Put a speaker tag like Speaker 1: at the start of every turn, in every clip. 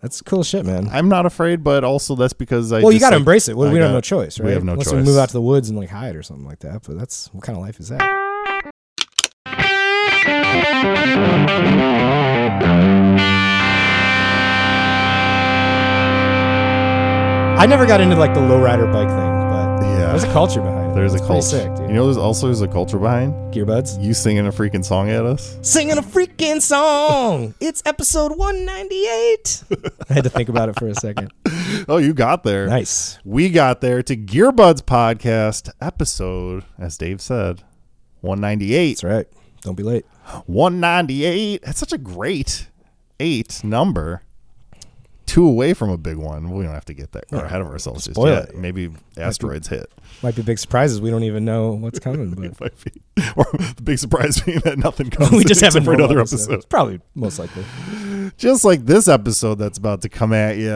Speaker 1: That's cool shit, man.
Speaker 2: I'm not afraid, but also that's because I.
Speaker 1: well, you
Speaker 2: just,
Speaker 1: got to
Speaker 2: like-
Speaker 1: embrace it. We,
Speaker 2: I
Speaker 1: we don't have
Speaker 2: got-
Speaker 1: no choice, right?
Speaker 2: we have no
Speaker 1: Unless
Speaker 2: choice.
Speaker 1: we move out to the woods and like hide or something like that. But that's what kind of life is that? I never got into like the lowrider bike thing, but
Speaker 2: Yeah,
Speaker 1: there's a culture behind it.
Speaker 2: There's a
Speaker 1: It's pretty Sick,
Speaker 2: culture.
Speaker 1: dude.
Speaker 2: you know, there's also there's a culture behind
Speaker 1: Gearbuds
Speaker 2: you singing a freaking song at us.
Speaker 1: singing a freaking song. it's episode 198. I had to think about it for a second.
Speaker 2: Oh, you got there.
Speaker 1: Nice.
Speaker 2: We got there to Gearbuds podcast episode, as Dave said, 198.
Speaker 1: That's right. Don't be late.
Speaker 2: 198. That's such a great eight number. Two away from a big one. We don't have to get that far ahead of ourselves just
Speaker 1: Spoil
Speaker 2: yet.
Speaker 1: it.
Speaker 2: Maybe asteroids hit.
Speaker 1: Might be big surprises. We don't even know what's coming, but
Speaker 2: Might be. Or the big surprise being that nothing comes.
Speaker 1: we just have
Speaker 2: except for
Speaker 1: normal
Speaker 2: another
Speaker 1: It's probably most likely.
Speaker 2: just like this episode that's about to come at you.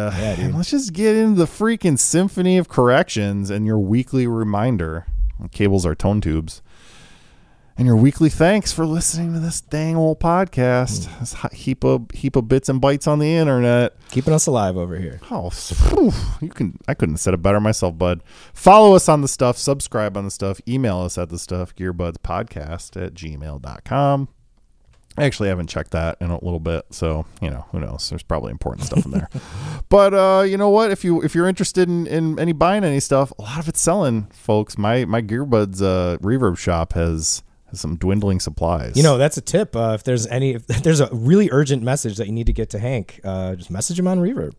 Speaker 2: let's just get into the freaking symphony of corrections and your weekly reminder. Cables are tone tubes. And your weekly thanks for listening to this dang old podcast. This hot heap of heap of bits and bytes on the internet.
Speaker 1: Keeping us alive over here.
Speaker 2: Oh, s- phew, you can. I couldn't have said it better myself, bud. Follow us on the stuff, subscribe on the stuff, email us at the stuff, gearbudspodcast at gmail.com. I actually haven't checked that in a little bit, so you know who knows. There's probably important stuff in there, but uh, you know what? If you if you're interested in, in any buying any stuff, a lot of it's selling, folks. My my Gearbuds uh, Reverb Shop has has some dwindling supplies.
Speaker 1: You know, that's a tip. Uh, if there's any, if there's a really urgent message that you need to get to Hank, uh, just message him on Reverb.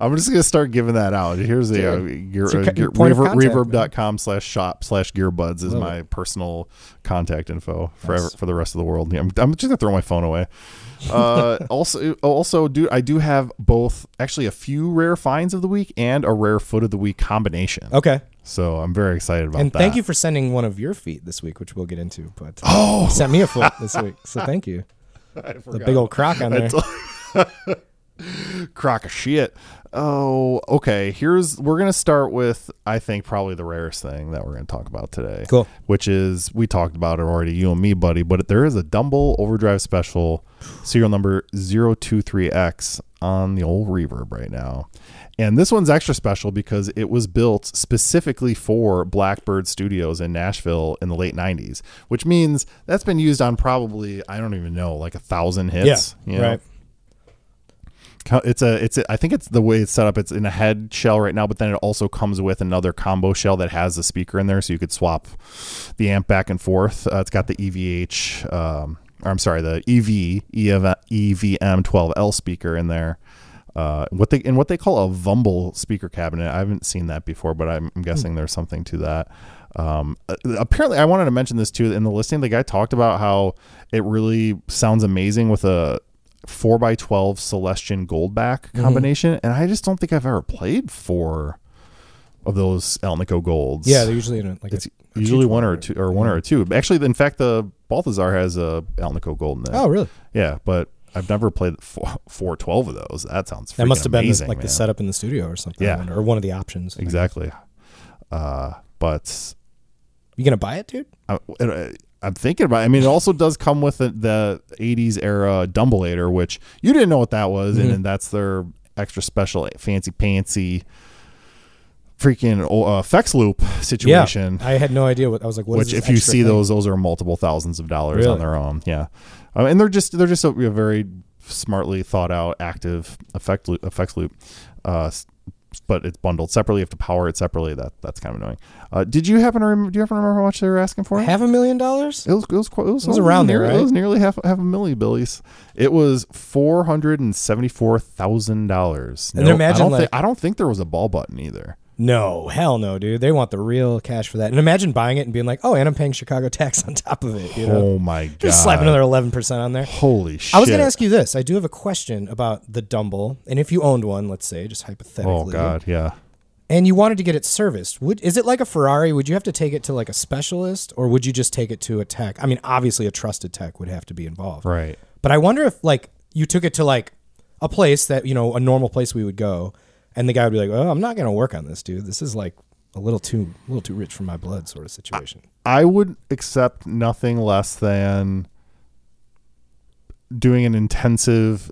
Speaker 2: I'm just gonna start giving that out. Here's the uh, gear,
Speaker 1: It's your
Speaker 2: uh,
Speaker 1: co-
Speaker 2: gear,
Speaker 1: your point of
Speaker 2: reverb,
Speaker 1: contact, man.
Speaker 2: reverb.com slash shop slash gearbuds is my personal contact info for ever, for the rest of the world. Yeah, I'm, I'm just gonna throw my phone away. Uh, also, also, do I do have both actually a few rare finds of the week and a rare foot of the week combination.
Speaker 1: Okay.
Speaker 2: So I'm very excited about
Speaker 1: Oh. And
Speaker 2: that.
Speaker 1: thank you for sending one of your feet this week, which we'll get into. But oh, sent me a foot this week, so thank you. The big old croc on there.
Speaker 2: crock of shit. Oh, okay. Here's we're gonna start with I think probably the rarest thing that we're gonna talk about today.
Speaker 1: Cool.
Speaker 2: Which is we talked about it already, you and me, buddy. But there is a Dumble Overdrive special, serial number 023X on the old Reverb right now, and this one's extra special because it was built specifically for Blackbird Studios in Nashville in the late 90s, which means that's been used on probably I don't even know like a thousand hits. you know?
Speaker 1: right.
Speaker 2: co- it's a it's a, I think it's the way it's set up. It's in a head shell right now, but then it also comes with another combo shell that has a speaker in there, so you could swap the amp back and forth. Uh, it's got the EVH, um, or I'm sorry, the E EV EVM 12L speaker in there. Uh, what they and what they call a Vumble speaker cabinet. I haven't seen that before, but I'm,
Speaker 1: Hmm.
Speaker 2: I'm guessing there's something to that. Um, uh, apparently, I wanted to mention this too in the listing. The guy talked about how it really sounds amazing with a four by twelve Celestian Goldback
Speaker 1: Mm-hmm.
Speaker 2: combination, and I just don't think I've ever played four of those Elnico Golds.
Speaker 1: Yeah, they're usually in a, like.
Speaker 2: it's
Speaker 1: A,
Speaker 2: usually one or two, or one or two. Actually, in fact, the Balthazar has a Elnico Gold in it.
Speaker 1: oh, really?
Speaker 2: yeah, but I've never played four, four twelve of those. That sounds
Speaker 1: That must
Speaker 2: freaking
Speaker 1: have been
Speaker 2: amazing,
Speaker 1: the, like the
Speaker 2: man.
Speaker 1: setup in the studio or something. I
Speaker 2: Yeah.
Speaker 1: wonder, or one of the options.
Speaker 2: exactly. Uh, but
Speaker 1: You gonna buy it, dude?
Speaker 2: I, it- I'm thinking about. It. I mean, it also does come with the, the '80s era Dumbleator, which you didn't know what that was,
Speaker 1: Mm-hmm.
Speaker 2: and, and that's their extra special, fancy pantsy, freaking uh, effects loop situation.
Speaker 1: Yeah, I had no idea what I was like. What is
Speaker 2: which,
Speaker 1: this
Speaker 2: if you
Speaker 1: extra
Speaker 2: see
Speaker 1: thing?
Speaker 2: those, those are multiple thousands of dollars on
Speaker 1: Really?
Speaker 2: their own. Yeah, Uh, and they're just they're just a, a very smartly thought out active effect loop, effects loop. Uh, s- but it's bundled separately. You have to power it separately. That that's kind of annoying. Uh, did you happen to rem- do you happen to remember how much they were asking for?
Speaker 1: half a million dollars,
Speaker 2: It was it was qu- it was,
Speaker 1: was around there,
Speaker 2: near-
Speaker 1: right?
Speaker 2: It was nearly half half a million billies. It was four hundred and seventy four thousand dollars.
Speaker 1: And imagine,
Speaker 2: I don't, thi-
Speaker 1: like-
Speaker 2: I don't think there was a ball button either.
Speaker 1: No, hell no, dude. They want the real cash for that. And imagine buying it and being like, oh, and I'm paying Chicago tax on top of it. You know,
Speaker 2: Oh my god!
Speaker 1: just slap another 11% on there.
Speaker 2: Holy shit!
Speaker 1: I was going to ask you this. I do have a question about the Dumble. And if you owned one, let's say, just hypothetically,
Speaker 2: Oh god! Yeah.
Speaker 1: and you wanted to get it serviced, would is it like a Ferrari? Would you have to take it to like a specialist or would you just take it to a tech? I mean, obviously, a trusted tech would have to be involved.
Speaker 2: Right.
Speaker 1: But I wonder if like you took it to like a place that you know a normal place we would go, and the guy would be like, "Oh, I'm not gonna work on this, dude. This is like a little too a little too rich for my blood," sort of situation.
Speaker 2: I would accept nothing less than doing an intensive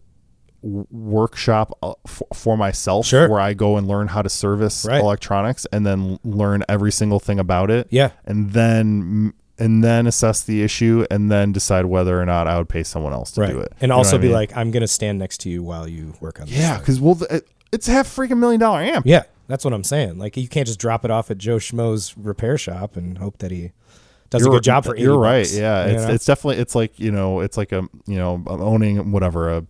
Speaker 2: w- workshop uh, f- for myself
Speaker 1: Sure.
Speaker 2: where I go and learn how to service
Speaker 1: Right.
Speaker 2: electronics and then l- learn every single thing about it.
Speaker 1: Yeah.
Speaker 2: And then and then assess the issue and then decide whether or not I would pay someone else to
Speaker 1: right.
Speaker 2: do it. You
Speaker 1: And
Speaker 2: know
Speaker 1: also
Speaker 2: what I
Speaker 1: be
Speaker 2: mean?
Speaker 1: like, I'm gonna stand next to you while you work on this.
Speaker 2: yeah, because well, th- it's a half freaking million dollar amp.
Speaker 1: Yeah, that's what I'm saying. Like you can't just drop it off at Joe Schmo's repair shop and hope that he does a good job for 80
Speaker 2: you're right
Speaker 1: bucks,
Speaker 2: yeah
Speaker 1: you
Speaker 2: it's
Speaker 1: know?
Speaker 2: it's definitely it's like you know it's like a you know owning whatever a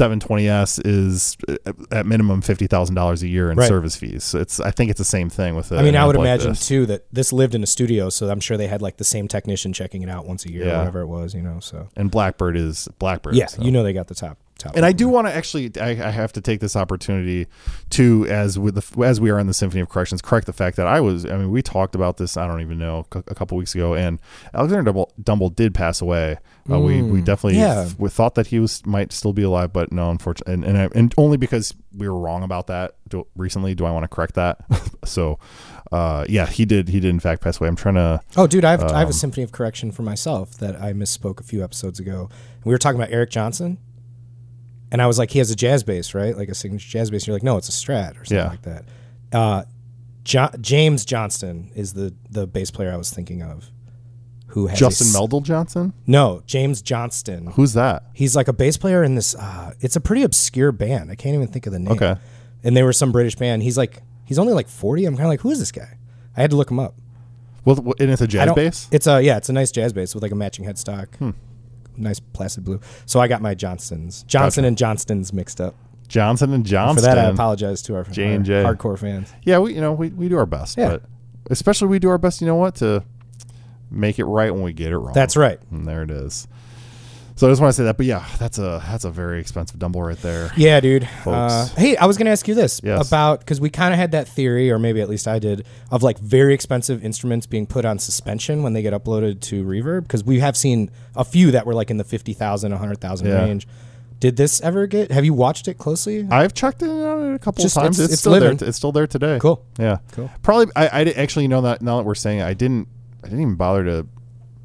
Speaker 2: 720s is uh, at minimum fifty thousand dollars a year in
Speaker 1: Right.
Speaker 2: service fees So it's i think it's the same thing with
Speaker 1: I mean, I would imagine
Speaker 2: like this.
Speaker 1: too that this lived in a studio, so I'm sure they had like the same technician checking it out once a year or
Speaker 2: Yeah.
Speaker 1: whatever it was, you know. So
Speaker 2: and blackbird is blackbird
Speaker 1: yeah,
Speaker 2: so.
Speaker 1: you know they got the top top.
Speaker 2: and I do want to actually, I, I have to take this opportunity to, as with the, as we are in the Symphony of Corrections, correct the fact that I was. I mean, we talked about this. I don't even know c- a couple weeks ago, and Alexander Dumble, Dumble did pass away. Uh, We we definitely
Speaker 1: Mm, Yeah.
Speaker 2: we thought that he was might still be alive, but no, unfortunately, and and, I, and only because we were wrong about that do, recently. Do I want to correct that? so, uh, yeah, he did. He did in fact pass away. I'm trying to.
Speaker 1: Oh, dude, I have I have
Speaker 2: Um,
Speaker 1: a symphony of correction for myself that I misspoke a few episodes ago. We were talking about Eric Johnson, and I was like, he has a jazz bass, right? Like a signature jazz bass. You're like, no, it's a Strat or something
Speaker 2: Yeah.
Speaker 1: like that. Uh, jo- James Johnston is the the bass player I was thinking of, who has a
Speaker 2: Justin
Speaker 1: s-
Speaker 2: Meldal Johnson.
Speaker 1: No, James Johnston.
Speaker 2: Who's that?
Speaker 1: He's like a bass player in this. Uh, it's a pretty obscure band. I can't even think of the name.
Speaker 2: Okay.
Speaker 1: And they were some British band. He's like, he's only like 40. I'm kind of like, who is this guy? I had to look him up.
Speaker 2: Well, th- and it's a
Speaker 1: I
Speaker 2: jazz
Speaker 1: don't-
Speaker 2: bass. Hmm.
Speaker 1: It's a yeah, it's a nice jazz bass with like a matching headstock. Nice placid blue. So I got my Johnsons, Johnson and Johnston's mixed up.
Speaker 2: Johnson and Johnson.
Speaker 1: For that, I apologize to our,
Speaker 2: J
Speaker 1: our
Speaker 2: and J.
Speaker 1: hardcore fans.
Speaker 2: Yeah, we you know we, we do our best,
Speaker 1: Yeah.
Speaker 2: but especially we do our best. You know what to make it right when we get it wrong.
Speaker 1: That's right.
Speaker 2: and there it is. So I just want to say that, but yeah, that's a that's a very expensive Dumble right there.
Speaker 1: Yeah, dude.
Speaker 2: Folks.
Speaker 1: Uh, hey, I was gonna ask you this
Speaker 2: Yes.
Speaker 1: about because we kind of had that theory, or maybe at least I did, of like very expensive instruments being put on suspension when they get uploaded to Reverb. Because we have seen a few that were like in the fifty thousand, a hundred thousand
Speaker 2: Yeah.
Speaker 1: range. Did this ever get? Have you watched it closely?
Speaker 2: I've checked it out a couple
Speaker 1: Just-
Speaker 2: of times.
Speaker 1: it's-
Speaker 2: It's,
Speaker 1: it's
Speaker 2: still
Speaker 1: living.
Speaker 2: there. It's still there today.
Speaker 1: Cool.
Speaker 2: Yeah.
Speaker 1: Cool.
Speaker 2: Probably. I, I di- actually know that now that we're saying it, I didn't. I didn't even bother to.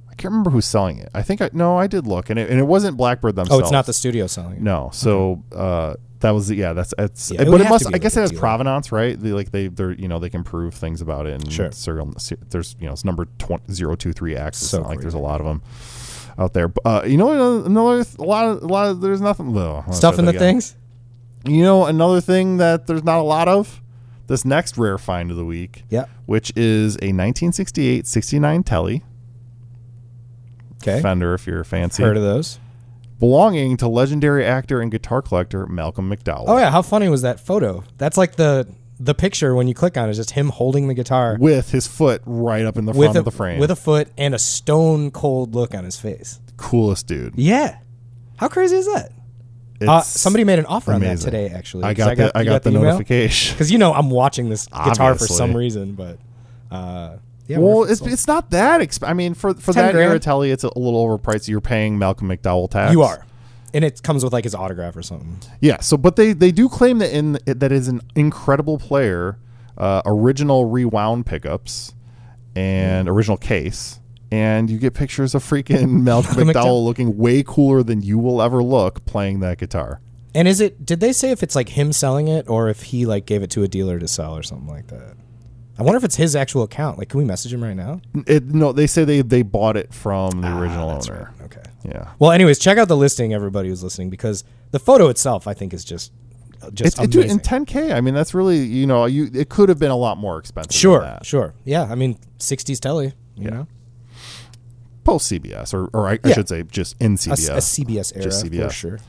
Speaker 2: I can't remember who's selling it. I think I no. I did look, and it, and it wasn't Blackbird
Speaker 1: Oh,
Speaker 2: themselves.
Speaker 1: it's not the studio selling. it.
Speaker 2: No. So uh, that was yeah. That's it's.
Speaker 1: Yeah, it would
Speaker 2: but it
Speaker 1: have
Speaker 2: must.
Speaker 1: to be
Speaker 2: I
Speaker 1: like
Speaker 2: guess
Speaker 1: a
Speaker 2: it has
Speaker 1: dealer.
Speaker 2: provenance, right? They, like they they're you know they can prove things about it. And
Speaker 1: Sure.
Speaker 2: it's serial- there's you know it's number 20, 023 X. It's
Speaker 1: So
Speaker 2: not like there's a
Speaker 1: creepy.
Speaker 2: lot of them out there. But, uh, you know another- another th- a lot of a lot of there's nothing. No, I'll
Speaker 1: Stuff
Speaker 2: say
Speaker 1: in
Speaker 2: that
Speaker 1: the
Speaker 2: again.
Speaker 1: things.
Speaker 2: You know another thing that there's not a lot of. This next rare find of the week.
Speaker 1: Yeah.
Speaker 2: Which is a 1968-69 Telly
Speaker 1: Okay.
Speaker 2: Fender, if you're fancy,
Speaker 1: Heard of those?
Speaker 2: belonging to legendary actor and guitar collector Malcolm McDowell.
Speaker 1: Oh yeah, how funny was that photo? That's like the the picture when you click on it, is just him holding the guitar
Speaker 2: with his foot right up in the front
Speaker 1: with a
Speaker 2: of the frame.
Speaker 1: with a foot and a stone cold look on his face.
Speaker 2: coolest dude.
Speaker 1: Yeah, how crazy is that? Uh,
Speaker 2: It's-
Speaker 1: somebody made an offer on that
Speaker 2: amazing.
Speaker 1: today. Actually,
Speaker 2: I got, the, I got the, notification.
Speaker 1: because you know I'm watching this guitar for
Speaker 2: Obviously.
Speaker 1: some reason, but uh, yeah,
Speaker 2: Well,
Speaker 1: wonderful.
Speaker 2: it's, it's not that. Exp- I mean, for for
Speaker 1: 10
Speaker 2: that
Speaker 1: grand.
Speaker 2: era, Telly, it's a little overpriced. You're paying Malcolm McDowell tax.
Speaker 1: you are, and it comes with like his autograph or something.
Speaker 2: Yeah. So, but they they do claim that in that is an incredible player, uh, original rewound pickups,
Speaker 1: Mm.
Speaker 2: and original case, and you get pictures of freaking Malcolm
Speaker 1: Malcolm McDowell.
Speaker 2: McDowell looking way cooler than you will ever look playing that guitar.
Speaker 1: And is it? Did they say if it's like him selling it or if he like gave it to a dealer to sell or something like that? I wonder if it's his actual account. Like, can we message him right now?
Speaker 2: It, no, they say they they bought it
Speaker 1: Ah,
Speaker 2: from the original owner.
Speaker 1: Okay.
Speaker 2: Yeah.
Speaker 1: Well, anyways, check out the listing, everybody who's listening, because the photo itself, I think, is just uh, just
Speaker 2: It's it, dude,
Speaker 1: amazing.
Speaker 2: in 10k. I mean, that's really you know you it could have been a lot more expensive. than
Speaker 1: sure,
Speaker 2: that.
Speaker 1: sure, yeah. I mean, '60s telly, you know,
Speaker 2: post CBS or or I, I
Speaker 1: Yeah.
Speaker 2: should say just in
Speaker 1: a, s-
Speaker 2: CBS.
Speaker 1: a CBS era
Speaker 2: Just
Speaker 1: for
Speaker 2: CBS.
Speaker 1: sure.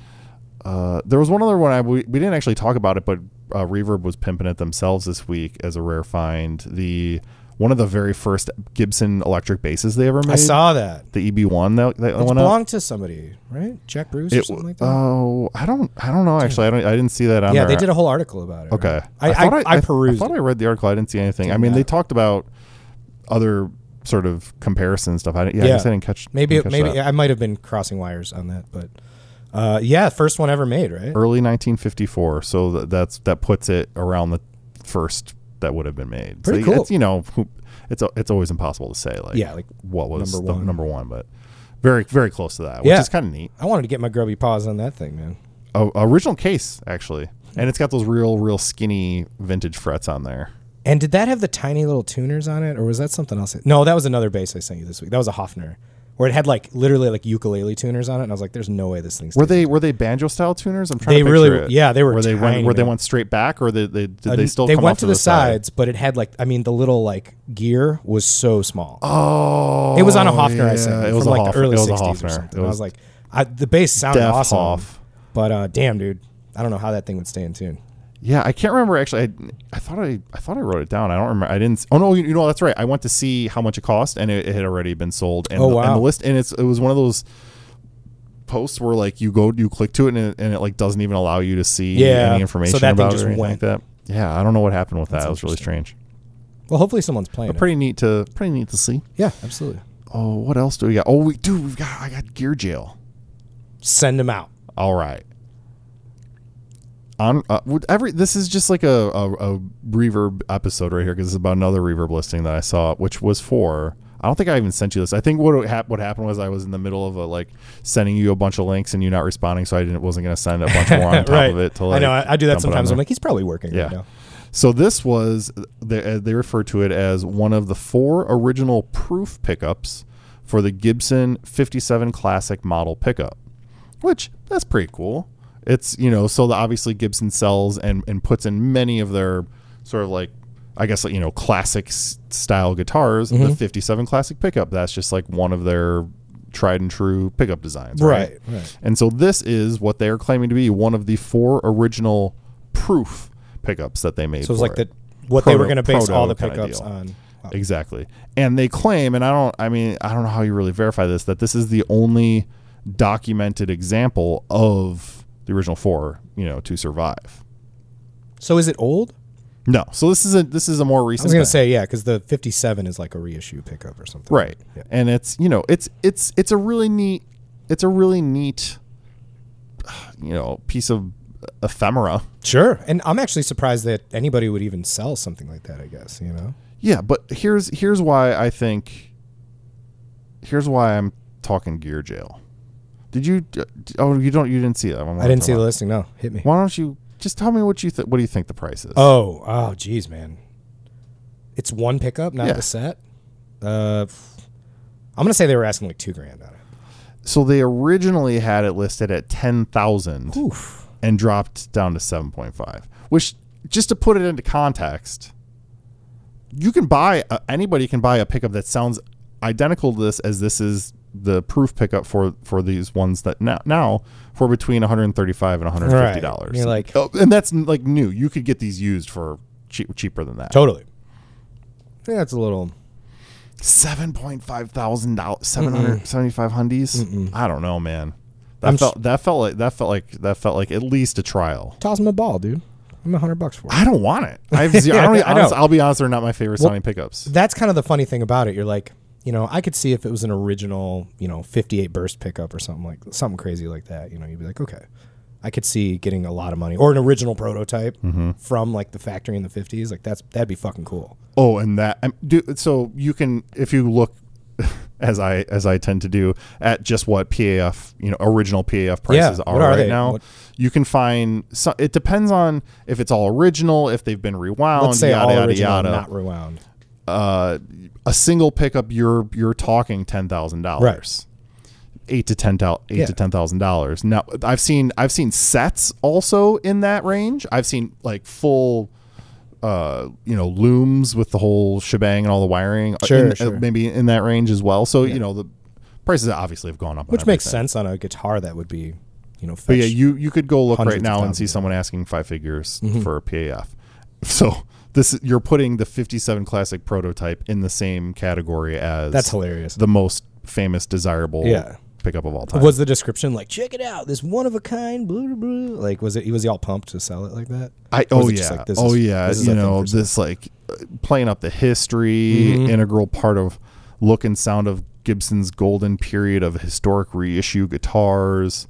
Speaker 2: Uh, there was one other one I we, we didn't actually talk about it, but uh, Reverb was pimping it themselves this week as a rare find. The one of the very first Gibson electric basses they ever made.
Speaker 1: I saw that.
Speaker 2: the EB1 that that
Speaker 1: It
Speaker 2: went up.
Speaker 1: belonged to somebody, right? Jack Bruce or
Speaker 2: It,
Speaker 1: something like that.
Speaker 2: oh, I don't, I don't know. Actually, I don't, I didn't see that on
Speaker 1: yeah,
Speaker 2: there.
Speaker 1: they did a whole article about it. right?
Speaker 2: Okay.
Speaker 1: I I,
Speaker 2: thought
Speaker 1: I, perused.
Speaker 2: I
Speaker 1: it.
Speaker 2: thought I read the article. I didn't see anything. I mean, they talked about other sort of comparison stuff. I didn't, yeah, I
Speaker 1: Yeah.
Speaker 2: guess I didn't catch.
Speaker 1: maybe
Speaker 2: didn't
Speaker 1: it,
Speaker 2: catch
Speaker 1: maybe
Speaker 2: that.
Speaker 1: I might have been crossing wires on that, but uh, yeah, first one ever made, right?
Speaker 2: early 1954. So th- that's that puts it around the first that would have been made.
Speaker 1: Pretty
Speaker 2: so
Speaker 1: cool.
Speaker 2: It's, you know, who- it's a- it's always impossible to say like
Speaker 1: Yeah, like
Speaker 2: what was
Speaker 1: number
Speaker 2: the
Speaker 1: one.
Speaker 2: number one, but very very close to that, which
Speaker 1: Yeah.
Speaker 2: is kind of neat.
Speaker 1: I wanted to get my grubby paws on that thing, man.
Speaker 2: a, original case actually, and it's got those real, real skinny vintage frets on there.
Speaker 1: And did that have the tiny little tuners on it, or was that something else? No, that was another bass I sent you this week. That was a Hofner, where it had like literally like ukulele tuners on it, and I was like, "There's no way this thing's."
Speaker 2: Were they were they banjo style tuners? I'm trying
Speaker 1: They
Speaker 2: to
Speaker 1: really
Speaker 2: picture
Speaker 1: were-
Speaker 2: it.
Speaker 1: yeah, they were
Speaker 2: Where they went
Speaker 1: tiny,
Speaker 2: where they
Speaker 1: man.
Speaker 2: went straight back or they they did they
Speaker 1: Uh,
Speaker 2: still
Speaker 1: they
Speaker 2: come
Speaker 1: went
Speaker 2: up
Speaker 1: to the,
Speaker 2: side?
Speaker 1: sides, but it had like I mean the little like gear was so small.
Speaker 2: Oh,
Speaker 1: it was on a Hofner I sent
Speaker 2: yeah,
Speaker 1: you
Speaker 2: It was
Speaker 1: from
Speaker 2: a
Speaker 1: like
Speaker 2: Hofner.
Speaker 1: the early
Speaker 2: it was a
Speaker 1: 60s or
Speaker 2: Hofner.
Speaker 1: something.
Speaker 2: It
Speaker 1: I
Speaker 2: was
Speaker 1: was like, I, the bass sounded
Speaker 2: Def
Speaker 1: awesome,
Speaker 2: Hoff.
Speaker 1: but uh, damn, dude, I don't know how that thing would stay in tune.
Speaker 2: Yeah, I can't remember actually. I, I thought I I thought I wrote it down. I don't remember. I didn't. Oh no, you, you know that's right. I went to see how much it cost, and it, it had already been sold. And
Speaker 1: Oh,
Speaker 2: the,
Speaker 1: wow.
Speaker 2: And the list, and it's it was one of those posts where like you go, you click to it, and it, and it like doesn't even allow you to see
Speaker 1: Yeah,
Speaker 2: any information
Speaker 1: so that thing
Speaker 2: about
Speaker 1: just
Speaker 2: it or anything
Speaker 1: went.
Speaker 2: like that. Yeah, I don't know what happened with that. It was really strange.
Speaker 1: Well, hopefully someone's playing. it.
Speaker 2: Pretty neat to pretty neat to see.
Speaker 1: Yeah, absolutely.
Speaker 2: Oh, what else do we got? Oh, we do. We've got I got Gear Jail.
Speaker 1: Send them out.
Speaker 2: All right. On uh, would every this is just like a, a, a reverb episode right here because it's about another reverb listing that I saw, which was for. I don't think I even sent you this. I think what hap- what happened was I was in the middle of a like sending you a bunch of links and you not responding, so I didn't wasn't gonna send a bunch more on top
Speaker 1: right.
Speaker 2: of it. To,
Speaker 1: I
Speaker 2: like,
Speaker 1: know. I, I do that
Speaker 2: dump it on
Speaker 1: sometimes.
Speaker 2: there.
Speaker 1: I'm like, he's probably working right
Speaker 2: Yeah.
Speaker 1: now.
Speaker 2: So this was they, uh, they refer to it as one of the four original proof pickups for the Gibson 57 Classic model pickup, which that's pretty cool. It's you know so the, obviously Gibson sells and and puts in many of their sort of like I guess like, you know classic s- style guitars the 57 Classic pickup that's just like one of their tried and true pickup designs
Speaker 1: Right. Right.
Speaker 2: and so this is what they are claiming to be one of the four original proof pickups that they made.
Speaker 1: So it was
Speaker 2: for
Speaker 1: like the what they were
Speaker 2: Proto-
Speaker 1: going to base all the
Speaker 2: proto kinda
Speaker 1: pickups
Speaker 2: deal.
Speaker 1: on. oh. Wow.
Speaker 2: Exactly. And they claim, and I don't, I mean, I don't know how you really verify this, that this is the only documented example of the original four, you know, to survive.
Speaker 1: So is it old?
Speaker 2: No. So this is a this is a more
Speaker 1: I
Speaker 2: recent.
Speaker 1: was going to
Speaker 2: thing.
Speaker 1: say yeah, because the 57 is like a reissue pickup or something.
Speaker 2: right
Speaker 1: Yeah.
Speaker 2: and it's you know it's it's it's a really neat it's a really neat you know piece of ephemera
Speaker 1: Sure. And I'm actually surprised that anybody would even sell something like that. I guess you know.
Speaker 2: Yeah, but here's here's why I think. Here's why I'm talking gear jail. Did you? d- Oh, you don't. You didn't see that one.
Speaker 1: I didn't see the listing. No, hit me.
Speaker 2: Why don't you just tell me what you think? What do you think the price is?
Speaker 1: Oh, oh, geez, man. It's one pickup, not
Speaker 2: Yeah.
Speaker 1: the set. Uh, f- I'm gonna say they were asking like two grand on it.
Speaker 2: so they originally had it listed at ten thousand
Speaker 1: Oof.
Speaker 2: and dropped down to seven point five. Which, just to put it into context, you can buy uh, anybody can buy a pickup that sounds identical to this as this is the proof pickup for for these ones that now now for between 135 and 150 dollars
Speaker 1: Right. You're like-
Speaker 2: Oh, and that's like new you could get these used for cheap, cheaper than that
Speaker 1: Totally. Yeah, that's a little.
Speaker 2: 7.5 thousand dollars 700 75 hundies i don't know man that
Speaker 1: I'm
Speaker 2: felt that felt like that felt like that felt like at least a trial
Speaker 1: Toss him a ball, dude. I'm a hundred bucks for it.
Speaker 2: i don't want it i've ze- I don't, e,
Speaker 1: Yeah, I know.
Speaker 2: honest, i'll be honest they're not my favorite sounding pickups
Speaker 1: That's kind of the funny thing about it. You're like, you know, I could see if it was an original, you know, 58 burst pickup or something like something crazy like that. You know, you'd be like, okay, I could see getting a lot of money or an original prototype
Speaker 2: Mm-hmm.
Speaker 1: from like the factory in the 50s. Like that's that'd be fucking cool.
Speaker 2: Oh, and that I'm, do, so you can if you look as I as I tend to do at just what PAF you know original PAF prices
Speaker 1: Yeah,
Speaker 2: are,
Speaker 1: what are
Speaker 2: right
Speaker 1: they?
Speaker 2: now.
Speaker 1: What-
Speaker 2: You can find so it depends on if it's all original, if they've been rewound,
Speaker 1: Let's say
Speaker 2: yada
Speaker 1: all
Speaker 2: yada
Speaker 1: original,
Speaker 2: yada.
Speaker 1: not rewound.
Speaker 2: uh, a single pickup, you're you're talking ten thousand dollars. Eight to ten thousand, eight
Speaker 1: Yeah.
Speaker 2: to ten thousand dollars. Now, I've seen I've seen sets also in that range. I've seen like full, uh, you know, looms with the whole shebang and all the wiring. uh,
Speaker 1: Sure,
Speaker 2: in- uh,
Speaker 1: sure.
Speaker 2: maybe in that range as well. So you know, the prices obviously have gone up, on
Speaker 1: Which makes
Speaker 2: everything.
Speaker 1: sense on a guitar that would be, you know, fetch.
Speaker 2: But yeah, you you could go look right
Speaker 1: hundreds of
Speaker 2: now and
Speaker 1: thousands Mm-hmm.
Speaker 2: see someone asking five figures for a PAF. So this you're putting the 57 classic prototype in the same category as
Speaker 1: That's hilarious.
Speaker 2: The most famous desirable
Speaker 1: Yeah.
Speaker 2: pickup of all time.
Speaker 1: was the description like, check it out, this one of a kind, blah, blah, blah. Like, was it? Was he all pumped to sell it like that?
Speaker 2: I
Speaker 1: Or
Speaker 2: oh
Speaker 1: was it just
Speaker 2: yeah
Speaker 1: like, this
Speaker 2: oh
Speaker 1: is-
Speaker 2: yeah
Speaker 1: this is
Speaker 2: you
Speaker 1: a thing
Speaker 2: know
Speaker 1: for sale?
Speaker 2: this like uh, playing up the history
Speaker 1: Mm-hmm.
Speaker 2: integral part of look and sound of Gibson's golden period of historic reissue guitars.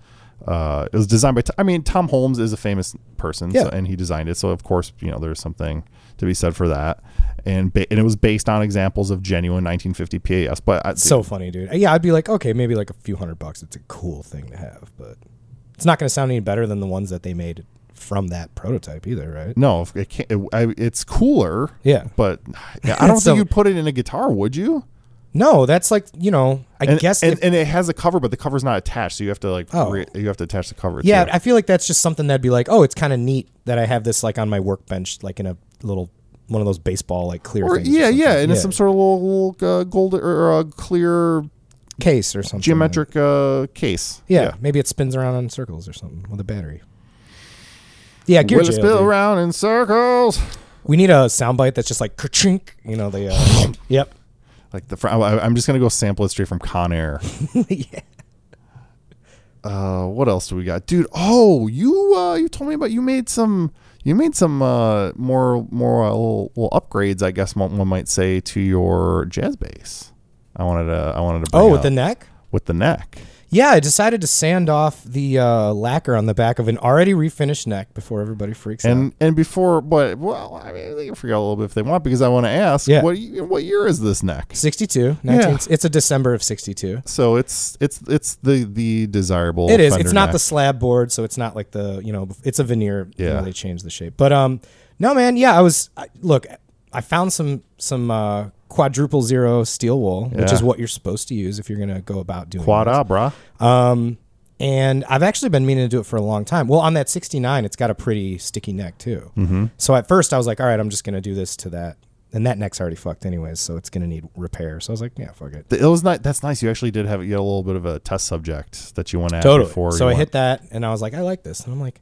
Speaker 2: Uh, it was designed by T- I mean Tom Holmes is a famous person so,
Speaker 1: Yeah.
Speaker 2: and he designed it so of course you know there's something to be said for that and ba- and it was based on examples of genuine 1950 PAS but I,
Speaker 1: so funny, dude. Yeah, I'd be like, okay, maybe like a few hundred bucks. It's a cool thing to have, but It's not going to sound any better than the ones that they made from that prototype either, right?
Speaker 2: No, if it can't. It, I, it's cooler.
Speaker 1: Yeah.
Speaker 2: But I don't
Speaker 1: So-
Speaker 2: think you'd put it in a guitar, would you?
Speaker 1: No, that's like you know. I
Speaker 2: And,
Speaker 1: guess.
Speaker 2: and,
Speaker 1: if,
Speaker 2: and it has a cover, but the cover's not attached, so you have to like
Speaker 1: Oh.
Speaker 2: re- you have to attach the cover.
Speaker 1: yeah,
Speaker 2: to it.
Speaker 1: I feel like that's just something that'd be like, oh, it's kind of neat that I have this like on my workbench, like in a little one of those baseball like clear.
Speaker 2: or
Speaker 1: things or
Speaker 2: yeah,
Speaker 1: something.
Speaker 2: yeah, and it's some sort of little, little uh, gold or uh, clear
Speaker 1: case or something.
Speaker 2: geometric uh, case.
Speaker 1: Yeah, maybe it spins around in circles or something with a battery. Yeah, gear
Speaker 2: Will it
Speaker 1: jail,
Speaker 2: spin
Speaker 1: dude.
Speaker 2: around in circles?
Speaker 1: We need a soundbite that's just like kerchink. You know the. Uh, yep.
Speaker 2: Like the fr- I, I'm just gonna go sample it straight from Con Air.
Speaker 1: yeah.
Speaker 2: Uh, what else do we got, dude? Oh, you uh, you told me about you made some you made some uh, more more uh, little, little upgrades, I guess one, one might say, to your jazz bass. I wanted to I wanted to bring
Speaker 1: Oh, with
Speaker 2: up.
Speaker 1: the neck.
Speaker 2: with the neck.
Speaker 1: Yeah, I decided to sand off the uh, lacquer on the back of an already refinished neck before everybody freaks out.
Speaker 2: And and before, but well, I mean, they can figure out a little bit if they want because I want to ask,
Speaker 1: Yeah.
Speaker 2: what ye- what year is this neck?
Speaker 1: 62. 19, It's a December of 62.
Speaker 2: So it's it's it's the the desirable.
Speaker 1: It is.
Speaker 2: Fender
Speaker 1: It's not
Speaker 2: neck.
Speaker 1: the slab board, so it's not like the you know it's a veneer. you know,
Speaker 2: Yeah.
Speaker 1: they changed the shape, but um, no man, yeah, I was I, look, I found some some uh, quadruple zero steel wool, which
Speaker 2: Yeah.
Speaker 1: is what you're supposed to use if you're gonna go about doing
Speaker 2: quad
Speaker 1: this.
Speaker 2: abra.
Speaker 1: Um, and I've actually been meaning to do it for a long time. Well, on that 69, it's got a pretty sticky neck too. Mm-hmm. So at first I was like, all right, I'm just gonna do this to that, and that neck's already fucked anyways, so it's gonna need repair. So I was like, yeah, fuck it.
Speaker 2: It was not. That's nice. You actually did have you had a little bit of a test subject that you went at
Speaker 1: totally.
Speaker 2: before.
Speaker 1: so
Speaker 2: you
Speaker 1: I
Speaker 2: went-
Speaker 1: hit that, and I was like, I like this, and I'm like,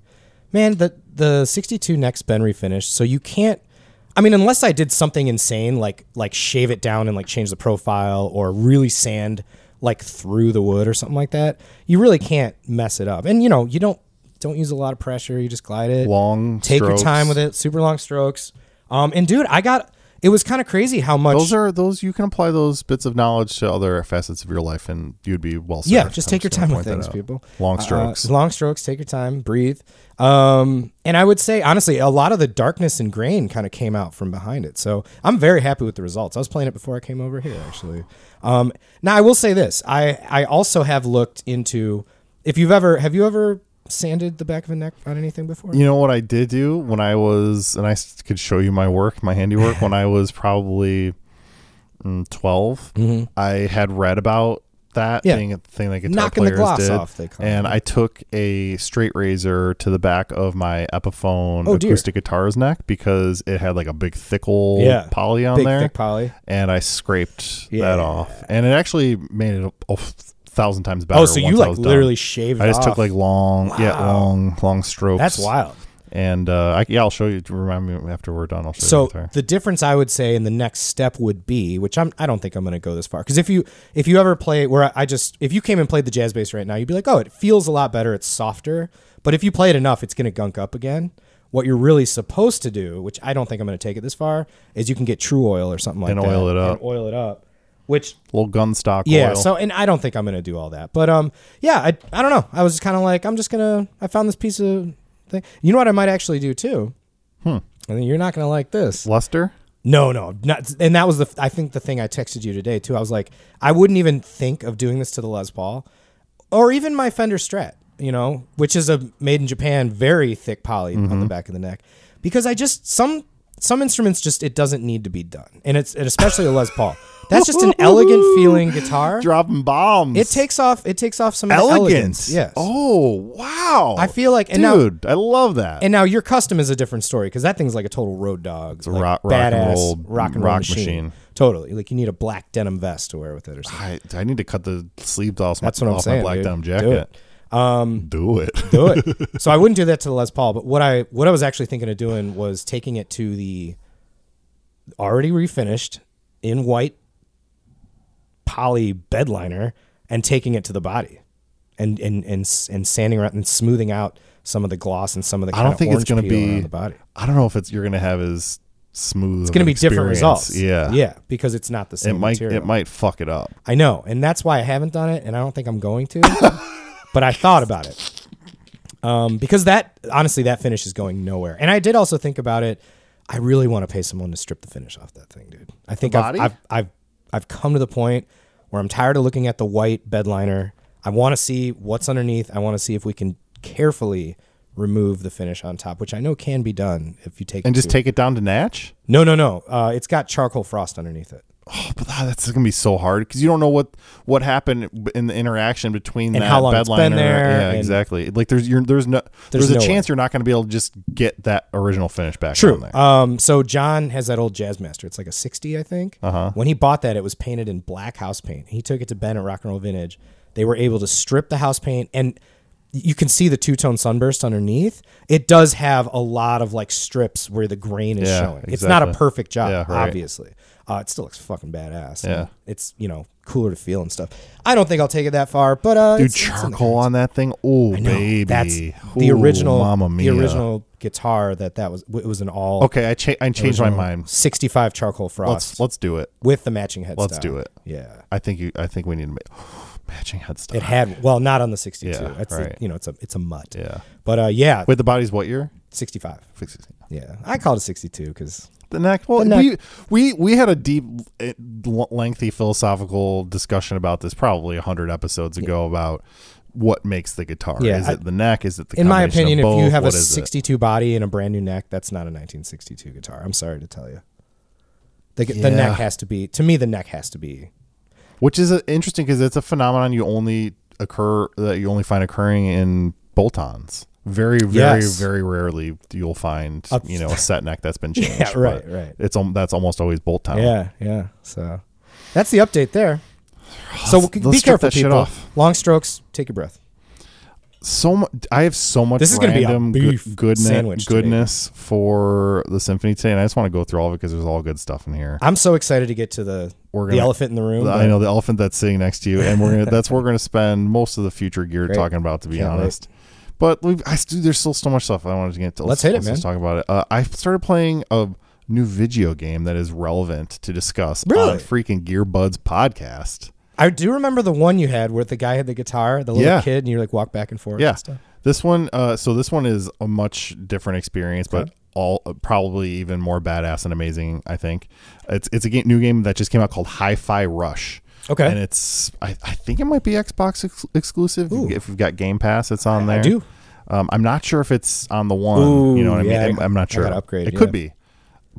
Speaker 1: man, the the 62 neck's been refinished, so you can't. I mean, unless I did something insane, like like shave it down and like change the profile, or really sand like through the wood or something like that, you really can't mess it up. And you know, you don't don't use a lot of pressure. You just glide it
Speaker 2: long.
Speaker 1: take
Speaker 2: strokes.
Speaker 1: your time with it super long strokes um and dude i got it was kind of crazy how much
Speaker 2: Those are those you can apply those bits of knowledge to other facets of your life, and you'd be well. Served.
Speaker 1: yeah just
Speaker 2: I'm
Speaker 1: take your
Speaker 2: gonna
Speaker 1: time with
Speaker 2: point that
Speaker 1: things
Speaker 2: out.
Speaker 1: people
Speaker 2: Long
Speaker 1: Uh,
Speaker 2: strokes.
Speaker 1: long strokes take your time breathe um and i would say honestly a lot of the darkness and grain kind of came out from behind it so i'm very happy with the results i was playing it before i came over here actually um now i will say this i i also have looked into if you've ever have you ever sanded the back of a neck on anything before
Speaker 2: You know what I did do when I was, and I s- could show you my work, my handiwork when I was probably mm, 12 I had read about that
Speaker 1: Mm-hmm. Yeah.
Speaker 2: thing, thing that guitar
Speaker 1: Knocking the
Speaker 2: players
Speaker 1: gloss
Speaker 2: did,
Speaker 1: off, they call
Speaker 2: and I took a straight razor to the back of my Epiphone
Speaker 1: Oh, dear.
Speaker 2: acoustic guitar's neck because it had like a big thick old
Speaker 1: Yeah.
Speaker 2: poly on
Speaker 1: big
Speaker 2: there,
Speaker 1: thick poly
Speaker 2: and I scraped
Speaker 1: Yeah.
Speaker 2: that off, and it actually made it a, a thousand times better.
Speaker 1: oh so you
Speaker 2: once I
Speaker 1: like
Speaker 2: was done.
Speaker 1: literally shaved
Speaker 2: I just
Speaker 1: off.
Speaker 2: took like long, yeah,
Speaker 1: Wow.
Speaker 2: long, long strokes.
Speaker 1: that's wild
Speaker 2: And uh, I, yeah, I'll show you. Remind me after we're done. I'll show you.
Speaker 1: So
Speaker 2: the entire-
Speaker 1: the difference I would say in the next step would be, which I'm I don't think I'm going to go this far because if you if you ever play where I just if you came and played the jazz bass right now, you'd be like, oh, it feels a lot better, it's softer. But if you play it enough, it's going to gunk up again. What you're really supposed to do, which I don't think I'm going to take it this far, is you can get true oil or something like
Speaker 2: And
Speaker 1: that
Speaker 2: oil it up.
Speaker 1: and oil it up, which
Speaker 2: little gun stock.
Speaker 1: yeah.
Speaker 2: oil.
Speaker 1: So, and I don't think I'm gonna do all that, but um, yeah, I I don't know. I was kind of like, I'm just gonna. I found this piece of thing. You know what I might actually do too. Hmm. I think you're not gonna like this.
Speaker 2: luster.
Speaker 1: No, no, not. And that was the. I think the thing I texted you today too. I was like, I wouldn't even think of doing this to the Les Paul, or even my Fender Strat. You know, which is a made in Japan, very thick poly on
Speaker 2: Mm-hmm.
Speaker 1: the back of the neck, because I just some some instruments just it doesn't need to be done, and it's and especially a Les Paul. That's just an elegant feeling guitar.
Speaker 2: Dropping bombs.
Speaker 1: It takes off. It takes off some of the
Speaker 2: elegance.
Speaker 1: Yes.
Speaker 2: Oh wow.
Speaker 1: I feel like and now
Speaker 2: dude, I love that.
Speaker 1: and now your custom is a different story because that thing's like a total road dog. It's
Speaker 2: a rock- rock and roll-
Speaker 1: rock and roll
Speaker 2: rock
Speaker 1: machine.
Speaker 2: machine.
Speaker 1: Totally. Like you need a black denim vest to wear with it or something.
Speaker 2: I, I need to cut the sleeves off.
Speaker 1: That's what I'm
Speaker 2: off
Speaker 1: saying.
Speaker 2: My black
Speaker 1: dude.
Speaker 2: down
Speaker 1: Do
Speaker 2: jacket.
Speaker 1: it. Um,
Speaker 2: Do it.
Speaker 1: do it. so I wouldn't do that to the Les Paul, but what I what I was actually thinking of doing was taking it to the already refinished in white poly bedliner and taking it to the body and and and s- and sanding around and smoothing out some of the gloss and some of the
Speaker 2: I
Speaker 1: kind
Speaker 2: don't think it's
Speaker 1: going
Speaker 2: gonna
Speaker 1: to
Speaker 2: be.
Speaker 1: the body.
Speaker 2: I don't know if it's you're gonna have as smooth. It's
Speaker 1: It's going to be different results.
Speaker 2: Yeah.
Speaker 1: Yeah, because it's not the
Speaker 2: It
Speaker 1: same
Speaker 2: might.
Speaker 1: material.
Speaker 2: It might fuck it up.
Speaker 1: I know, and that's why I haven't done it, and I don't think I'm going to. but I thought about it um, because that honestly, that finish is going nowhere. And I did also think about it. I really want to pay someone to strip the finish off that thing, dude. I think I've,
Speaker 2: body?
Speaker 1: I've I've I've come to the point where I'm tired of looking at the white bedliner. I want to see what's underneath. I want to see if we can carefully remove the finish on top, which I know can be done if you take
Speaker 2: and
Speaker 1: it
Speaker 2: just
Speaker 1: to-
Speaker 2: take it down to Natch.
Speaker 1: no no no. Uh, it's got charcoal frost underneath it.
Speaker 2: Oh, but ah, that's gonna be so hard because you don't know what what happened in the interaction between
Speaker 1: And
Speaker 2: that
Speaker 1: how long
Speaker 2: bedliner.
Speaker 1: it's been there,
Speaker 2: yeah,
Speaker 1: and-
Speaker 2: exactly. Like there's you're, there's no
Speaker 1: There's
Speaker 2: there's,
Speaker 1: no
Speaker 2: a
Speaker 1: way.
Speaker 2: chance you're not gonna be able to just get that original finish back. on
Speaker 1: True.
Speaker 2: there.
Speaker 1: Um, so John has that old Jazzmaster. It's like a 60, I think.
Speaker 2: Uh-huh.
Speaker 1: When he bought that, it was painted in black house paint. He took it to Ben at Rock and Roll Vintage. They were able to strip the house paint, and you can see the two tone sunburst underneath. It does have a lot of like strips where the grain is
Speaker 2: Yeah,
Speaker 1: showing. It's not a
Speaker 2: exactly.
Speaker 1: perfect job,
Speaker 2: Yeah, right.
Speaker 1: obviously. Uh, it still looks fucking badass.
Speaker 2: Yeah.
Speaker 1: It's, you know, cooler to feel and stuff. I don't think I'll take it that far, but uh,
Speaker 2: Dude,
Speaker 1: it's- it's in there.
Speaker 2: charcoal on that thing. Oh,
Speaker 1: No,
Speaker 2: baby.
Speaker 1: That's the
Speaker 2: Ooh,
Speaker 1: original,
Speaker 2: Mamma mia.
Speaker 1: the original guitar that that was. It was an all
Speaker 2: Okay, I, cha- I changed my mind.
Speaker 1: 65 charcoal frost
Speaker 2: Let's let's do it.
Speaker 1: with the matching headstock.
Speaker 2: Let's do it.
Speaker 1: Yeah.
Speaker 2: I think you. I think we need to make matching headstock.
Speaker 1: It had well, not on the 62.
Speaker 2: Yeah,
Speaker 1: That's the-
Speaker 2: right.
Speaker 1: you know, it's a it's a mutt.
Speaker 2: yeah.
Speaker 1: But uh yeah,
Speaker 2: Wait, the body's what year?
Speaker 1: 65.
Speaker 2: Fix it.
Speaker 1: Yeah. I called it 62 cuz
Speaker 2: The neck. Well,
Speaker 1: The neck.
Speaker 2: we we we had a deep, eh, l- lengthy philosophical discussion about this probably hundred episodes ago about what makes the guitar.
Speaker 1: Yeah,
Speaker 2: is
Speaker 1: I-
Speaker 2: it the neck? Is it the
Speaker 1: in my
Speaker 2: combination of
Speaker 1: opinion, if you
Speaker 2: both?
Speaker 1: have a
Speaker 2: What is it?
Speaker 1: 62 body and a brand new neck, that's not a 1962 guitar. I'm sorry to tell you. The, the
Speaker 2: Yeah.
Speaker 1: neck has to be to me the neck has to be
Speaker 2: which is uh, interesting because it's a phenomenon you only occur that you only find occurring in bolt-ons. Very, very,
Speaker 1: Yes.
Speaker 2: very rarely you'll find
Speaker 1: A-
Speaker 2: you know a set neck that's been changed.
Speaker 1: Yeah, right,
Speaker 2: but
Speaker 1: right.
Speaker 2: It's al- that's almost always bolt on.
Speaker 1: Yeah, yeah. So that's the update there. So
Speaker 2: Let's-
Speaker 1: be
Speaker 2: let's strip
Speaker 1: careful
Speaker 2: that shit
Speaker 1: people.
Speaker 2: off.
Speaker 1: Long strokes, take your breath.
Speaker 2: So mu- I have so much.
Speaker 1: This is gonna be a
Speaker 2: random goo-
Speaker 1: beef
Speaker 2: goodness,
Speaker 1: sandwich today.
Speaker 2: goodness for the symphony today, and I just want to go through all of it because there's all good stuff in here.
Speaker 1: I'm so excited to get to the
Speaker 2: We're
Speaker 1: the
Speaker 2: gonna-
Speaker 1: elephant in the room.
Speaker 2: I
Speaker 1: but-
Speaker 2: know the elephant that's sitting next to you, and we're gonna, that's what we're going to spend most of the future gear
Speaker 1: Great.
Speaker 2: talking about, to be
Speaker 1: Can't wait.
Speaker 2: honest. But we've, I st- there's still so much stuff I wanted to get to.
Speaker 1: Let's hit it,
Speaker 2: just talk about it. Uh, I started playing a new video game that is relevant to discuss
Speaker 1: Really?
Speaker 2: on freaking Gearbuds podcast.
Speaker 1: I do remember the one you had where the guy had the guitar, the little
Speaker 2: Yeah.
Speaker 1: kid, and you like walk back and forth.
Speaker 2: Yeah.
Speaker 1: And stuff.
Speaker 2: This one, uh, so this one is a much different experience, but all probably even more badass and amazing. I think it's it's a game, new game that just came out called Hi-Fi Rush.
Speaker 1: Okay.
Speaker 2: and it's I, I think it might be Xbox ex- exclusive.
Speaker 1: Ooh.
Speaker 2: If you've got Game Pass, it's on
Speaker 1: I
Speaker 2: there.
Speaker 1: do.
Speaker 2: Um, I'm not sure if it's on the one.
Speaker 1: Ooh,
Speaker 2: you know what I mean?
Speaker 1: yeah, I
Speaker 2: I'm,
Speaker 1: got-
Speaker 2: I'm not
Speaker 1: I
Speaker 2: sure.
Speaker 1: gotta upgrade,
Speaker 2: It
Speaker 1: yeah.
Speaker 2: could be,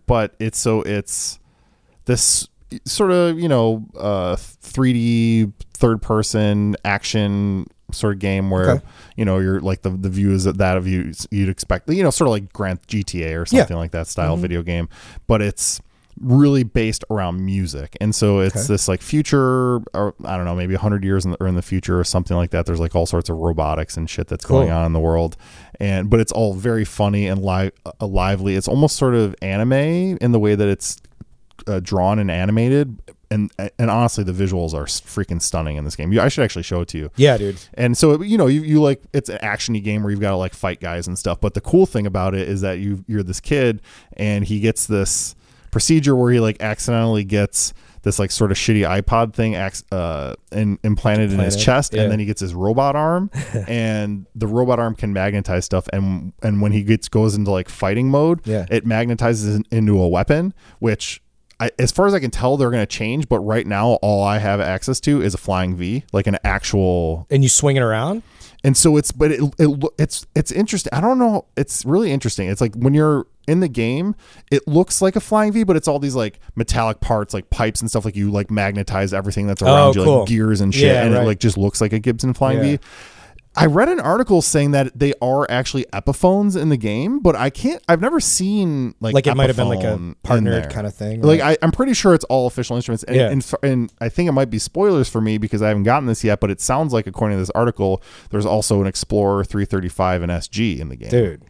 Speaker 2: but it's so it's this sort of you know uh 3d third person action sort of game where
Speaker 1: Okay.
Speaker 2: you know you're like the the view is that that of you you'd expect you know sort of like grand gta or
Speaker 1: Yeah. Mm-hmm.
Speaker 2: something like that style video game but it's really based around music and so it's
Speaker 1: Okay.
Speaker 2: this like future or i don't know maybe 100 years in the, or in the future or something like that there's like all sorts of robotics and shit that's going
Speaker 1: Cool.
Speaker 2: on in the world and but it's all very funny and li- uh, lively it's almost sort of anime in the way that it's uh, drawn and animated and and honestly the visuals are s- freaking stunning in this game You- i should actually show it to you
Speaker 1: Yeah, dude.
Speaker 2: and so you know you, you like it's an actiony game where you've got to like fight guys and stuff but the cool thing about it is that you you're this kid and he gets this procedure where he like accidentally gets this like sort of shitty iPod thing acc- uh, in, implanted in his
Speaker 1: Implanted,
Speaker 2: chest,
Speaker 1: yeah.
Speaker 2: and then he gets his robot arm, and the robot arm can magnetize stuff, and and when he gets goes into like fighting mode,
Speaker 1: Yeah.
Speaker 2: it magnetizes in- into a weapon, which. I, as far as I can tell, they're going to change, but right now, all I have access to is a flying V, like an actual
Speaker 1: And you swing it around.
Speaker 2: and so it's but it, it lo- it's it's interesting i don't know it's really interesting it's like when you're in the game it looks like a flying v but it's all these like metallic parts like pipes and stuff like you like magnetize everything that's around you
Speaker 1: Oh, cool.
Speaker 2: like gears and shit
Speaker 1: Yeah,
Speaker 2: and
Speaker 1: right.
Speaker 2: it like just looks like a gibson flying
Speaker 1: Yeah.
Speaker 2: v I read an article saying that they are actually Epiphones in the game, but I can't. I've never seen like
Speaker 1: Like it might have been like
Speaker 2: Epiphone in
Speaker 1: a partnered
Speaker 2: there.
Speaker 1: kind of thing.
Speaker 2: Like
Speaker 1: right?
Speaker 2: I, I'm pretty sure it's all official instruments, and,
Speaker 1: Yeah.
Speaker 2: and f- and I think it might be spoilers for me because I haven't gotten this yet. But it sounds like, according to this article, there's also an Explorer 335 and SG in the game.
Speaker 1: dude.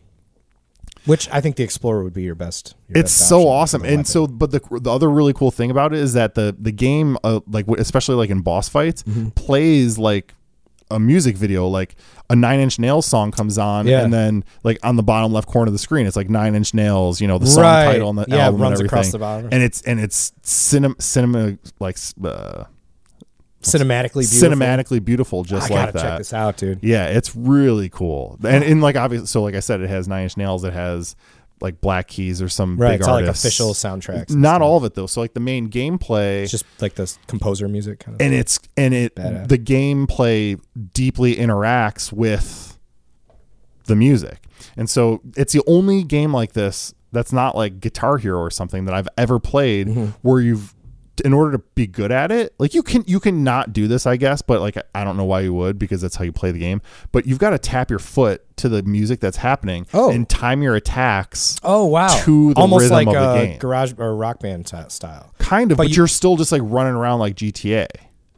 Speaker 1: Which I think the Explorer would be your best. your
Speaker 2: it's
Speaker 1: best
Speaker 2: so
Speaker 1: option
Speaker 2: awesome,
Speaker 1: as a
Speaker 2: and so but the the other really cool thing about it is that the the game, uh, like w- especially like in boss fights,
Speaker 1: Mm-hmm.
Speaker 2: plays like a music video like a nine inch nails song comes on
Speaker 1: Yeah.
Speaker 2: and then like on the bottom left corner of the screen it's like nine inch nails you know the song
Speaker 1: Right.
Speaker 2: title and the
Speaker 1: Yeah, it
Speaker 2: album
Speaker 1: runs
Speaker 2: and
Speaker 1: across
Speaker 2: everything.
Speaker 1: the bottom.
Speaker 2: and it's and it's cinema cinema like s- uh,
Speaker 1: cinematically beautiful.
Speaker 2: cinematically beautiful,
Speaker 1: I
Speaker 2: just
Speaker 1: gotta
Speaker 2: like that.
Speaker 1: check this out, dude.
Speaker 2: Yeah, it's really cool. And and like obviously, so like I said, it has Nine Inch Nails. It has like Black Keys or some
Speaker 1: Right,
Speaker 2: big Mm-hmm.
Speaker 1: it's all like
Speaker 2: artists.
Speaker 1: official soundtracks. and
Speaker 2: Not
Speaker 1: stuff.
Speaker 2: all of it though. So like the main gameplay.
Speaker 1: It's just like this composer music kind of.
Speaker 2: and it's and it
Speaker 1: Badass.
Speaker 2: the gameplay deeply interacts with the music. And so it's the only game like this that's not like Guitar Hero or something that I've ever played
Speaker 1: Mm-hmm.
Speaker 2: where you've in order to be good at it, like you can you can not do this, I guess, but like I don't know why you would because that's how you play the game. But you've got to tap your foot to the music that's happening
Speaker 1: Oh.
Speaker 2: and time your attacks
Speaker 1: Oh wow!
Speaker 2: to the
Speaker 1: Almost
Speaker 2: rhythm
Speaker 1: like
Speaker 2: of the
Speaker 1: uh,
Speaker 2: game.
Speaker 1: garage or rock band t- style.
Speaker 2: kind of, but,
Speaker 1: but you-
Speaker 2: you're still just like running around like GTA.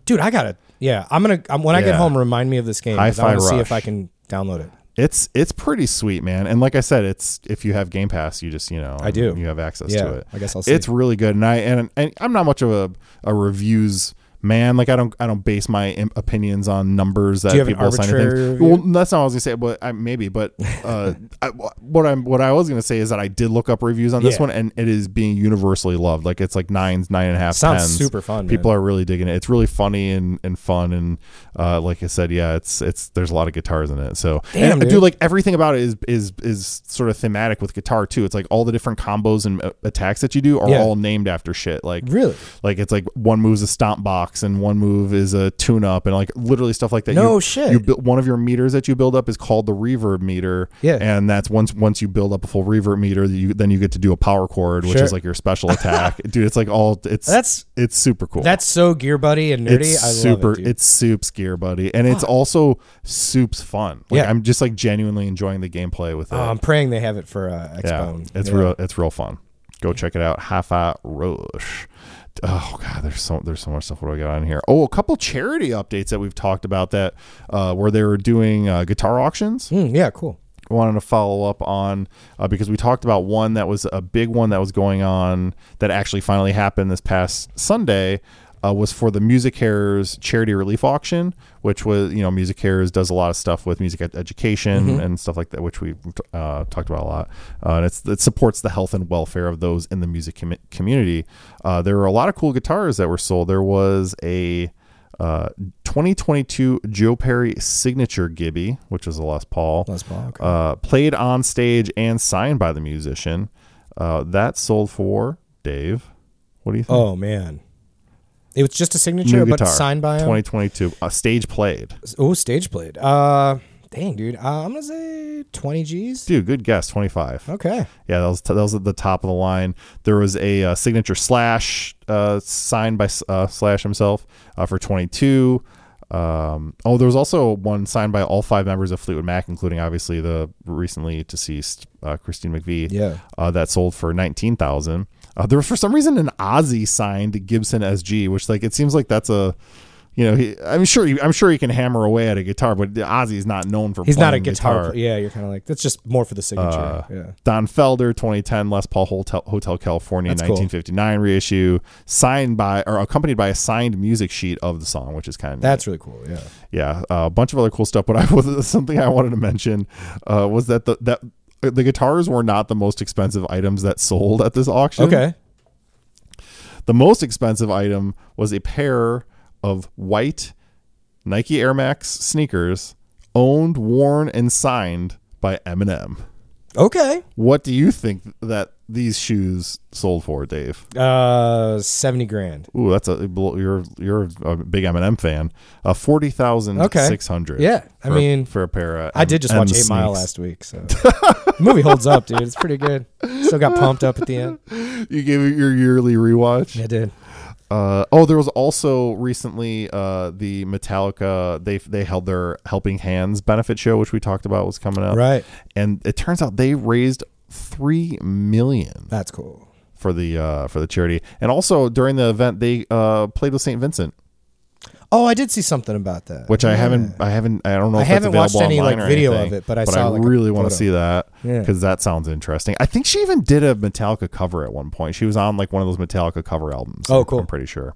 Speaker 1: Dude, I gotta. Yeah, I'm gonna. I'm, when I get
Speaker 2: Yeah.
Speaker 1: home, remind me of this game. 'cause I
Speaker 2: Hi-Fi
Speaker 1: want to see if I
Speaker 2: Rush.
Speaker 1: can download it.
Speaker 2: It's it's pretty sweet, man. And like I said, it's if you have Game Pass, you just you know I
Speaker 1: do.
Speaker 2: you have access
Speaker 1: Yeah,
Speaker 2: to it.
Speaker 1: I guess I'll see.
Speaker 2: It's really good, and I and, and I'm not much of a, a reviews man. Like I don't I don't base my im- opinions on numbers that
Speaker 1: you have an
Speaker 2: people assign to
Speaker 1: arbitrary
Speaker 2: things.
Speaker 1: review?
Speaker 2: Well, that's not what I was gonna say, but I, maybe. But uh, I, what I'm what I was gonna say is that I did look up reviews on this
Speaker 1: Yeah.
Speaker 2: one, and it is being universally loved. Like it's like nines, nine and a half.
Speaker 1: Sounds
Speaker 2: tens.
Speaker 1: super fun,
Speaker 2: People are really digging it. It's really funny and and fun, and uh, like I said, yeah, it's it's there's a lot of guitars in it. So
Speaker 1: Damn,
Speaker 2: and,
Speaker 1: dude.
Speaker 2: dude, like everything about it is is is sort of thematic with guitar too. It's like all the different combos and uh, attacks that you do are
Speaker 1: Yeah.
Speaker 2: all named after shit. Like
Speaker 1: Really?
Speaker 2: like it's like one move's a stomp box and one move is a tune up and like literally stuff like that.
Speaker 1: No
Speaker 2: you,
Speaker 1: shit.
Speaker 2: You build one of your meters that you build up is called the reverb meter.
Speaker 1: Yeah.
Speaker 2: and that's once once you build up a full reverb meter, you then you get to do a power chord, which
Speaker 1: Sure.
Speaker 2: is like your special attack, dude. It's like all it's
Speaker 1: That's-
Speaker 2: it's super cool.
Speaker 1: That's so gear buddy and nerdy.
Speaker 2: It's
Speaker 1: I love
Speaker 2: super.
Speaker 1: it. Dude.
Speaker 2: It's Soup's gear, buddy, and it's also Soup's fun. Like
Speaker 1: Yeah.
Speaker 2: I'm just like genuinely enjoying the gameplay with it.
Speaker 1: Oh, I'm praying they have it for uh,
Speaker 2: yeah,
Speaker 1: Xbone.
Speaker 2: it's
Speaker 1: Yeah.
Speaker 2: real. It's real fun. Go check it out. Hi-Fi Rush. Oh god, there's so there's so much stuff. What do I got on here? Oh, a couple charity updates that we've talked about that uh, where they were doing uh, guitar auctions
Speaker 1: Mm, yeah, cool.
Speaker 2: wanted to follow up on uh, because we talked about one that was a big one that was going on that actually finally happened this past Sunday. Uh, was for the Music Cares charity relief auction, which was you know Music Cares does a lot of stuff with music ed- education and stuff like that, which we uh, talked about a lot, uh, and it's, it supports the health and welfare of those in the music commu- community. Uh, there were a lot of cool guitars that were sold. There was a uh, 2022 Joe Perry signature Gibby, which is a Les Paul
Speaker 1: Les Paul, okay.
Speaker 2: uh, played on stage and signed by the musician. Uh, that sold for Dave. What do you think?
Speaker 1: Oh man, it was just a signature, Oh, but signed by him.
Speaker 2: 2022. Uh, stage played.
Speaker 1: Oh, stage played. Uh, dang, dude. Uh, I'm gonna say 20 G's.
Speaker 2: Dude, good guess. 25.
Speaker 1: Okay.
Speaker 2: Yeah, that was that was at the top of the line. There was a uh, signature slash uh, signed by uh, Slash himself uh, for 22. Um, oh, there was also one signed by all five members of Fleetwood Mac, including obviously the recently deceased uh, Christine McVie.
Speaker 1: Yeah.
Speaker 2: uh, that sold for nineteen thousand. Uh, there was for some reason an Aussie signed Gibson SG, which like it seems like that's a you know he, I'm sure he, I'm sure he can hammer away at a guitar, but the Ozzy is not known for
Speaker 1: He's not a
Speaker 2: playing
Speaker 1: guitar. pl- yeah, you're kind of like that's just more for the signature.
Speaker 2: Uh,
Speaker 1: yeah.
Speaker 2: Don Felder, 2010 Les Paul Hotel, Hotel California,
Speaker 1: That's cool.
Speaker 2: 1959 reissue, signed by or accompanied by a signed music sheet of the song, which is kind of
Speaker 1: That's really cool. Yeah.
Speaker 2: yeah, uh, a bunch of other cool stuff. But I was something I wanted to mention uh, was that the that uh, the guitars were not the most expensive items that sold at this auction.
Speaker 1: Okay.
Speaker 2: The most expensive item was a pair of white Nike Air Max sneakers, owned, worn, and signed by Eminem.
Speaker 1: Okay.
Speaker 2: What do you think that these shoes sold for, Dave?
Speaker 1: Uh, 70 grand.
Speaker 2: Ooh, that's a you're you're a big Eminem fan. Uh, forty thousand
Speaker 1: Okay.
Speaker 2: six hundred.
Speaker 1: Yeah, I
Speaker 2: for a-
Speaker 1: mean,
Speaker 2: for a pair. Of
Speaker 1: I did just
Speaker 2: M-
Speaker 1: watch Eight
Speaker 2: sneaks.
Speaker 1: Mile last week, so movie holds up, dude. It's pretty good. Still got pumped up at the end.
Speaker 2: You gave it your yearly rewatch.
Speaker 1: Yeah, I did.
Speaker 2: Uh, oh, there was also recently uh, the Metallica. They they held their Helping Hands benefit show, which we talked about was coming up.
Speaker 1: Right.
Speaker 2: and it turns out they raised three million
Speaker 1: That's cool.
Speaker 2: for the uh, for the charity. And also during the event, they uh, played with Saint Vincent,
Speaker 1: Oh, I did see something about that.
Speaker 2: which I
Speaker 1: Yeah.
Speaker 2: haven't I haven't I don't know.
Speaker 1: I
Speaker 2: if
Speaker 1: haven't
Speaker 2: that's
Speaker 1: watched
Speaker 2: available
Speaker 1: any,
Speaker 2: online
Speaker 1: like,
Speaker 2: or
Speaker 1: video of
Speaker 2: anything,
Speaker 1: it, but I
Speaker 2: but
Speaker 1: saw,
Speaker 2: I
Speaker 1: like, a
Speaker 2: really want to
Speaker 1: photo.
Speaker 2: see that
Speaker 1: Yeah.
Speaker 2: because that sounds interesting. I think she even did a Metallica cover at one point. She was on like one of those Metallica cover albums.
Speaker 1: Oh,
Speaker 2: I'm-
Speaker 1: cool.
Speaker 2: I'm pretty sure.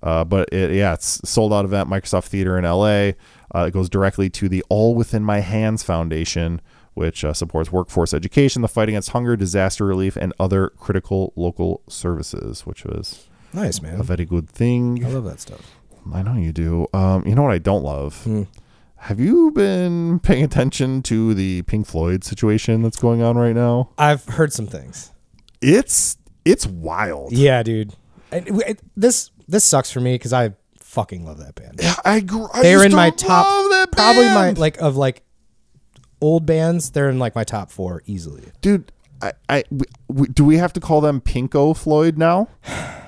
Speaker 2: Uh, but it, yeah, it's sold out event, Microsoft Theater in LA. Uh, it goes directly to the All Within My Hands Foundation, which uh, supports workforce education, the fight against hunger, disaster relief, and other critical local services, which was
Speaker 1: Nice
Speaker 2: a
Speaker 1: man.
Speaker 2: very good thing.
Speaker 1: I love that stuff.
Speaker 2: I know you do. Um, you know what I don't love?
Speaker 1: Hmm.
Speaker 2: Have you been paying attention to the Pink Floyd situation that's going on right now?
Speaker 1: I've heard some things.
Speaker 2: It's it's wild.
Speaker 1: Yeah, dude. And w- it- this this sucks for me because I fucking love that band.
Speaker 2: I, gr- I
Speaker 1: They're
Speaker 2: just
Speaker 1: in my
Speaker 2: don't
Speaker 1: top,
Speaker 2: love that
Speaker 1: probably my
Speaker 2: band.
Speaker 1: like of like old bands, they're in like my top four easily.
Speaker 2: dude. I, I we, we, do we have to call them Pinko Floyd now?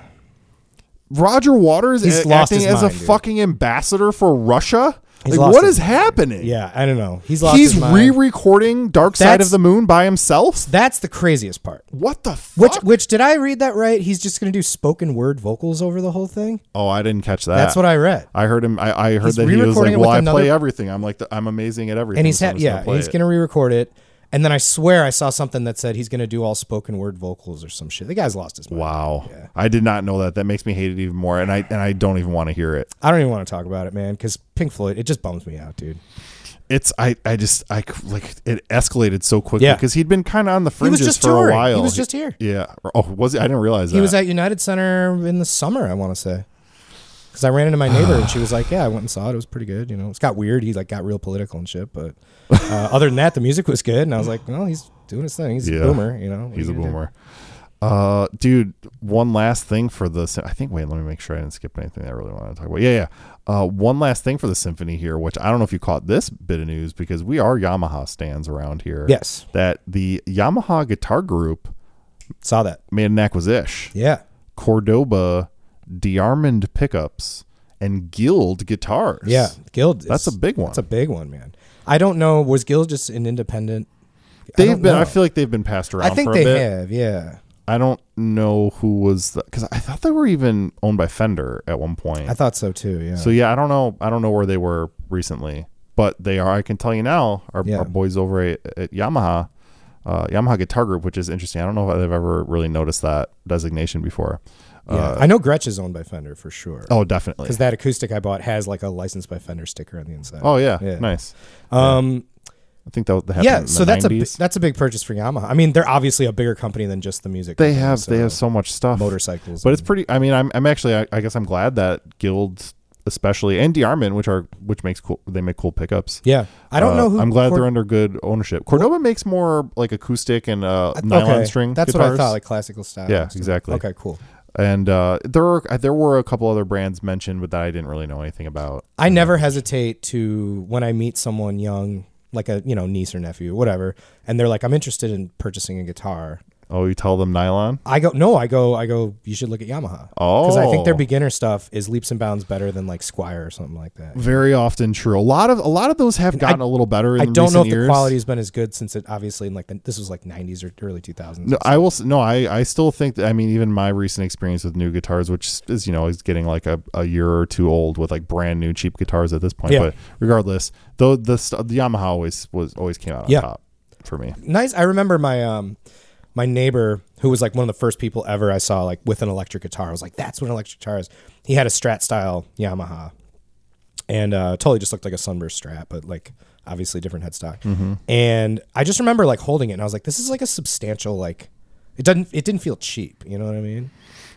Speaker 2: Roger Waters
Speaker 1: He's
Speaker 2: is
Speaker 1: lost
Speaker 2: acting
Speaker 1: his
Speaker 2: as
Speaker 1: mind,
Speaker 2: a
Speaker 1: dude.
Speaker 2: fucking ambassador for Russia.
Speaker 1: He's
Speaker 2: like,
Speaker 1: lost
Speaker 2: what
Speaker 1: his
Speaker 2: is happening?
Speaker 1: Yeah, I don't know. He's lost.
Speaker 2: He's
Speaker 1: his mind.
Speaker 2: re-recording Dark Side of
Speaker 1: That's-
Speaker 2: the Moon by himself.
Speaker 1: That's the craziest part.
Speaker 2: What the fuck?
Speaker 1: Which, which did I read that right? He's just going to do spoken word vocals over the whole thing.
Speaker 2: oh, I didn't catch that.
Speaker 1: That's what I read.
Speaker 2: I heard him. I, I heard
Speaker 1: He's
Speaker 2: that he was
Speaker 1: re-recording
Speaker 2: like,
Speaker 1: it
Speaker 2: "Well, I
Speaker 1: with
Speaker 2: play
Speaker 1: another-
Speaker 2: everything. I'm like, the, I'm amazing at everything."
Speaker 1: And he's
Speaker 2: so
Speaker 1: ha-
Speaker 2: I'm just
Speaker 1: yeah,
Speaker 2: play
Speaker 1: he's
Speaker 2: it."
Speaker 1: going to re-record it. And then I swear I saw something that said he's going to do all spoken word vocals or some shit. The guy's lost his mind.
Speaker 2: Wow, I did not know that. That makes me hate it even more, and I and I don't even want to hear it.
Speaker 1: I don't even want to talk about it, man, because Pink Floyd, it just bums me out, dude.
Speaker 2: It's I I just I c- like it escalated so quickly
Speaker 1: Yeah.
Speaker 2: because he'd been kind of on the
Speaker 1: He was
Speaker 2: fringes
Speaker 1: just
Speaker 2: for
Speaker 1: touring.
Speaker 2: a while.
Speaker 1: He was just here.
Speaker 2: yeah. Oh, was he? I didn't realize that.
Speaker 1: He was at United Center in the summer, I want to say. Because I ran into my neighbor and she was like, "Yeah, I went and saw it. It was pretty good. You know, it's got weird. He like got real political and shit, but uh, other than that, the music was good." And I was like, "Well, he's doing his thing. He's
Speaker 2: Yeah.
Speaker 1: a boomer. You know, What
Speaker 2: he's
Speaker 1: are
Speaker 2: a
Speaker 1: you gonna do?"
Speaker 2: boomer. Uh, dude, one last thing for the. sym- I think. Wait, let me make sure I didn't skip anything that I really wanted to talk about. Yeah, yeah. Uh, one last thing for the symphony here, which I don't know if you caught this bit of news because we are Yamaha stands around here.
Speaker 1: Yes,
Speaker 2: That the Yamaha guitar group
Speaker 1: saw that.
Speaker 2: made an acquisition.
Speaker 1: Yeah,
Speaker 2: Cordoba, Diarmond pickups, and Guild guitars.
Speaker 1: yeah. Guild.
Speaker 2: That's
Speaker 1: is-
Speaker 2: a big one.
Speaker 1: That's a big one, man. I don't know. Was Guild just an independent?
Speaker 2: they've
Speaker 1: don't
Speaker 2: been.
Speaker 1: know.
Speaker 2: I feel like they've been passed around.
Speaker 1: I think
Speaker 2: for
Speaker 1: they
Speaker 2: a bit.
Speaker 1: have. Yeah,
Speaker 2: I don't know who was the because I thought they were even owned by Fender at one point.
Speaker 1: I thought so too. Yeah.
Speaker 2: So yeah, I don't know. I don't know where they were recently, but they are. I can tell you now. Our,
Speaker 1: Yeah.
Speaker 2: our boys over at, at Yamaha, uh, Yamaha Guitar Group, which is interesting. I don't know if I've ever really noticed that designation before. Uh,
Speaker 1: yeah. I know Gretsch is owned by Fender for sure.
Speaker 2: Oh, definitely.
Speaker 1: Because that acoustic I bought has like a license by Fender sticker on the inside.
Speaker 2: Oh yeah,
Speaker 1: Yeah.
Speaker 2: nice.
Speaker 1: um,
Speaker 2: I think that, that happened.
Speaker 1: yeah
Speaker 2: in
Speaker 1: so
Speaker 2: the
Speaker 1: that's a bi-
Speaker 2: 90s.
Speaker 1: that's a big purchase for yamaha i mean they're obviously a bigger company than just the music
Speaker 2: they
Speaker 1: company,
Speaker 2: have
Speaker 1: so
Speaker 2: they have so much stuff.
Speaker 1: motorcycles
Speaker 2: But it's
Speaker 1: and-
Speaker 2: pretty. I mean, I'm, I'm actually. I, I guess I'm glad that Guild, especially and Diarmid, which are which makes cool. They make cool pickups.
Speaker 1: yeah i don't
Speaker 2: Uh,
Speaker 1: know who
Speaker 2: I'm glad
Speaker 1: Cor-
Speaker 2: they're under good ownership. Cordoba makes more like acoustic and uh, nylon
Speaker 1: okay,
Speaker 2: string.
Speaker 1: that's what i
Speaker 2: guitars.
Speaker 1: thought like classical style
Speaker 2: Yeah,
Speaker 1: and stuff.
Speaker 2: exactly.
Speaker 1: okay cool
Speaker 2: And uh, there were there were a couple other brands mentioned, but that I didn't really know anything about.
Speaker 1: i never hesitate to when i meet someone young like a you know niece or nephew whatever and they're like i'm interested in purchasing a guitar
Speaker 2: Oh, you tell them nylon.
Speaker 1: i go no i go i go you should look at yamaha because i think
Speaker 2: Oh.
Speaker 1: their beginner stuff is leaps and bounds better than like squire or something like that
Speaker 2: Very often true. A lot of a lot of those have gotten a little better. In
Speaker 1: I don't know
Speaker 2: recent
Speaker 1: if
Speaker 2: years.
Speaker 1: the quality has been as good since it obviously in like the, this was like 90s or early 2000s.
Speaker 2: No, I will. s- No, I, I still think that. I mean, even my recent experience with new guitars, which is you know is getting like a, a year or two old with like brand new cheap guitars at this point.
Speaker 1: Yeah.
Speaker 2: But regardless, though the st- the Yamaha always was always came out on
Speaker 1: Yeah.
Speaker 2: top for me.
Speaker 1: nice. I remember my um my neighbor who was like one of the first people ever I saw like with an electric guitar. I was like, that's what an electric guitar is. He had a Strat style Yamaha, and uh, totally just looked like a sunburst Strat, but like obviously different headstock.
Speaker 2: Mm-hmm.
Speaker 1: And I just remember like holding it, and I was like, this is like a substantial like. It doesn't. It didn't feel cheap. You know what I mean?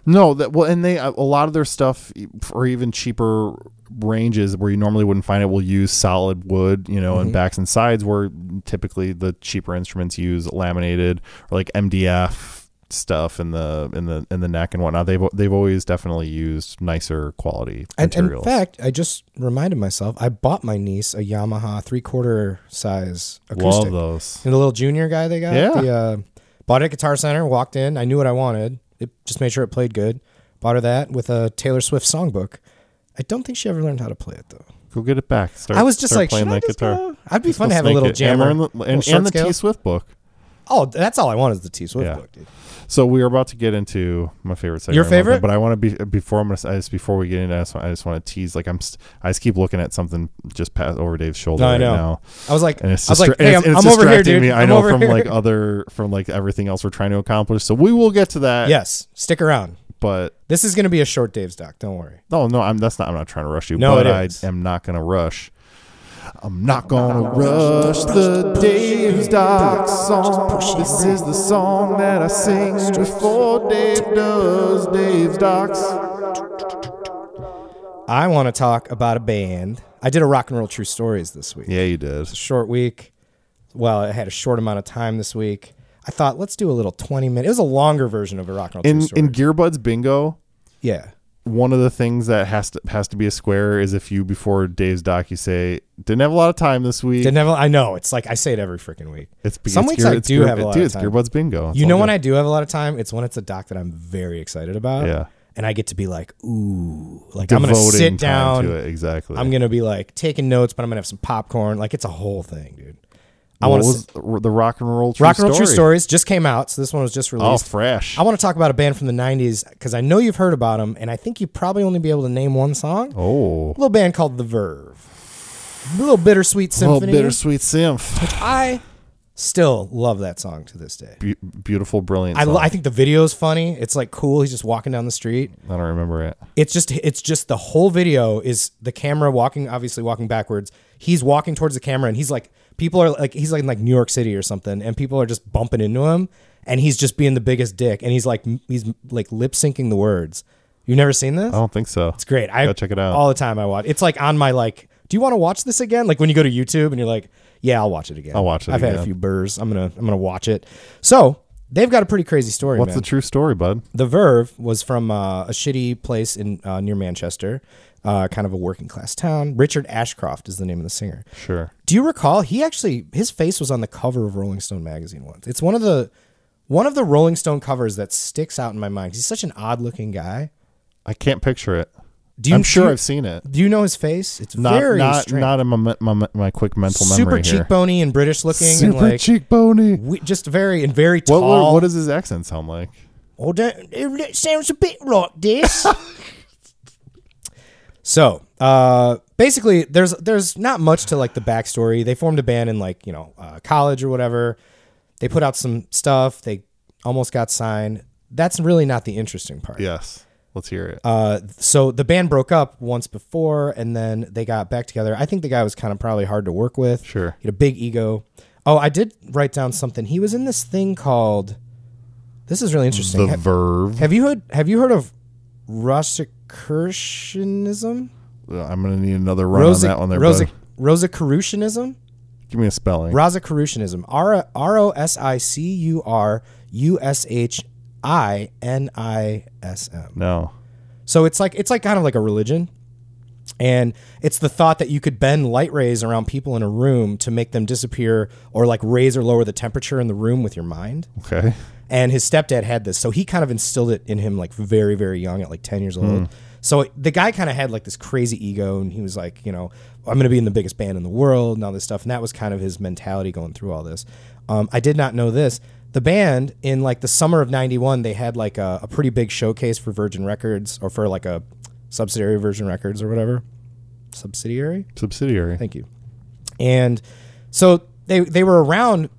Speaker 2: No, that well, and they a lot of their stuff e, for even cheaper ranges where you normally wouldn't find it will use solid wood, you know,
Speaker 1: Mm-hmm.
Speaker 2: and backs and sides where typically the cheaper instruments use laminated or like MDF stuff in the in the in the neck and whatnot. They've they've always definitely used nicer quality
Speaker 1: And, and in
Speaker 2: materials.
Speaker 1: fact, I just reminded myself I bought my niece a Yamaha three quarter size acoustic.
Speaker 2: Love those.
Speaker 1: And the little junior guy they got.
Speaker 2: Yeah.
Speaker 1: The, uh, bought it at Guitar Center, walked in. I knew what I wanted. It just made sure it played good. Bought her that with a Taylor Swift songbook. I don't think she ever learned how to play it though.
Speaker 2: Go get it back. Start,
Speaker 1: I was just
Speaker 2: start
Speaker 1: like,
Speaker 2: playing
Speaker 1: should I
Speaker 2: that
Speaker 1: just
Speaker 2: guitar.
Speaker 1: go? I'd be fun
Speaker 2: Go
Speaker 1: to have a
Speaker 2: snake
Speaker 1: little
Speaker 2: it.
Speaker 1: jammer.
Speaker 2: and, learn the- and,
Speaker 1: little
Speaker 2: and the
Speaker 1: short
Speaker 2: T
Speaker 1: scale.
Speaker 2: Swift book.
Speaker 1: Oh, that's all I want is the T Swift
Speaker 2: Yeah.
Speaker 1: book, dude.
Speaker 2: So we are about to get into my favorite segment.
Speaker 1: Your
Speaker 2: of the month,
Speaker 1: favorite?
Speaker 2: but I want to be before I'm gonna, I just before we get into this, I just want to tease. Like I'm, st- I just keep looking at something just past over Dave's shoulder
Speaker 1: No, I
Speaker 2: right
Speaker 1: know.
Speaker 2: now,
Speaker 1: I was like,
Speaker 2: and it's
Speaker 1: I was
Speaker 2: distra-
Speaker 1: like, hey,
Speaker 2: and
Speaker 1: I'm,
Speaker 2: it's, it's
Speaker 1: I'm over here,
Speaker 2: distracting
Speaker 1: dude.
Speaker 2: me. I
Speaker 1: I'm
Speaker 2: know
Speaker 1: over
Speaker 2: from
Speaker 1: here.
Speaker 2: like oh, other from like everything else we're trying to accomplish. So we will get to that.
Speaker 1: yes, stick around.
Speaker 2: but
Speaker 1: This is going to be a short Dave's doc. Don't worry.
Speaker 2: Oh, no, no, I'm that's not. I'm not trying to rush you.
Speaker 1: No,
Speaker 2: but
Speaker 1: it
Speaker 2: I
Speaker 1: is.
Speaker 2: am not gonna rush. I'm not gonna rush the Dave's Doc song. This is the song that I sing before Dave does Dave's Docs.
Speaker 1: I want to talk about a band. I did a rock and roll true stories this week.
Speaker 2: Yeah, you did.
Speaker 1: short week. Well, I had a short amount of time this week. I thought let's do a little twenty minute. It was a longer version of a rock and roll true
Speaker 2: In
Speaker 1: story.
Speaker 2: in Gearbuds Bingo,
Speaker 1: yeah,
Speaker 2: one of the things that has to has to be a square is if you before Dave's doc you say didn't have a lot of time this week.
Speaker 1: Didn't have a- I know. It's like I say it every freaking week.
Speaker 2: it's
Speaker 1: Some
Speaker 2: it's
Speaker 1: weeks
Speaker 2: gear-
Speaker 1: I
Speaker 2: it's
Speaker 1: do
Speaker 2: gear-
Speaker 1: have a lot
Speaker 2: dude,
Speaker 1: of
Speaker 2: it's
Speaker 1: time.
Speaker 2: Gearbuds bingo. It's
Speaker 1: you
Speaker 2: all
Speaker 1: know when
Speaker 2: good.
Speaker 1: I do have a lot of time, it's when it's a doc that I'm very excited about.
Speaker 2: yeah
Speaker 1: And I get to be like, ooh, like I'm gonna sit
Speaker 2: Devoting time
Speaker 1: down.
Speaker 2: to it exactly.
Speaker 1: I'm gonna be like taking notes, but I'm gonna have some popcorn. Like it's a whole thing, dude. I
Speaker 2: What
Speaker 1: want
Speaker 2: was
Speaker 1: to
Speaker 2: the the rock and roll true
Speaker 1: rock and roll
Speaker 2: story?
Speaker 1: true stories just came out, so this one was just
Speaker 2: Oh,
Speaker 1: released.
Speaker 2: fresh.
Speaker 1: I want to talk about a band from the '90s because I know you've heard about them, and I think you probably only be able to name one song.
Speaker 2: oh,
Speaker 1: A little band called The Verve. A little bittersweet
Speaker 2: oh,
Speaker 1: symphony.
Speaker 2: bittersweet symph.
Speaker 1: I still love that song to this day.
Speaker 2: Be- beautiful, brilliant.
Speaker 1: I,
Speaker 2: song.
Speaker 1: lo- I think the video's funny. It's like cool. He's just walking down the street.
Speaker 2: I don't remember it.
Speaker 1: It's just it's just the whole video is the camera walking, obviously walking backwards. He's walking towards the camera, and he's like, people are like, he's like in like New York City or something, and people are just bumping into him, and he's just being the biggest dick, and he's like, m- he's like lip syncing the words. You've never seen this?
Speaker 2: I don't think so.
Speaker 1: It's great. I
Speaker 2: Go Oh. check it out.
Speaker 1: all the time. I watch. It's like on my like. Do you want to watch this again? Like when you go to YouTube and you're like, yeah, I'll watch it again.
Speaker 2: I'll watch it
Speaker 1: I've had
Speaker 2: again.
Speaker 1: a few burrs. I'm gonna I'm gonna watch it. So they've got a pretty crazy story.
Speaker 2: What's
Speaker 1: man.
Speaker 2: the true story, bud?
Speaker 1: The Verve was from uh, a shitty place in uh, near Manchester, uh, kind of a working class town. Richard Ashcroft is the name of the singer.
Speaker 2: Sure.
Speaker 1: Do you recall? He actually his face was on the cover of Rolling Stone magazine once. It's one of the one of the Rolling Stone covers that sticks out in my mind. He's such an odd looking guy.
Speaker 2: I can't picture it.
Speaker 1: Do you
Speaker 2: I'm sure
Speaker 1: do you-
Speaker 2: I've seen it.
Speaker 1: do you know his face? It's
Speaker 2: Not
Speaker 1: very
Speaker 2: not
Speaker 1: strange.
Speaker 2: not in my, my my quick mental
Speaker 1: super
Speaker 2: memory here.
Speaker 1: cheekbony and British looking, and
Speaker 2: Super
Speaker 1: like
Speaker 2: cheekbony.
Speaker 1: we, just very and very
Speaker 2: What,
Speaker 1: tall.
Speaker 2: what what does his accent sound like?
Speaker 1: Oh, that, it sounds a bit like this. so, uh, basically, there's there's not much to like the backstory. They formed a band in like you know uh, college or whatever. They put out some stuff. They almost got signed. That's really not the interesting part.
Speaker 2: Yes. Let's hear it.
Speaker 1: Uh, so the band broke up once before, and then they got back together. I think the guy was kind of probably hard to work with.
Speaker 2: Sure.
Speaker 1: he had a big ego. Oh, I did write down something. He was in this thing called. This is really interesting.
Speaker 2: the
Speaker 1: Ha-
Speaker 2: verve.
Speaker 1: have you heard? Have you heard of Rosicrucianism?
Speaker 2: I'm gonna need another run on that one there,
Speaker 1: Rosic-
Speaker 2: bud.
Speaker 1: Rosicrucianism.
Speaker 2: Give me a spelling.
Speaker 1: Rosicrucianism. R R O S I C U R U S H I N I S M.
Speaker 2: no.
Speaker 1: So it's like it's like kind of like a religion. And it's the thought that you could bend light rays around people in a room to make them disappear or like raise or lower the temperature in the room with your mind.
Speaker 2: Okay.
Speaker 1: And his stepdad had this. So he kind of instilled it in him like very, very young at like 10 years old. So the guy kind of had like this crazy ego and he was like, you know, I'm going to be in the biggest band in the world and all this stuff. And that was kind of his mentality going through all this. Um, I did not know this. The band in like the summer of 91, they had like a, a pretty big showcase for Virgin Records or for like a subsidiary of Virgin Records or whatever. Subsidiary?
Speaker 2: Subsidiary.
Speaker 1: Thank you. And so they they were around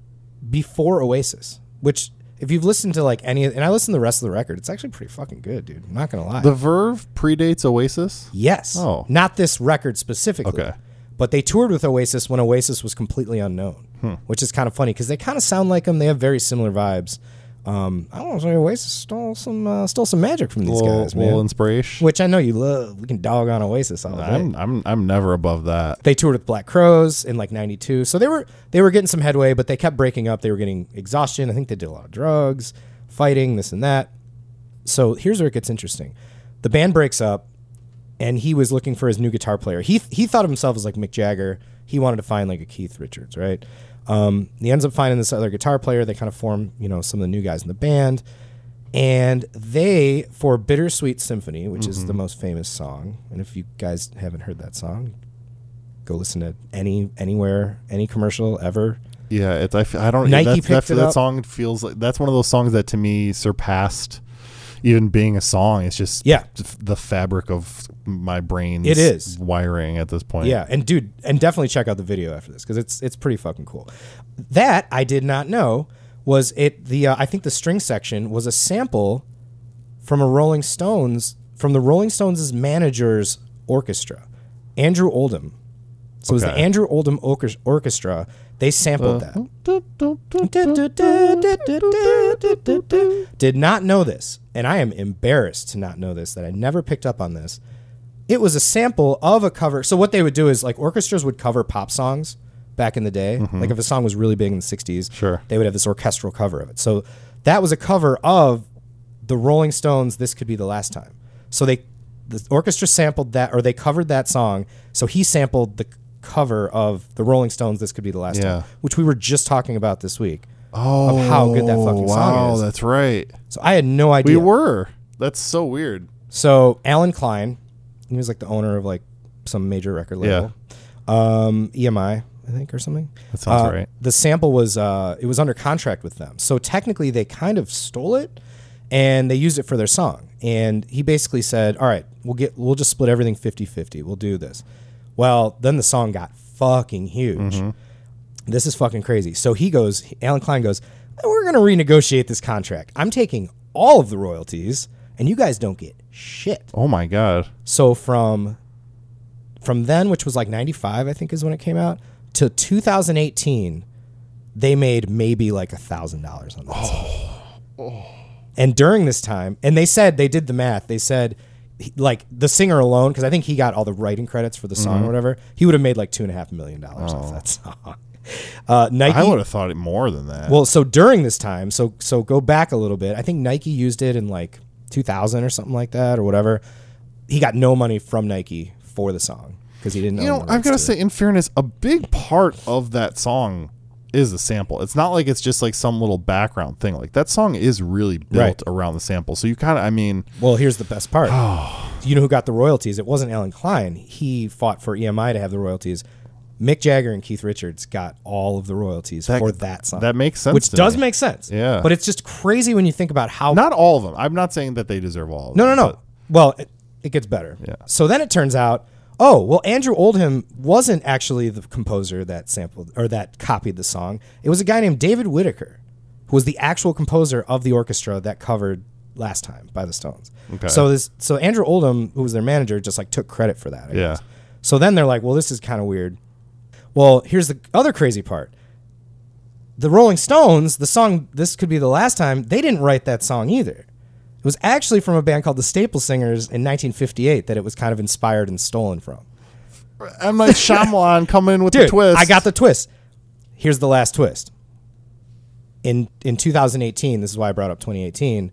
Speaker 1: before Oasis, which if you've listened to like any and I listened to the rest of the record, it's actually pretty fucking good, dude. I'm not gonna lie.
Speaker 2: The Verve predates Oasis.
Speaker 1: yes.
Speaker 2: Oh.
Speaker 1: Not this record specifically.
Speaker 2: Okay.
Speaker 1: But they toured with Oasis when Oasis was completely unknown,
Speaker 2: Hmm.
Speaker 1: which is kind of funny because they kind of sound like them. They have very similar vibes. Um, I don't want to say Oasis stole some uh, stole some magic from these
Speaker 2: little,
Speaker 1: guys, man.
Speaker 2: little inspiration.
Speaker 1: which I know you love. We can dog on Oasis all day.
Speaker 2: I'm I'm I'm never above that.
Speaker 1: uh, they toured with Black Crows in like '92, so they were they were getting some headway, but they kept breaking up. They were getting exhaustion. I think they did a lot of drugs, fighting, this and that. So here's where it gets interesting: the band breaks up, and he was looking for his new guitar player. He he thought of himself as like Mick Jagger. He wanted to find like a Keith Richards, right? Um, he ends up finding this other guitar player. They kind of form you know some of the new guys in the band, and they for Bittersweet Symphony, which is the most famous song. And if you guys haven't heard that song, go listen to any anywhere any commercial ever.
Speaker 2: Yeah, it's I, f- I don't
Speaker 1: Nike
Speaker 2: that's-
Speaker 1: picked
Speaker 2: that,
Speaker 1: it
Speaker 2: that
Speaker 1: up.
Speaker 2: song feels like that's one of those songs that to me surpassed even being a song. It's just
Speaker 1: Yeah.
Speaker 2: f- the fabric of my brain's
Speaker 1: It is.
Speaker 2: wiring at this point.
Speaker 1: Yeah, and dude, and definitely check out the video after this because it's it's pretty fucking cool. That I did not know was it the uh, I think the string section was a sample from a Rolling Stones from the Rolling Stones' manager's orchestra, Andrew Oldham. So it was the
Speaker 2: Okay.
Speaker 1: Andrew Oldham Orchest- Orchestra. They sampled that. Did not know this, and I am embarrassed to not know this that I never picked up on this. It was a sample of a cover. So what they would do is like orchestras would cover pop songs back in the day. Like if a song was really big in the 60s,
Speaker 2: Mm-hmm. Sure.
Speaker 1: they would have this orchestral cover of it. So that was a cover of the Rolling Stones, This Could Be the Last Time. So they the orchestra sampled that, or they covered that song. So he sampled the cover of the Rolling Stones. This could be the last
Speaker 2: Yeah.
Speaker 1: time, which we were just talking about this week.
Speaker 2: Oh,
Speaker 1: how good that fucking song
Speaker 2: wow,
Speaker 1: is.
Speaker 2: that's right.
Speaker 1: So I had no
Speaker 2: We
Speaker 1: idea.
Speaker 2: were. That's so weird.
Speaker 1: So Alan Klein, he was like the owner of like some major record label, um, EMI, I think, or something.
Speaker 2: That sounds
Speaker 1: Uh,
Speaker 2: right.
Speaker 1: The sample was uh, it was under contract with them, so technically they kind of stole it, and they used it for their song. And he basically said, "All right, we'll get we'll just split everything 50-50. We'll do this." Well, then the song got fucking huge.
Speaker 2: Mm-hmm.
Speaker 1: This is fucking crazy. So he goes, Alan Klein goes, we're going to renegotiate this contract. I'm taking all of the royalties, and you guys don't get shit.
Speaker 2: Oh my god.
Speaker 1: So from from then, which was like '95, I think is when it came out, to 2018, they made maybe like a thousand dollars on that. song. And during this time, and they said they did the math. They said he- like the singer alone, because I think he got all the writing credits for the song or whatever, he would have made like two and a half million dollars off that song. Uh, Nike
Speaker 2: I would have thought it more than that.
Speaker 1: well, so during this time, so so go back a little bit. I think Nike used it in like 2000 or something like that or whatever. He got no money from Nike for the song because he didn't.
Speaker 2: you know, I've got to say, in fairness, a big part of that song is the sample. It's not like it's just like some little background thing. Like that song is really built
Speaker 1: Right.
Speaker 2: around the sample. So you kind of, I mean,
Speaker 1: Well, here's the best part. You know who got the royalties? It wasn't Alan Klein. He fought for EMI to have the royalties. Mick Jagger and Keith Richards got all of the royalties for that song.
Speaker 2: that makes sense
Speaker 1: Uh, which
Speaker 2: to
Speaker 1: does
Speaker 2: me.
Speaker 1: make sense.
Speaker 2: Yeah.
Speaker 1: but it's just crazy when you think about how
Speaker 2: not all of them. I'm not saying that they deserve all. Of
Speaker 1: No, no,
Speaker 2: them,
Speaker 1: no.
Speaker 2: but-
Speaker 1: well, it, it gets better.
Speaker 2: Yeah.
Speaker 1: So then it turns out, oh, well, Andrew Oldham wasn't actually the composer that sampled or that copied the song. It was a guy named David Whitaker, who was the actual composer of the orchestra that covered last time by the Stones.
Speaker 2: Okay.
Speaker 1: So this, so Andrew Oldham, who was their manager, just like took credit for that. I
Speaker 2: Yeah.
Speaker 1: guess. So then they're like, well, this is kind of weird. Well, here's the other crazy part. The Rolling Stones, the song This Could Be the Last Time, they didn't write that song either. It was actually from a band called the Staple Singers in 1958 that it was kind of inspired and stolen from.
Speaker 2: I'm like Shyamalan coming in with the
Speaker 1: Dude,
Speaker 2: twist.
Speaker 1: I got the twist. Here's the last twist. In in 2018, this is why I brought up 2018.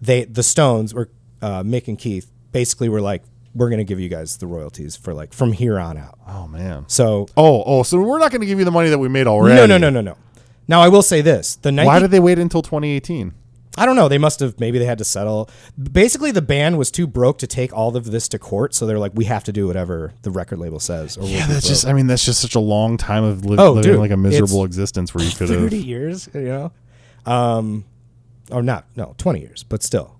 Speaker 1: They the Stones were uh, Mick and Keith basically were like, we're gonna give you guys the royalties for like from here on out.
Speaker 2: Oh man.
Speaker 1: So
Speaker 2: Oh, oh. So we're not going to give you the money that we made already.
Speaker 1: no, no, no, no, no. Now I will say this: the Nike
Speaker 2: Why did they wait until 2018?
Speaker 1: I don't know. They must have maybe they had to settle. Basically, the band was too broke to take all of this to court, so they're like, we have to do whatever the record label says. Or
Speaker 2: Yeah, that's just. I mean, that's just such a long time of li-
Speaker 1: Oh,
Speaker 2: living
Speaker 1: dude,
Speaker 2: like a
Speaker 1: it's
Speaker 2: miserable existence where you could have.
Speaker 1: thirty years, you know, um, or not? No, twenty years, but still,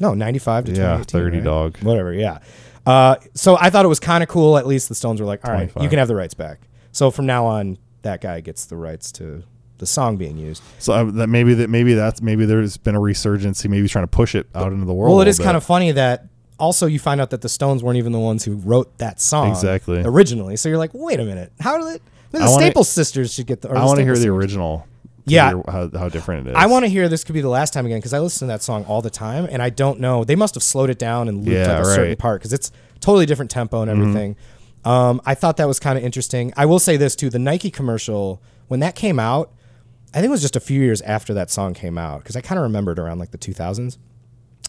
Speaker 1: no, ninety-five to
Speaker 2: Yeah,
Speaker 1: 2018,
Speaker 2: 30
Speaker 1: right?
Speaker 2: dog.
Speaker 1: whatever. Yeah. Uh, so I thought it was kind of cool. At least the Stones were like, all right,
Speaker 2: 25.
Speaker 1: you can have the rights back. So from now on, that guy gets the rights to the song being used.
Speaker 2: So uh, that maybe that maybe that's maybe there's been a resurgence. He maybe trying to push it out into the world.
Speaker 1: Well,
Speaker 2: a
Speaker 1: it is
Speaker 2: little
Speaker 1: kind of
Speaker 2: bit.
Speaker 1: funny that also you find out that the Stones weren't even the ones who wrote that song
Speaker 2: Exactly.
Speaker 1: originally. So you're like, wait a minute, how did it? The
Speaker 2: I wanna-
Speaker 1: Staple Sisters should get the. Or
Speaker 2: I want to hear the
Speaker 1: Staple Singers.
Speaker 2: original. to
Speaker 1: Yeah.
Speaker 2: hear how, how different it is.
Speaker 1: I want to hear this could be the last time again because I listen to that song all the time and I don't know. They must have slowed it down and looped
Speaker 2: Yeah,
Speaker 1: like a certain
Speaker 2: right. Mm-hmm.
Speaker 1: part because it's totally different tempo and everything. Um, I thought that was kind of interesting. I will say this too: the Nike commercial when that came out, I think it was just a few years after that song came out because I kind of remembered around like the 2000s.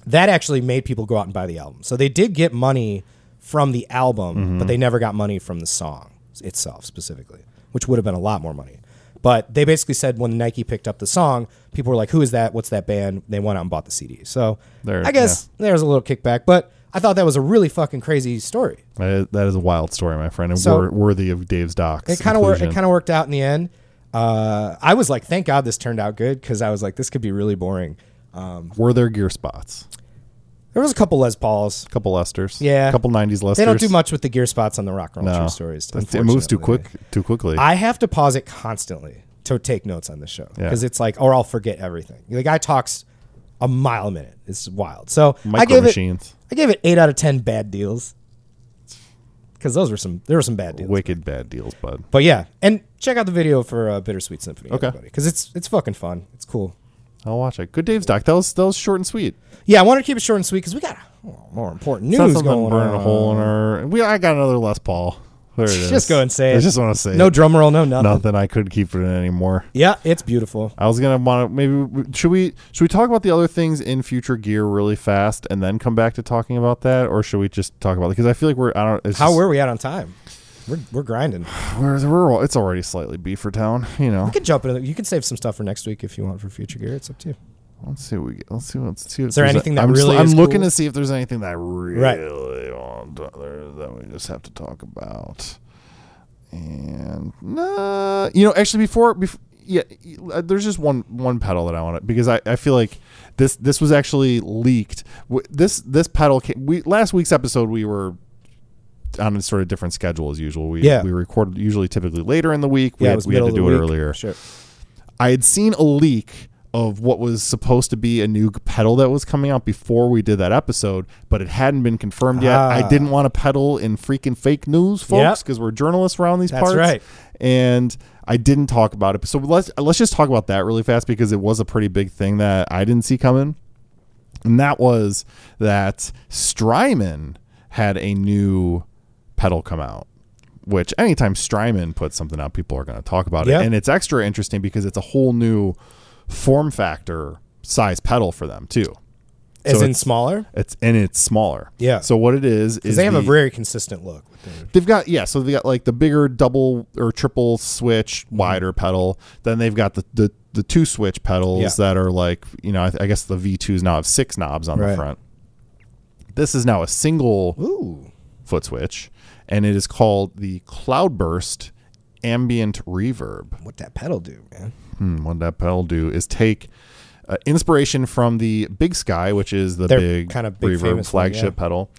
Speaker 1: That actually made people go out and buy the album, so they did get money from the album, but they never got money from the song itself specifically, which would have been a lot more money. But they basically said when Nike picked up the song, people were like, "Who is that? What's that band?" They went out and bought the CD. So
Speaker 2: There-
Speaker 1: I guess there's a little kickback, but I thought that was a really fucking crazy story.
Speaker 2: That is, that is a wild story, my friend, and
Speaker 1: So-
Speaker 2: wor- worthy of Dave's docs.
Speaker 1: It kind of worked. It
Speaker 2: inclusion.
Speaker 1: kind of worked out in the end. Uh, I was like, "Thank God this turned out good," because I was like, "This could be really boring." Um,
Speaker 2: Were there gear spots?
Speaker 1: there was a couple Les Pauls.
Speaker 2: A couple Lesters.
Speaker 1: Yeah.
Speaker 2: A couple 90s Lesters.
Speaker 1: They don't do much with the gear spots on the rock and roll
Speaker 2: No.
Speaker 1: true stories.
Speaker 2: That's- It moves too
Speaker 1: unfortunately.
Speaker 2: quick, too quickly.
Speaker 1: I have to pause it constantly to take notes on this show
Speaker 2: Yeah.
Speaker 1: because it's like, or I'll forget everything. The guy talks a mile a minute. It's wild. So I
Speaker 2: Micro
Speaker 1: gave it,
Speaker 2: machines.
Speaker 1: I gave it eight out of ten bad deals because those were some. There were some bad deals.
Speaker 2: Wicked bad deals, bud.
Speaker 1: But yeah, and check out the video for uh, Bittersweet Symphony.
Speaker 2: Okay.
Speaker 1: because it's it's fucking fun. It's cool.
Speaker 2: I'll watch it. Good Dave's doc. That was that was short and sweet.
Speaker 1: Yeah, I wanted to keep it short and sweet because we got oh, more important
Speaker 2: It's not
Speaker 1: news
Speaker 2: something
Speaker 1: going
Speaker 2: burning
Speaker 1: on.
Speaker 2: a hole in our. We I got another Les Paul. There it is.
Speaker 1: Just go and say
Speaker 2: I
Speaker 1: it.
Speaker 2: just want to say
Speaker 1: No
Speaker 2: it.
Speaker 1: drum roll, no nothing.
Speaker 2: nothing. I could keep it in anymore.
Speaker 1: Yeah, it's beautiful.
Speaker 2: I was gonna want to maybe we- should we should we talk about the other things in future gear really fast and then come back to talking about that, or should we just talk about it? Because I feel like we're I don't it's
Speaker 1: How
Speaker 2: just-
Speaker 1: were we at on time? We're, we're grinding.
Speaker 2: we're, we're it's already slightly beaver town, you know.
Speaker 1: We can jump into. You can save some stuff for next week if you want for future gear. It's up to you.
Speaker 2: Let's see. What we get. Let's see. Let's see.
Speaker 1: Is there anything that
Speaker 2: I'm
Speaker 1: really
Speaker 2: I'm
Speaker 1: is
Speaker 2: looking
Speaker 1: cool?
Speaker 2: to see if there's anything that I really want to- there- that we just have to talk about. And nah, you know, actually, before, before yeah, uh, there's just one one pedal that I want to because I, I feel like this this was actually leaked. W- This this pedal came, we last week's episode we were on a sort of different schedule as usual. We
Speaker 1: Yeah.
Speaker 2: we recorded usually typically later in the week. We
Speaker 1: yeah, it
Speaker 2: had,
Speaker 1: was
Speaker 2: we had
Speaker 1: middle
Speaker 2: to do
Speaker 1: of
Speaker 2: it
Speaker 1: the week.
Speaker 2: earlier.
Speaker 1: Sure.
Speaker 2: I had seen a leak of what was supposed to be a new pedal that was coming out before we did that episode, but it hadn't been confirmed yet. I
Speaker 1: Ah.
Speaker 2: didn't want to pedal in freaking fake news, folks,
Speaker 1: Yep.
Speaker 2: because we're journalists around these
Speaker 1: That's
Speaker 2: parts.
Speaker 1: right.
Speaker 2: And I didn't talk about it. So let's let's just talk about that really fast because it was a pretty big thing that I didn't see coming. And that was that Strymon had a new pedal come out. Which anytime Strymon puts something out, people are going to talk about
Speaker 1: Yeah.
Speaker 2: it, and it's extra interesting because it's a whole new form factor size pedal for them too.
Speaker 1: As
Speaker 2: So
Speaker 1: in
Speaker 2: it's-
Speaker 1: smaller,
Speaker 2: It's and it's smaller.
Speaker 1: Yeah.
Speaker 2: So what it is is
Speaker 1: because they have a
Speaker 2: the-
Speaker 1: very consistent look. With their,
Speaker 2: They've got yeah, so they got like the bigger double or triple switch
Speaker 1: Mm-hmm.
Speaker 2: wider pedal. Then they've got the the, the two switch pedals
Speaker 1: Yeah.
Speaker 2: that are like you know I, I guess the V twos now have six knobs on the
Speaker 1: Right.
Speaker 2: front. This is now a single
Speaker 1: ooh,
Speaker 2: foot switch, and it is called the Cloudburst Ambient Reverb.
Speaker 1: what that pedal do, man?
Speaker 2: Hmm, what that pedal do is take uh, inspiration from the Big Sky, which is the
Speaker 1: Their
Speaker 2: big
Speaker 1: kind of big
Speaker 2: reverb
Speaker 1: famous one,
Speaker 2: flagship pedal,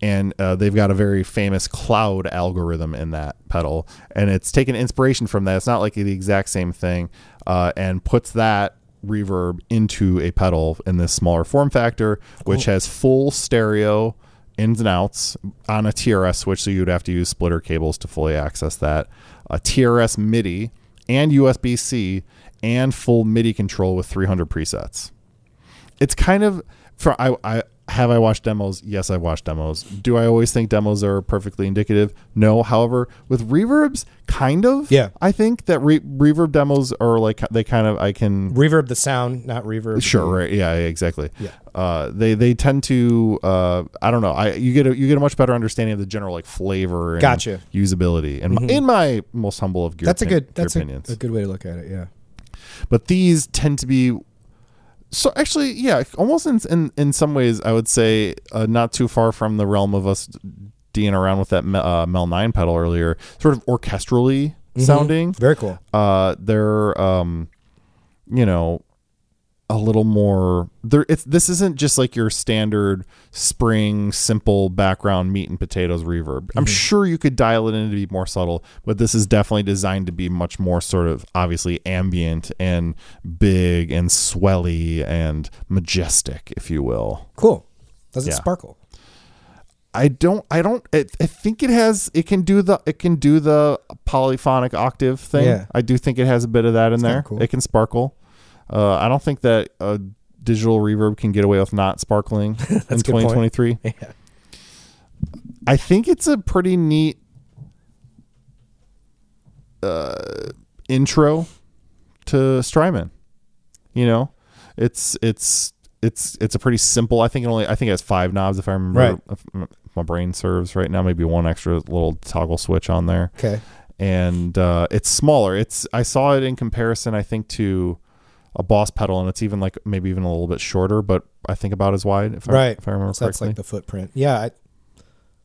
Speaker 2: and uh, they've got a very famous cloud algorithm in that pedal, and it's taken inspiration from that. It's not like the exact same thing, uh, and puts that reverb into a pedal in this smaller form factor, which has full stereo ins and outs on a TRS switch, so you'd have to use splitter cables to fully access that. A TRS MIDI and USB C and full MIDI control with 300 presets. It's kind of for I, I have I watched demos. Yes, I've watched demos. Do I always think demos are perfectly indicative? No. However, with reverbs, kind of.
Speaker 1: Yeah.
Speaker 2: I think that re- reverb demos are like they kind of I can
Speaker 1: Reverb the sound, not reverb.
Speaker 2: Sure. Right. Yeah. yeah, Exactly.
Speaker 1: Yeah.
Speaker 2: Uh, they they tend to uh, I don't know I you get a, you get a much better understanding of the general like flavor and
Speaker 1: Gotcha. Mm-hmm.
Speaker 2: usability and in my most humble of gear
Speaker 1: That's a
Speaker 2: opin-
Speaker 1: good. That's
Speaker 2: gear
Speaker 1: a,
Speaker 2: opinions
Speaker 1: a good way to look at it. Yeah.
Speaker 2: but these tend to be so actually yeah almost in in, in some ways I would say uh, not too far from the realm of us d'ing around with that me- uh, Mel Nine pedal earlier sort of orchestrally
Speaker 1: Mm-hmm.
Speaker 2: sounding
Speaker 1: Very cool.
Speaker 2: uh they're um you know a little more there it's this isn't just like your standard spring simple background meat and potatoes reverb i'm sure you could dial it in to be more subtle but this is definitely designed to be much more sort of obviously ambient and big and swelly and majestic if you will
Speaker 1: Cool. Does it
Speaker 2: Yeah.
Speaker 1: sparkle?
Speaker 2: I don't. I don't. It, I think it has. It can do the. It can do the polyphonic octave thing.
Speaker 1: Yeah.
Speaker 2: I do think it has a bit of that in there.
Speaker 1: kinda cool.
Speaker 2: It can sparkle. Uh, I don't think that uh, digital reverb can get away with not sparkling in
Speaker 1: good point.
Speaker 2: 2023.
Speaker 1: Yeah.
Speaker 2: I think it's a pretty neat uh, intro to Strymon. You know, it's it's it's it's a pretty simple. I think it only I think it has five knobs if I remember.
Speaker 1: Right.
Speaker 2: If m- my brain serves right now, maybe one extra little toggle switch on there,
Speaker 1: Okay.
Speaker 2: and uh, it's smaller. It's I saw it in comparison. I think to a boss pedal, and it's even like maybe even a little bit shorter, but I think about as wide. If I,
Speaker 1: Right.
Speaker 2: if I remember
Speaker 1: So that's
Speaker 2: correctly.
Speaker 1: like the footprint. Yeah. I,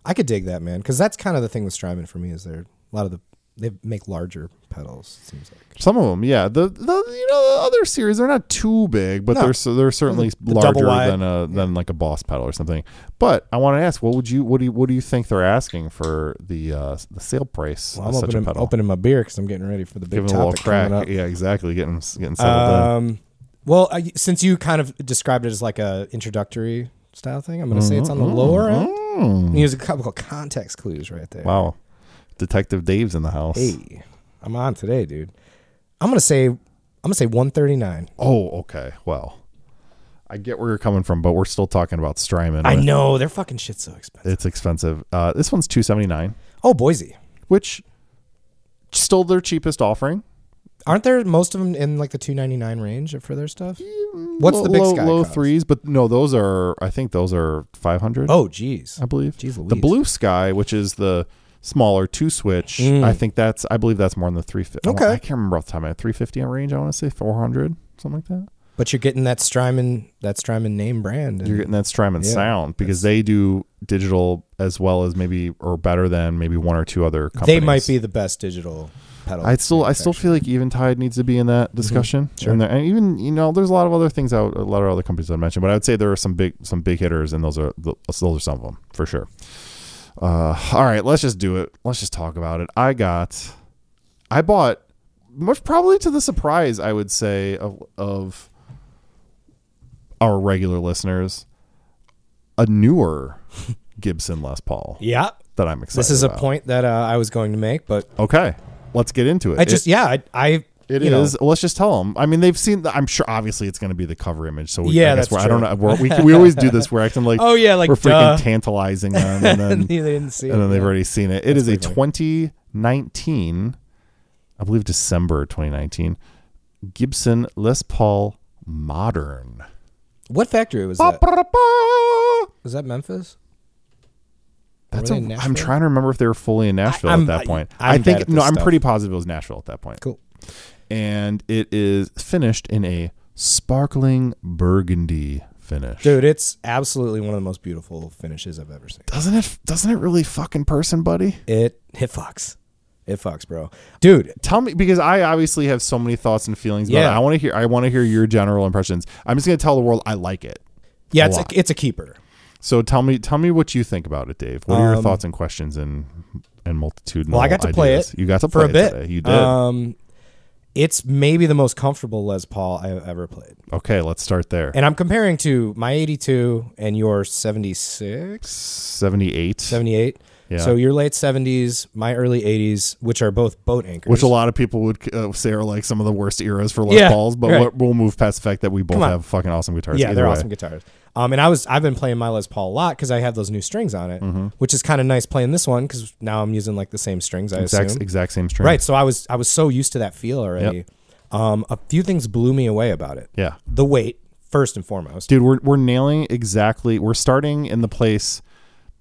Speaker 1: I could dig that, man, because that's kind of the thing with Strymon for me is they're a lot of the they make larger pedals. It seems like
Speaker 2: Some of them, yeah. The, the you know the other series they're not too big, but
Speaker 1: No.
Speaker 2: they're so they're certainly
Speaker 1: the
Speaker 2: larger
Speaker 1: double wide.
Speaker 2: than a than like a boss pedal or something. But I want to ask, what would you what do you what do you think they're asking for the uh, the sale price
Speaker 1: well,
Speaker 2: of
Speaker 1: I'm
Speaker 2: such a
Speaker 1: opening,
Speaker 2: pedal?
Speaker 1: opening my beer because I'm getting ready for the big
Speaker 2: Give it a little
Speaker 1: topic coming
Speaker 2: crack, yeah, exactly. Getting getting settled
Speaker 1: up. Um, well, I, since you kind of described it as like a introductory style thing, I'm going to say it's on the
Speaker 2: Mm-hmm,
Speaker 1: lower
Speaker 2: in.
Speaker 1: end.
Speaker 2: Mm.
Speaker 1: There's a couple of context clues right there.
Speaker 2: Wow, Detective Dave's in the house.
Speaker 1: Hey, I'm on today, dude. I'm gonna say I'm gonna say 139.
Speaker 2: Oh, okay. Well, I get where you're coming from, but we're still talking about Strymon.
Speaker 1: I
Speaker 2: with-
Speaker 1: know their fucking shit's so expensive.
Speaker 2: it's expensive. Uh, this one's two seventy nine.
Speaker 1: Oh, Boise.
Speaker 2: which still their cheapest offering.
Speaker 1: Aren't there most of them in like the 299 range for their stuff? What's
Speaker 2: Low-
Speaker 1: the big
Speaker 2: low,
Speaker 1: sky
Speaker 2: low
Speaker 1: cost?
Speaker 2: threes? But no, those are I think those are five hundred.
Speaker 1: Oh, geez.
Speaker 2: I believe.
Speaker 1: Jeez
Speaker 2: The
Speaker 1: Louise.
Speaker 2: blue sky, which is the smaller two switch,
Speaker 1: Mm.
Speaker 2: I think that's I believe that's more than the three fifty.
Speaker 1: Okay.
Speaker 2: I can't remember off the time. Three fifty range. I want to say four hundred, something like that.
Speaker 1: But you're getting that Strymon, that Strymon name brand. and-
Speaker 2: You're getting that Strymon
Speaker 1: Yeah.
Speaker 2: sound because they do digital as well as maybe or better than maybe one or two other. companies.
Speaker 1: they might be the best digital pedal.
Speaker 2: I still I still feel like Eventide needs to be in that discussion.
Speaker 1: Mm-hmm. Sure.
Speaker 2: And, there, and even you know, there's a lot of other things out, a lot of other companies I mentioned, but I would say there are some big some big hitters, and those are th- those are some of them for sure. Uh, all right, let's just do it. Let's just talk about it. I got, I bought, much probably to the surprise, I would say of of our regular listeners, a newer Gibson Les Paul
Speaker 1: Yeah.
Speaker 2: that I'm excited.
Speaker 1: This is a
Speaker 2: about.
Speaker 1: point that uh, I was going to make, but
Speaker 2: Okay, let's get into it.
Speaker 1: I
Speaker 2: It-
Speaker 1: just, yeah, I, I
Speaker 2: it
Speaker 1: you know,
Speaker 2: is. Let's just tell them. I mean, they've seen. The, I'm sure. Obviously, it's going to be the cover image. So we,
Speaker 1: Yeah,
Speaker 2: I guess
Speaker 1: that's
Speaker 2: we're, I don't
Speaker 1: true.
Speaker 2: know. We're, we we always do this. We're acting like
Speaker 1: Oh, yeah, like,
Speaker 2: we're
Speaker 1: duh.
Speaker 2: freaking tantalizing them, and then
Speaker 1: they didn't see
Speaker 2: um, and
Speaker 1: it.
Speaker 2: then they've already seen it. It is
Speaker 1: pretty
Speaker 2: a
Speaker 1: funny.
Speaker 2: 2019, I believe December 2019, Gibson Les Paul Modern.
Speaker 1: What factory was that?
Speaker 2: That's
Speaker 1: Was that Memphis?
Speaker 2: a,
Speaker 1: Were they in
Speaker 2: I'm
Speaker 1: Nashville?
Speaker 2: trying to remember if they were fully in Nashville
Speaker 1: I'm-
Speaker 2: at that
Speaker 1: I-
Speaker 2: point.
Speaker 1: I'm
Speaker 2: I
Speaker 1: bad
Speaker 2: think
Speaker 1: at this
Speaker 2: no, I'm
Speaker 1: stuff.
Speaker 2: pretty positive it was Nashville at that point.
Speaker 1: Cool.
Speaker 2: and it is finished in a sparkling burgundy finish.
Speaker 1: Dude, it's absolutely one of the most beautiful finishes I've ever seen.
Speaker 2: Doesn't it doesn't it really fucking person, buddy?
Speaker 1: It it fucks. It fucks, bro. Dude,
Speaker 2: Tell me because I obviously have so many thoughts and feelings about
Speaker 1: Yeah.
Speaker 2: it. I want to hear I want to hear your general impressions. I'm just going to tell the world I like it.
Speaker 1: yeah,
Speaker 2: A
Speaker 1: it's a,
Speaker 2: lot.
Speaker 1: it's a keeper.
Speaker 2: So tell me tell me what you think about it, Dave. What are your
Speaker 1: Um,
Speaker 2: thoughts and questions and and multitude?
Speaker 1: Well, I got to play it
Speaker 2: You got to play
Speaker 1: for a
Speaker 2: it
Speaker 1: bit.
Speaker 2: Today. You did.
Speaker 1: Um, it's maybe the most comfortable Les Paul I've ever played,
Speaker 2: okay, let's start there.
Speaker 1: and I'm comparing to my '82 and your '76,
Speaker 2: 78,
Speaker 1: '78.
Speaker 2: Yeah.
Speaker 1: So your late '70s, my early '80s, which are both boat anchors.
Speaker 2: which a lot of people would uh, say are like some of the worst eras for Les
Speaker 1: Yeah,
Speaker 2: Pauls, but
Speaker 1: right.
Speaker 2: we're- we'll move past the fact that we both
Speaker 1: Come on.
Speaker 2: have fucking awesome guitars.
Speaker 1: yeah,
Speaker 2: either
Speaker 1: they're
Speaker 2: way.
Speaker 1: awesome guitars. Um, and I was I've been playing my Les Paul a lot because I have those new strings on it,
Speaker 2: Mm-hmm.
Speaker 1: which is kind of nice playing this one because now I'm using like the same strings. I
Speaker 2: Exact,
Speaker 1: assume
Speaker 2: exact same string.
Speaker 1: right. So I was I was so used to that feel already. Um, a few things blew me away about it.
Speaker 2: Yeah.
Speaker 1: The weight, first and foremost.
Speaker 2: Dude, we're, we're nailing exactly. We're starting in the place,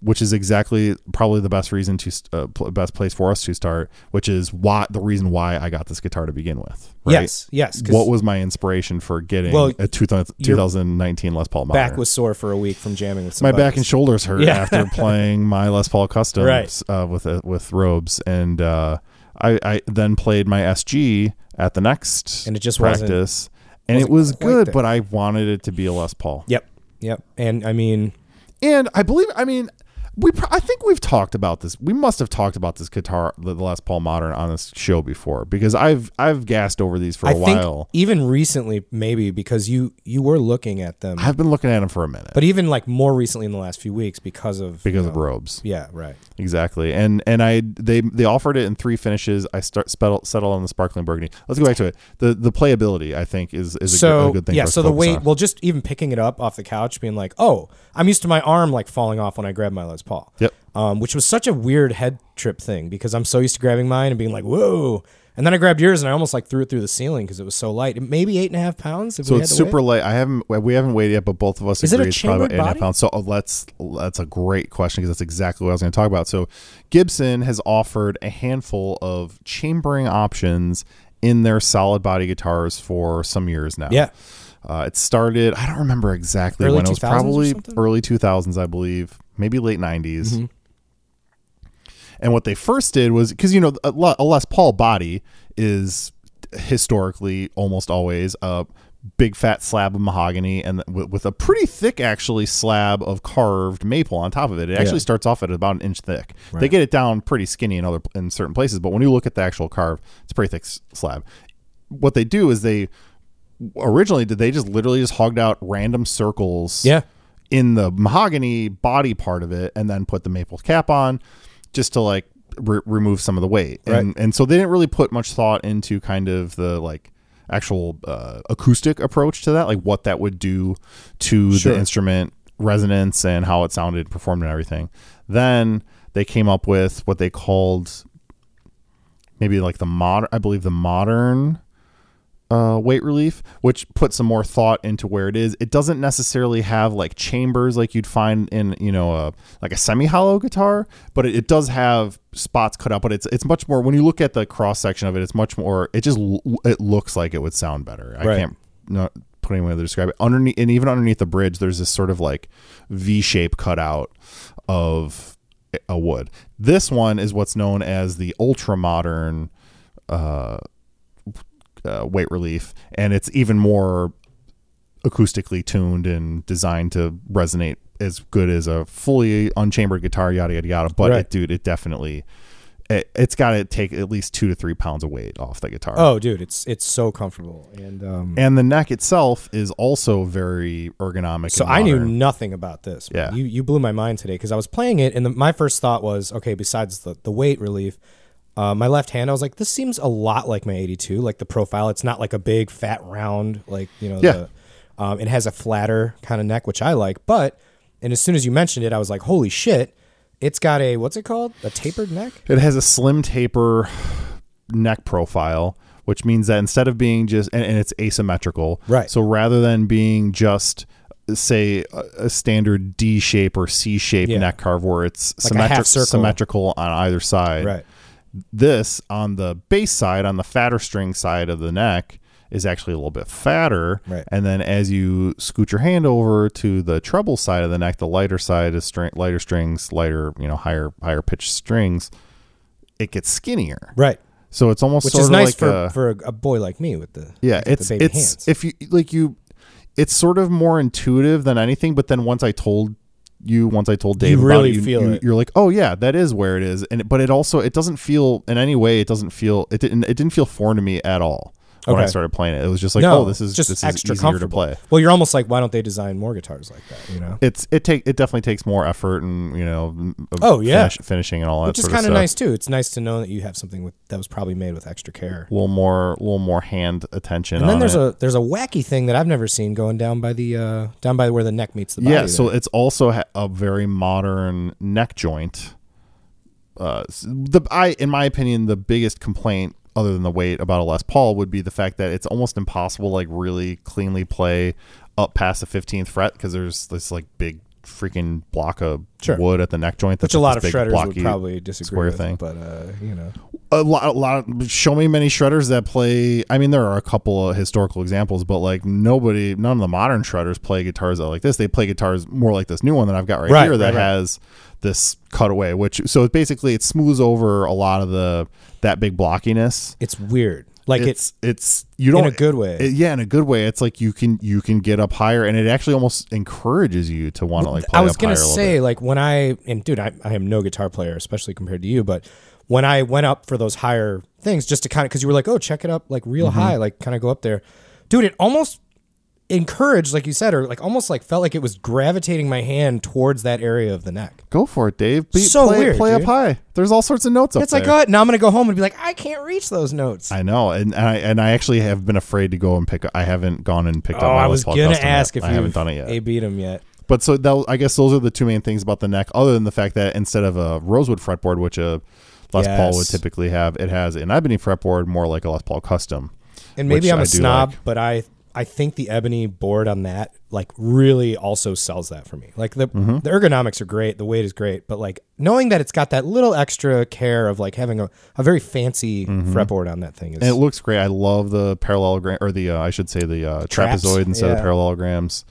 Speaker 2: which is exactly probably the best reason to, st- uh, pl- best place for us to start, which is why the reason why I got this guitar to begin with. Right?
Speaker 1: Yes, yes. 'cause
Speaker 2: What was my inspiration for getting
Speaker 1: Well,
Speaker 2: a 2000, 2019 Les Paul Modern?
Speaker 1: back was sore for a week from jamming with
Speaker 2: my
Speaker 1: somebody.
Speaker 2: back and shoulders hurt
Speaker 1: Yeah.
Speaker 2: after playing my Les Paul Customs
Speaker 1: Right.
Speaker 2: uh, with uh, with robes, and uh, I, I then played my SG at the next
Speaker 1: And it just wasn't-
Speaker 2: practice, and it
Speaker 1: wasn't
Speaker 2: was
Speaker 1: quite
Speaker 2: good,
Speaker 1: there.
Speaker 2: but I wanted it to be a Les Paul.
Speaker 1: Yep, yep. And I mean,
Speaker 2: And I believe, I mean, we pro- I think we've talked about this. We must have talked about this guitar, the the Les Paul Modern, on this show before because I've I've gassed over these for a
Speaker 1: I
Speaker 2: while.
Speaker 1: think even recently, maybe because you you were looking at them,
Speaker 2: I've been looking at them for a minute
Speaker 1: but even like more recently in the last few weeks because of
Speaker 2: because
Speaker 1: you
Speaker 2: of
Speaker 1: know,
Speaker 2: robes.
Speaker 1: yeah, right.
Speaker 2: Exactly, and and I they they offered it in three finishes. I start spell, settle on the sparkling burgundy. Let's go back to it. the The playability, I think, is is a, good,
Speaker 1: so
Speaker 2: a good thing.
Speaker 1: yeah
Speaker 2: for us
Speaker 1: so
Speaker 2: to
Speaker 1: the
Speaker 2: focus
Speaker 1: weight
Speaker 2: on.
Speaker 1: well just even picking it up off the couch being like oh i'm used to my arm like falling off when i grab my les paul
Speaker 2: Yep.
Speaker 1: um, which was such a weird head trip thing because i'm so used to grabbing mine and being like whoa and then i grabbed yours and i almost like threw it through the ceiling because it was so light it maybe eight and a half pounds if
Speaker 2: So
Speaker 1: we
Speaker 2: it's
Speaker 1: had to
Speaker 2: super
Speaker 1: weigh.
Speaker 2: light. I haven't we haven't weighed yet, but both of us
Speaker 1: Is it a
Speaker 2: agree it's probably about
Speaker 1: chambered
Speaker 2: eight and a half
Speaker 1: body?
Speaker 2: pounds. So oh, let's that's a great question because that's exactly what I was going to talk about. So Gibson has offered a handful of chambering options in their solid body guitars for some years now.
Speaker 1: yeah
Speaker 2: Uh, it started. I don't remember exactly
Speaker 1: Early
Speaker 2: when it was
Speaker 1: 2000s or
Speaker 2: probably
Speaker 1: something? Mm-hmm.
Speaker 2: early two thousands, I believe, maybe late 90s And what they first did was because you know a, Le- a Les Paul body is historically almost always a big fat slab of mahogany and w- with a pretty thick actually slab of carved maple on top of it. It actually starts off at about an inch thick. They get it down pretty skinny in other in certain places, but when you look at the actual carve, it's a pretty thick s- slab. What they do is they originally did they just literally just hogged out random circles
Speaker 1: Yeah.
Speaker 2: in the mahogany body part of it and then put the maple cap on just to like re- remove some of the weight and and so they didn't really put much thought into kind of the like actual uh, acoustic approach to that like what that would do to
Speaker 1: Sure.
Speaker 2: the instrument resonance and how it sounded performed and everything then they came up with what they called maybe like the modern. I believe the modern uh, weight relief, which puts some more thought into where it is. It doesn't necessarily have like chambers like you'd find in you know a like a semi hollow guitar, but it, it does have spots cut out. But it's it's much more when you look at the cross section of it, it's much more. It just l- it looks like it would sound better. I
Speaker 1: Right.
Speaker 2: can't not put any way to describe it. Underneath and even underneath the bridge, there's this sort of like V shape cutout of a wood. This one is what's known as the ultra modern uh, weight relief, and it's even more acoustically tuned and designed to resonate as good as a fully unchambered guitar. Yada yada yada. But
Speaker 1: Right.
Speaker 2: it, dude, it definitely it, it's got to take at least two to three pounds of weight off the guitar.
Speaker 1: Oh, dude, it's it's so comfortable. And um,
Speaker 2: And the neck itself is also very ergonomic.
Speaker 1: so
Speaker 2: and
Speaker 1: I knew
Speaker 2: modern.
Speaker 1: nothing about this.
Speaker 2: Yeah.
Speaker 1: you you blew my mind today because I was playing it, and the, my first thought was, okay, besides the the weight relief. Uh, my left hand, I was like, this seems a lot like my 82, like the profile. It's not like a big, fat, round, like, you know,
Speaker 2: Yeah.
Speaker 1: the, um, it has a flatter kind of neck, which I like. But, and as soon as you mentioned it, I was like, holy shit, it's got a, what's it called? A tapered neck?
Speaker 2: It has a slim taper neck profile, which means that instead of being just and, and it's asymmetrical,
Speaker 1: Right.
Speaker 2: So rather than being just say a, a standard D shape or C shape
Speaker 1: Yeah.
Speaker 2: neck carve where it's
Speaker 1: a half
Speaker 2: symmetric,
Speaker 1: circle.
Speaker 2: symmetrical on either side,
Speaker 1: Right.
Speaker 2: this on the bass side, on the fatter string side of the neck, is actually a little bit fatter.
Speaker 1: Right.
Speaker 2: And then as you scoot your hand over to the treble side of the neck, the lighter side is string, lighter strings, lighter, you know, higher higher pitched strings. It gets skinnier.
Speaker 1: Right.
Speaker 2: So it's almost
Speaker 1: Which
Speaker 2: sort
Speaker 1: is
Speaker 2: of
Speaker 1: nice
Speaker 2: like
Speaker 1: for,
Speaker 2: a,
Speaker 1: for a, a boy like me with the,
Speaker 2: yeah,
Speaker 1: with the
Speaker 2: it's
Speaker 1: baby
Speaker 2: it's
Speaker 1: hands.
Speaker 2: if you like you, it's sort of more intuitive than anything. But then once I told you, once I told Dave, about
Speaker 1: really
Speaker 2: it, you,
Speaker 1: feel
Speaker 2: you,
Speaker 1: it.
Speaker 2: You're like, oh yeah, that is where it is. And but it also it doesn't feel in any way. It doesn't feel it didn't it didn't feel foreign to me at all when I
Speaker 1: Okay.
Speaker 2: started playing it. It was just like, oh, this is
Speaker 1: just
Speaker 2: this
Speaker 1: extra
Speaker 2: is easier to
Speaker 1: comfortable.
Speaker 2: play.
Speaker 1: Well, you're almost like, why don't they design more guitars like that? You know,
Speaker 2: It's it take it definitely takes more effort and you know m-
Speaker 1: Oh, yeah.
Speaker 2: finish- finishing and all that
Speaker 1: which is
Speaker 2: sort of
Speaker 1: kind of
Speaker 2: stuff.
Speaker 1: nice too. It's nice to know that you have something with that was probably made with extra care.
Speaker 2: A little more a little more hand attention.
Speaker 1: And then
Speaker 2: on
Speaker 1: there's
Speaker 2: it.
Speaker 1: a there's a wacky thing that I've never seen going down by the uh, down by where the neck meets the body.
Speaker 2: yeah
Speaker 1: there.
Speaker 2: so it's also ha- a very modern neck joint uh s- the i in my opinion the biggest complaint other than the weight about a les paul would be the fact that it's almost impossible to, like really cleanly play up past the 15th fret because there's this like big freaking block of
Speaker 1: Sure.
Speaker 2: wood at the neck joint
Speaker 1: which
Speaker 2: that's
Speaker 1: a
Speaker 2: like
Speaker 1: lot of
Speaker 2: this big
Speaker 1: shredders would
Speaker 2: blocky-
Speaker 1: probably disagree
Speaker 2: square
Speaker 1: with,
Speaker 2: thing.
Speaker 1: but uh, you know,
Speaker 2: a lot, a lot. Of, show me many shredders that play. I mean, there are a couple of historical examples, but like nobody, none of the modern shredders play guitars like this. They play guitars more like this new one that I've got right,
Speaker 1: Right,
Speaker 2: here
Speaker 1: right,
Speaker 2: that
Speaker 1: right.
Speaker 2: has this cutaway. Which so it basically it smooths over a lot of the that big blockiness.
Speaker 1: it's weird. Like it's
Speaker 2: It's it's you don't
Speaker 1: in a good way.
Speaker 2: it- yeah, in a good way. It's like you can you can get up higher, and it actually almost encourages you to want to like. Play
Speaker 1: I was
Speaker 2: up higher
Speaker 1: gonna
Speaker 2: a little bit.
Speaker 1: say, like when I and dude, I, I am no guitar player, especially compared to you. But when I went up for those higher things, just to kind of because you were like, oh, check it up, like real
Speaker 2: Mm-hmm.
Speaker 1: high, like kind of go up there, dude. It almost encouraged, like you said, or like almost like felt like it was gravitating my hand towards that area of the neck.
Speaker 2: go for it, Dave. Be,
Speaker 1: So
Speaker 2: play,
Speaker 1: weird,
Speaker 2: play up
Speaker 1: dude.
Speaker 2: high. There's all sorts of notes up
Speaker 1: It's
Speaker 2: there.
Speaker 1: like, oh, now I'm gonna go home and be like, I can't reach those notes.
Speaker 2: I know, and and I, and I actually have been afraid to go and pick. I haven't gone and picked
Speaker 1: oh,
Speaker 2: up. My
Speaker 1: I was
Speaker 2: Les Paul
Speaker 1: gonna
Speaker 2: Custom yet.
Speaker 1: ask if
Speaker 2: I
Speaker 1: you
Speaker 2: haven't done it yet.
Speaker 1: A beat him yet?
Speaker 2: but so that, I guess those are the two main things about the neck, other than the fact that instead of a rosewood fretboard, which a Les Paul would
Speaker 1: Yes.
Speaker 2: typically have, it has an ebony fretboard, more like a Les Paul Custom.
Speaker 1: And maybe
Speaker 2: which
Speaker 1: I'm a
Speaker 2: I do
Speaker 1: snob,
Speaker 2: like.
Speaker 1: but I I think the ebony board on that like really also sells that for me. Like the the ergonomics are great, the weight is great, but like knowing that it's got that little extra care of like having a, a very fancy fretboard on that thing is
Speaker 2: And it looks great. I love the parallelogram, or the uh, I should say the uh, trapezoid instead of
Speaker 1: yeah.
Speaker 2: parallelograms,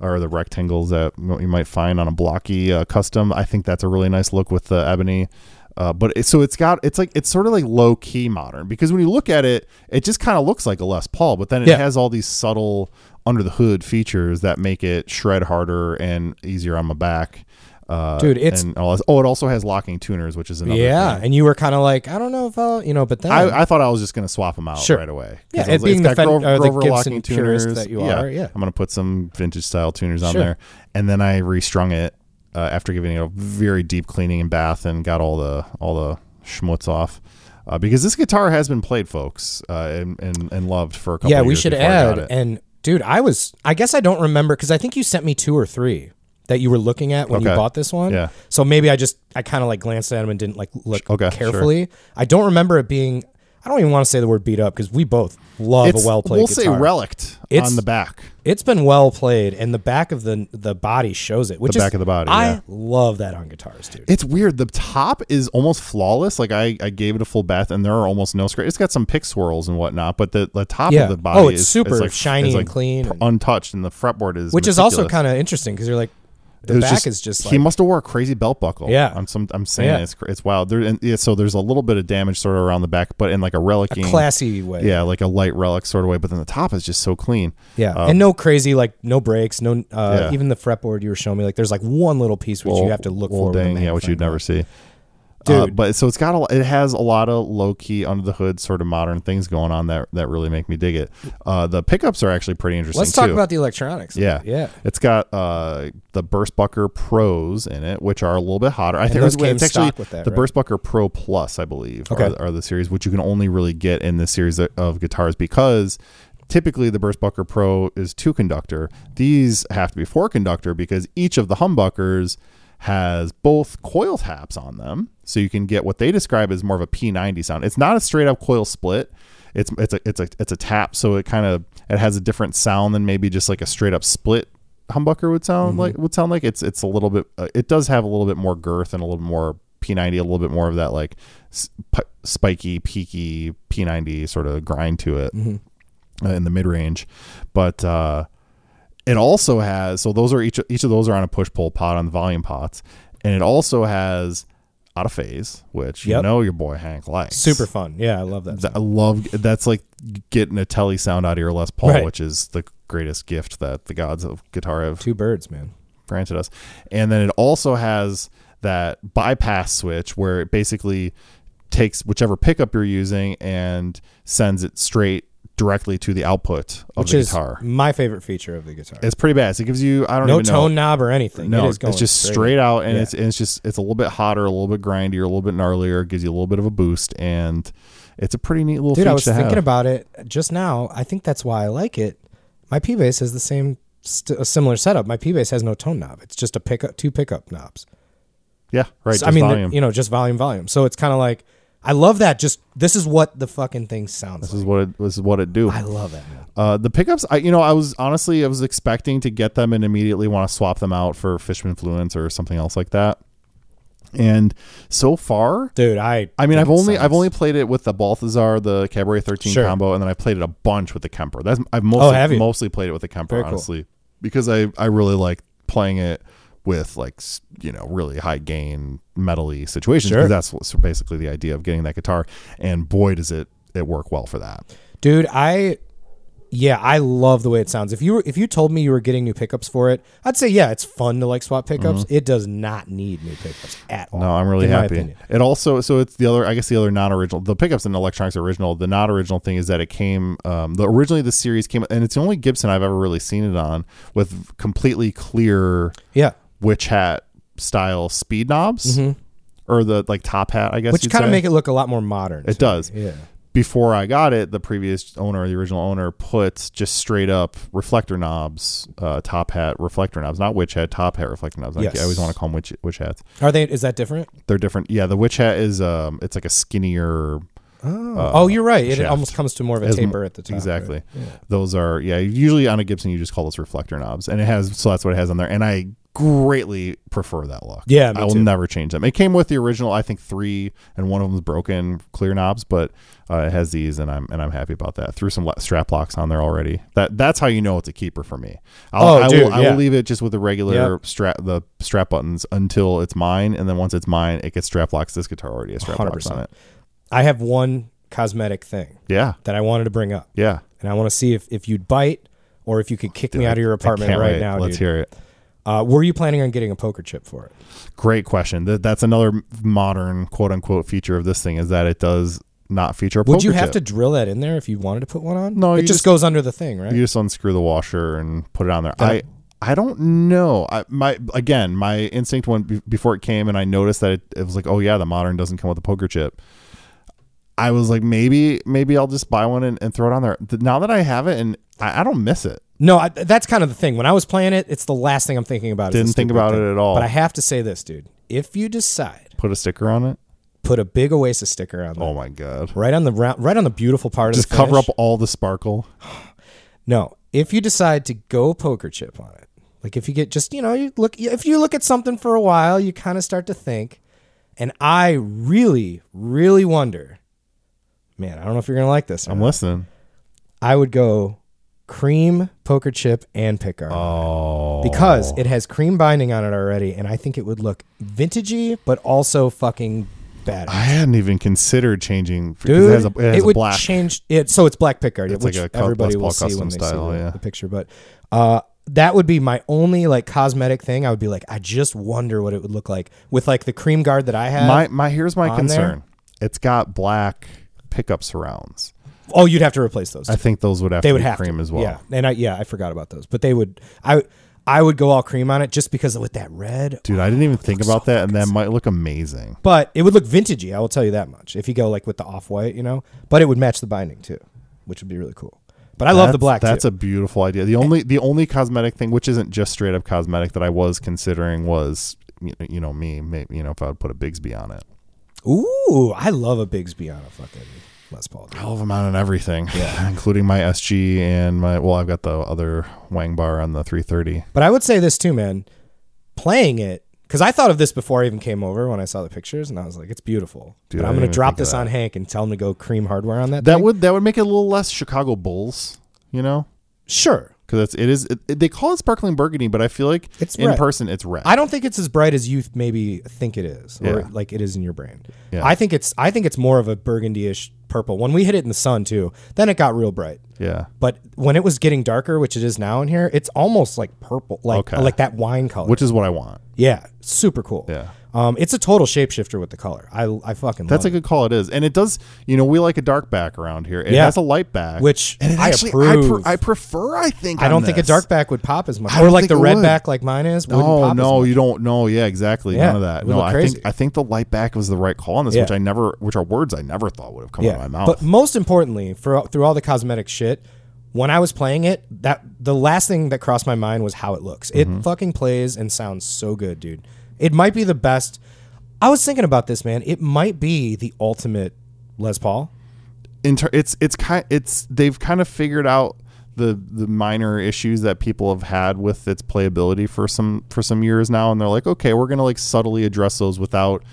Speaker 2: or the rectangles that m- you might find on a blocky uh, custom. I think that's a really nice look with the ebony. Uh, but it, so it's got it's like it's sort of like low key modern because when you look at it, it just kind of looks like a Les Paul, but then it
Speaker 1: Yeah.
Speaker 2: has all these subtle under the hood features that make it shred harder and easier on my back. Uh,
Speaker 1: Dude, it's-
Speaker 2: and all this- oh, it also has locking tuners, which is another thing.
Speaker 1: yeah. And you were kind of like, I don't know if I'll, you know, but then
Speaker 2: I, I thought I was just going to swap them out
Speaker 1: Sure.
Speaker 2: right away. 'Cause
Speaker 1: Yeah,
Speaker 2: I was
Speaker 1: it being the
Speaker 2: it's got
Speaker 1: Fen-
Speaker 2: Grover-
Speaker 1: or the
Speaker 2: Grover
Speaker 1: Gibson
Speaker 2: locking
Speaker 1: purist that you
Speaker 2: yeah,
Speaker 1: are, yeah.
Speaker 2: I'm going to put some vintage style tuners on
Speaker 1: Sure.
Speaker 2: there. And then I restrung it uh, after giving it a very deep cleaning and bath and got all the all the schmutz off. Uh, because this guitar has been played, folks, uh, and, and and loved for a couple.
Speaker 1: yeah,
Speaker 2: of
Speaker 1: we
Speaker 2: years
Speaker 1: should
Speaker 2: before I got
Speaker 1: add.
Speaker 2: it.
Speaker 1: And dude, I was I guess I don't remember because I think you sent me two or three that you were looking at when
Speaker 2: Okay.
Speaker 1: you bought this one.
Speaker 2: Yeah.
Speaker 1: So maybe I just I kind of like glanced at him and didn't like look
Speaker 2: Okay, sure.
Speaker 1: carefully. I don't remember it being. I don't even want to say the word beat up because we both love
Speaker 2: It's-
Speaker 1: a well played
Speaker 2: We'll
Speaker 1: guitar.
Speaker 2: say relict
Speaker 1: It's-
Speaker 2: on the back.
Speaker 1: it's been well played, and the back of the the body shows it. Which
Speaker 2: The
Speaker 1: is,
Speaker 2: back of the body,
Speaker 1: I
Speaker 2: yeah.
Speaker 1: love that on guitars, dude.
Speaker 2: It's weird. The top is almost flawless. Like I, I gave it a full bath, and there are almost no scratch. It's got some pick swirls and whatnot, but the, the top
Speaker 1: Yeah.
Speaker 2: of the body
Speaker 1: Oh, it's
Speaker 2: is
Speaker 1: super
Speaker 2: is like,
Speaker 1: shiny
Speaker 2: is
Speaker 1: and
Speaker 2: like
Speaker 1: clean
Speaker 2: pr-
Speaker 1: and-
Speaker 2: unclean, and the fretboard is
Speaker 1: Which is also
Speaker 2: meticulous.
Speaker 1: kind of interesting because you're like the
Speaker 2: It was
Speaker 1: back is just like
Speaker 2: he must have wore a crazy belt buckle.
Speaker 1: Yeah.
Speaker 2: I'm some I'm saying
Speaker 1: Yeah.
Speaker 2: it's cr- it's wild. There and yeah, so there's a little bit of damage sort of around the back, but in like a relicking
Speaker 1: classy way.
Speaker 2: yeah, like a light relic sort of way. But then the top is just so clean.
Speaker 1: Yeah,
Speaker 2: Um,
Speaker 1: and no crazy like no breaks, no uh,
Speaker 2: Yeah.
Speaker 1: even the fretboard you were showing me. Like there's like one little piece which
Speaker 2: Well,
Speaker 1: you have to look
Speaker 2: well,
Speaker 1: for. with a
Speaker 2: dang, yeah,
Speaker 1: magnifier.
Speaker 2: which you'd never see. Uh,
Speaker 1: Dude.
Speaker 2: but so it's got a, it has a lot of low key under the hood sort of modern things going on that that really make me dig it. Uh, the pickups are actually pretty interesting.
Speaker 1: Let's talk
Speaker 2: too.
Speaker 1: about the electronics.
Speaker 2: yeah,
Speaker 1: yeah.
Speaker 2: It's got uh, the Burstbucker Pros in it, which are a little bit hotter. I think
Speaker 1: those
Speaker 2: it was-
Speaker 1: came
Speaker 2: it's actually
Speaker 1: stock with that,
Speaker 2: the
Speaker 1: right?
Speaker 2: Burstbucker Pro Plus, I believe,
Speaker 1: Okay.
Speaker 2: are, are the series which you can only really get in this series of- of guitars because typically the Burstbucker Pro is two conductor. These have to be four conductor because each of the humbuckers has both coil taps on them, so you can get what they describe as more of a P90 sound. It's not a straight up coil split. It's it's a it's a it's a tap, so it kind of it has a different sound than maybe just like a straight up split humbucker would sound
Speaker 1: Mm-hmm.
Speaker 2: like would sound like it's it's a little bit uh, it does have a little bit more girth and a little more P90 a little bit more of that like sp- spiky peaky P90 sort of grind to it
Speaker 1: Mm-hmm.
Speaker 2: uh, in the mid range but uh it also has so those are each each of those are on a push pull pod on the volume pots and it also has out of phase which you
Speaker 1: Yep.
Speaker 2: know your boy Hank likes
Speaker 1: Super fun. Yeah, I love that.
Speaker 2: Th- I love that's like getting a telly sound out of your Les Paul,
Speaker 1: Right.
Speaker 2: which is the greatest gift that the gods of guitar have
Speaker 1: Two birds, man.
Speaker 2: granted us. And then it also has that bypass switch where it basically takes whichever pickup you're using and sends it straight directly to the output of
Speaker 1: Which
Speaker 2: the
Speaker 1: is
Speaker 2: guitar.
Speaker 1: my favorite feature of the guitar.
Speaker 2: It's pretty bad. It gives you I don't
Speaker 1: no
Speaker 2: even
Speaker 1: tone
Speaker 2: know.
Speaker 1: knob or anything.
Speaker 2: No,
Speaker 1: it is going
Speaker 2: it's just straight, out, and
Speaker 1: Yeah.
Speaker 2: it's and it's just it's a little bit hotter, a little bit grindier, a little bit gnarlier. It Gives you a little bit of a boost, and it's a pretty neat little
Speaker 1: Dude,
Speaker 2: feature
Speaker 1: I was
Speaker 2: to
Speaker 1: thinking
Speaker 2: have.
Speaker 1: about it just now. I think that's why I like it. My P bass has the same st- a similar setup. My P bass has no tone knob. It's just a pickup, two pickup knobs.
Speaker 2: yeah, right.
Speaker 1: So,
Speaker 2: just
Speaker 1: I mean,
Speaker 2: volume.
Speaker 1: they're- you know, just volume, volume. So it's kind of like I love that. Just this is what the fucking thing sounds.
Speaker 2: this
Speaker 1: like.
Speaker 2: is what it this is what it do.
Speaker 1: I love that. Man.
Speaker 2: Uh, the pickups, I you know, I was honestly I was expecting to get them and immediately want to swap them out for Fishman Fluence or something else like that. And so far,
Speaker 1: dude. I
Speaker 2: I mean,
Speaker 1: think
Speaker 2: I've
Speaker 1: it
Speaker 2: only I've
Speaker 1: sounds-
Speaker 2: only played it with the Balthazar, the Cabaret Thirteen
Speaker 1: Sure. Oh,
Speaker 2: combo, and then I played it a bunch with the Kemper. That's I've mostly
Speaker 1: have you?
Speaker 2: mostly played it with the Kemper,
Speaker 1: Very cool.
Speaker 2: honestly, because I I really like playing it with like s- you know really high gain metally situations
Speaker 1: Sure.
Speaker 2: because that's what's basically the idea of getting that guitar. And boy, does it it work well for that.
Speaker 1: dude. I yeah, I love the way it sounds. If you were, if you told me you were getting new pickups for it, I'd say yeah, it's fun to like swap pickups. It does not need new pickups at all.
Speaker 2: Mm-hmm. No, I'm really
Speaker 1: in my
Speaker 2: happy.
Speaker 1: opinion.
Speaker 2: It also so it's the other I guess the other non original the pickups and electronics are original. The not original thing is that it came um the originally the series came and it's the only Gibson I've ever really seen it on with completely clear
Speaker 1: Yeah,
Speaker 2: witch hat style speed knobs or the like top hat I guess
Speaker 1: Mm-hmm. which
Speaker 2: you'd
Speaker 1: kind of
Speaker 2: say.
Speaker 1: make it look a lot more modern.
Speaker 2: it
Speaker 1: to me.
Speaker 2: does
Speaker 1: Yeah.
Speaker 2: before I got it, the previous owner, the original owner, put just straight up reflector knobs, uh, top hat reflector knobs, not witch hat, top hat reflector knobs. I- I always
Speaker 1: Yes.
Speaker 2: want to call them witch, witch hats.
Speaker 1: Are they? Is that different?
Speaker 2: They're different. Yeah, the witch hat is um, it's like a skinnier
Speaker 1: Oh, oh you're right. It
Speaker 2: shaft.
Speaker 1: almost comes to more of a
Speaker 2: As Uh, m-
Speaker 1: taper at the top. right?
Speaker 2: Exactly. Those are yeah. Usually on a Gibson, you just call those reflector knobs, and it has so that's what it has on there. And I greatly prefer that look.
Speaker 1: Yeah, me
Speaker 2: I will
Speaker 1: too.
Speaker 2: never change them. It came with the original, I think three, and one of them's broken clear knobs, but uh, it has these, and I'm and I'm happy about that. Threw some la- strap locks on there already. That that's how you know it's a keeper for me. I'll,
Speaker 1: Oh,
Speaker 2: I
Speaker 1: dude,
Speaker 2: will, I
Speaker 1: yeah.
Speaker 2: will leave it just with the regular
Speaker 1: Yep.
Speaker 2: strap the strap buttons until it's mine, and then once it's mine, it gets strap locks. This guitar already has strap locks on
Speaker 1: 100%.
Speaker 2: it.
Speaker 1: I have one cosmetic thing
Speaker 2: Yeah,
Speaker 1: that I wanted to bring up,
Speaker 2: yeah.
Speaker 1: and I want to see if, if you'd bite or if you could kick me out of your apartment
Speaker 2: Can't
Speaker 1: right
Speaker 2: wait.
Speaker 1: now.
Speaker 2: Let's
Speaker 1: dude.
Speaker 2: hear it.
Speaker 1: Uh, were you planning on getting a poker chip for it?
Speaker 2: Great question. That, that's another modern quote unquote feature of this thing is that it does not feature a
Speaker 1: Would
Speaker 2: poker
Speaker 1: you have
Speaker 2: chip.
Speaker 1: to drill that in there if you wanted to put one on?
Speaker 2: No,
Speaker 1: it
Speaker 2: you
Speaker 1: just,
Speaker 2: just-
Speaker 1: goes under the thing, right?
Speaker 2: You just unscrew the washer and put it on there.
Speaker 1: Yeah.
Speaker 2: I I don't know. I my again my instinct when be- before it came and I noticed that it, it was like oh yeah the modern doesn't come with a poker chip. I was like maybe maybe I'll just buy one and, and throw it on there. Th- Now that I have it and I, I don't miss it.
Speaker 1: No, I, that's kind of the thing. When I was playing it, it's the last thing I'm thinking about. is the
Speaker 2: Didn't think
Speaker 1: stupid
Speaker 2: about
Speaker 1: thing.
Speaker 2: it at all.
Speaker 1: But I have to say this, dude. If you decide,
Speaker 2: Put a sticker on it.
Speaker 1: put a big Oasis sticker on there,
Speaker 2: Oh my god.
Speaker 1: right on the round, right on the beautiful part
Speaker 2: Just
Speaker 1: of the finish.
Speaker 2: cover up all the sparkle.
Speaker 1: No, if you decide to go poker chip on it, like if you get just you know you look if you look at something for a while, you kind of start to think, and I really, really wonder, man, I don't know if you're gonna like this. or
Speaker 2: I'm
Speaker 1: not.
Speaker 2: listening.
Speaker 1: I would go cream poker chip and pickguard
Speaker 2: Oh.
Speaker 1: because it has cream binding on it already, and I think it would look vintagey, but also fucking bad.
Speaker 2: I hadn't even considered changing because
Speaker 1: Dude,
Speaker 2: it has a, it has a
Speaker 1: would
Speaker 2: black.
Speaker 1: change it. So it's black pickguard,
Speaker 2: It's
Speaker 1: which
Speaker 2: like a cu-
Speaker 1: everybody
Speaker 2: Les
Speaker 1: will
Speaker 2: Paul
Speaker 1: see when
Speaker 2: custom
Speaker 1: they
Speaker 2: style,
Speaker 1: see the,
Speaker 2: yeah.
Speaker 1: the picture. But uh, that would be my only like cosmetic thing. I would be like, I just wonder what it would look like with like the cream guard that I have.
Speaker 2: my my here's my
Speaker 1: on there?
Speaker 2: concern. It's got black pickup surrounds.
Speaker 1: oh, you'd have to replace those.
Speaker 2: I think those would have
Speaker 1: they
Speaker 2: to
Speaker 1: would
Speaker 2: be
Speaker 1: have
Speaker 2: cream
Speaker 1: to.
Speaker 2: as well.
Speaker 1: Yeah, and I yeah I forgot about those, but they would. I I would go all cream on it just because with that red.
Speaker 2: Dude, I didn't even think about that, and that might look amazing.
Speaker 1: But it would look vintagey. I will tell you that much. If you go like with the off white, you know, but it would match the binding too, which would be really cool. But I love the
Speaker 2: That's-
Speaker 1: black.
Speaker 2: That's
Speaker 1: too.
Speaker 2: a beautiful idea. The only the only cosmetic thing, which isn't just straight up cosmetic, that I was considering was you know, you know me, maybe you know if I would put a Bigsby on it.
Speaker 1: Ooh, I love a Bigsby on a fucking Les Paul. dude.
Speaker 2: I love them out on everything, including my SG and my. Well, I've got the other Wang bar on the 330.
Speaker 1: But I would say this too, man. Playing it, because I thought of this before I even came over when I saw the pictures, and I was like, it's beautiful.
Speaker 2: Dude,
Speaker 1: but
Speaker 2: I
Speaker 1: I'm
Speaker 2: didn't
Speaker 1: going to
Speaker 2: even
Speaker 1: drop
Speaker 2: think of
Speaker 1: this
Speaker 2: that.
Speaker 1: on Hank and tell him to go cream hardware on that.
Speaker 2: That
Speaker 1: thing.
Speaker 2: would that would make it a little less Chicago Bulls, you know,
Speaker 1: sure.
Speaker 2: because it's it is it, they call it sparkling burgundy, but I feel like
Speaker 1: It's
Speaker 2: in
Speaker 1: red.
Speaker 2: person it's red.
Speaker 1: I don't think it's as bright as you maybe think it is, or
Speaker 2: Yeah.
Speaker 1: like it is in your brain.
Speaker 2: Yeah.
Speaker 1: I think it's I think it's more of a burgundy-ish purple. When we hit it in the sun too, then it got real bright.
Speaker 2: yeah,
Speaker 1: But when it was getting darker, which it is now in here, it's almost like purple, like
Speaker 2: Okay.
Speaker 1: like that wine color.
Speaker 2: which is what I want.
Speaker 1: Yeah, super cool.
Speaker 2: Yeah.
Speaker 1: Um, it's a total shapeshifter with the color. I I fucking
Speaker 2: That's a
Speaker 1: love
Speaker 2: good call. It is, and it does. You know, we like a dark back around here. It
Speaker 1: Yeah.
Speaker 2: has a light back,
Speaker 1: Which
Speaker 2: and it
Speaker 1: I
Speaker 2: actually I,
Speaker 1: approve.
Speaker 2: pr- I prefer. I think
Speaker 1: it. I
Speaker 2: on
Speaker 1: don't think a
Speaker 2: this.
Speaker 1: dark back would pop as much,
Speaker 2: I
Speaker 1: or
Speaker 2: don't
Speaker 1: like
Speaker 2: think
Speaker 1: the
Speaker 2: it
Speaker 1: red
Speaker 2: would.
Speaker 1: back like mine is. Wouldn't
Speaker 2: No,
Speaker 1: pop
Speaker 2: no,
Speaker 1: as much.
Speaker 2: you don't. No, yeah, exactly.
Speaker 1: Yeah,
Speaker 2: None of that.
Speaker 1: it would
Speaker 2: No,
Speaker 1: look
Speaker 2: I
Speaker 1: crazy.
Speaker 2: think I think the light back was the right call on this,
Speaker 1: Yeah.
Speaker 2: which I never, which are words I never thought would have come out of my mouth.
Speaker 1: But most importantly, for through all the cosmetic shit, when I was playing it, that the last thing that crossed my mind was how it looks.
Speaker 2: Mm-hmm.
Speaker 1: It fucking plays and sounds so good, dude. It might be the best. I was thinking about this, man. It might be the ultimate Les Paul.
Speaker 2: in ter- it's it's kind it's they've kind of figured out the the minor issues that people have had with its playability for some for some years now and they're like okay we're going to like subtly address those without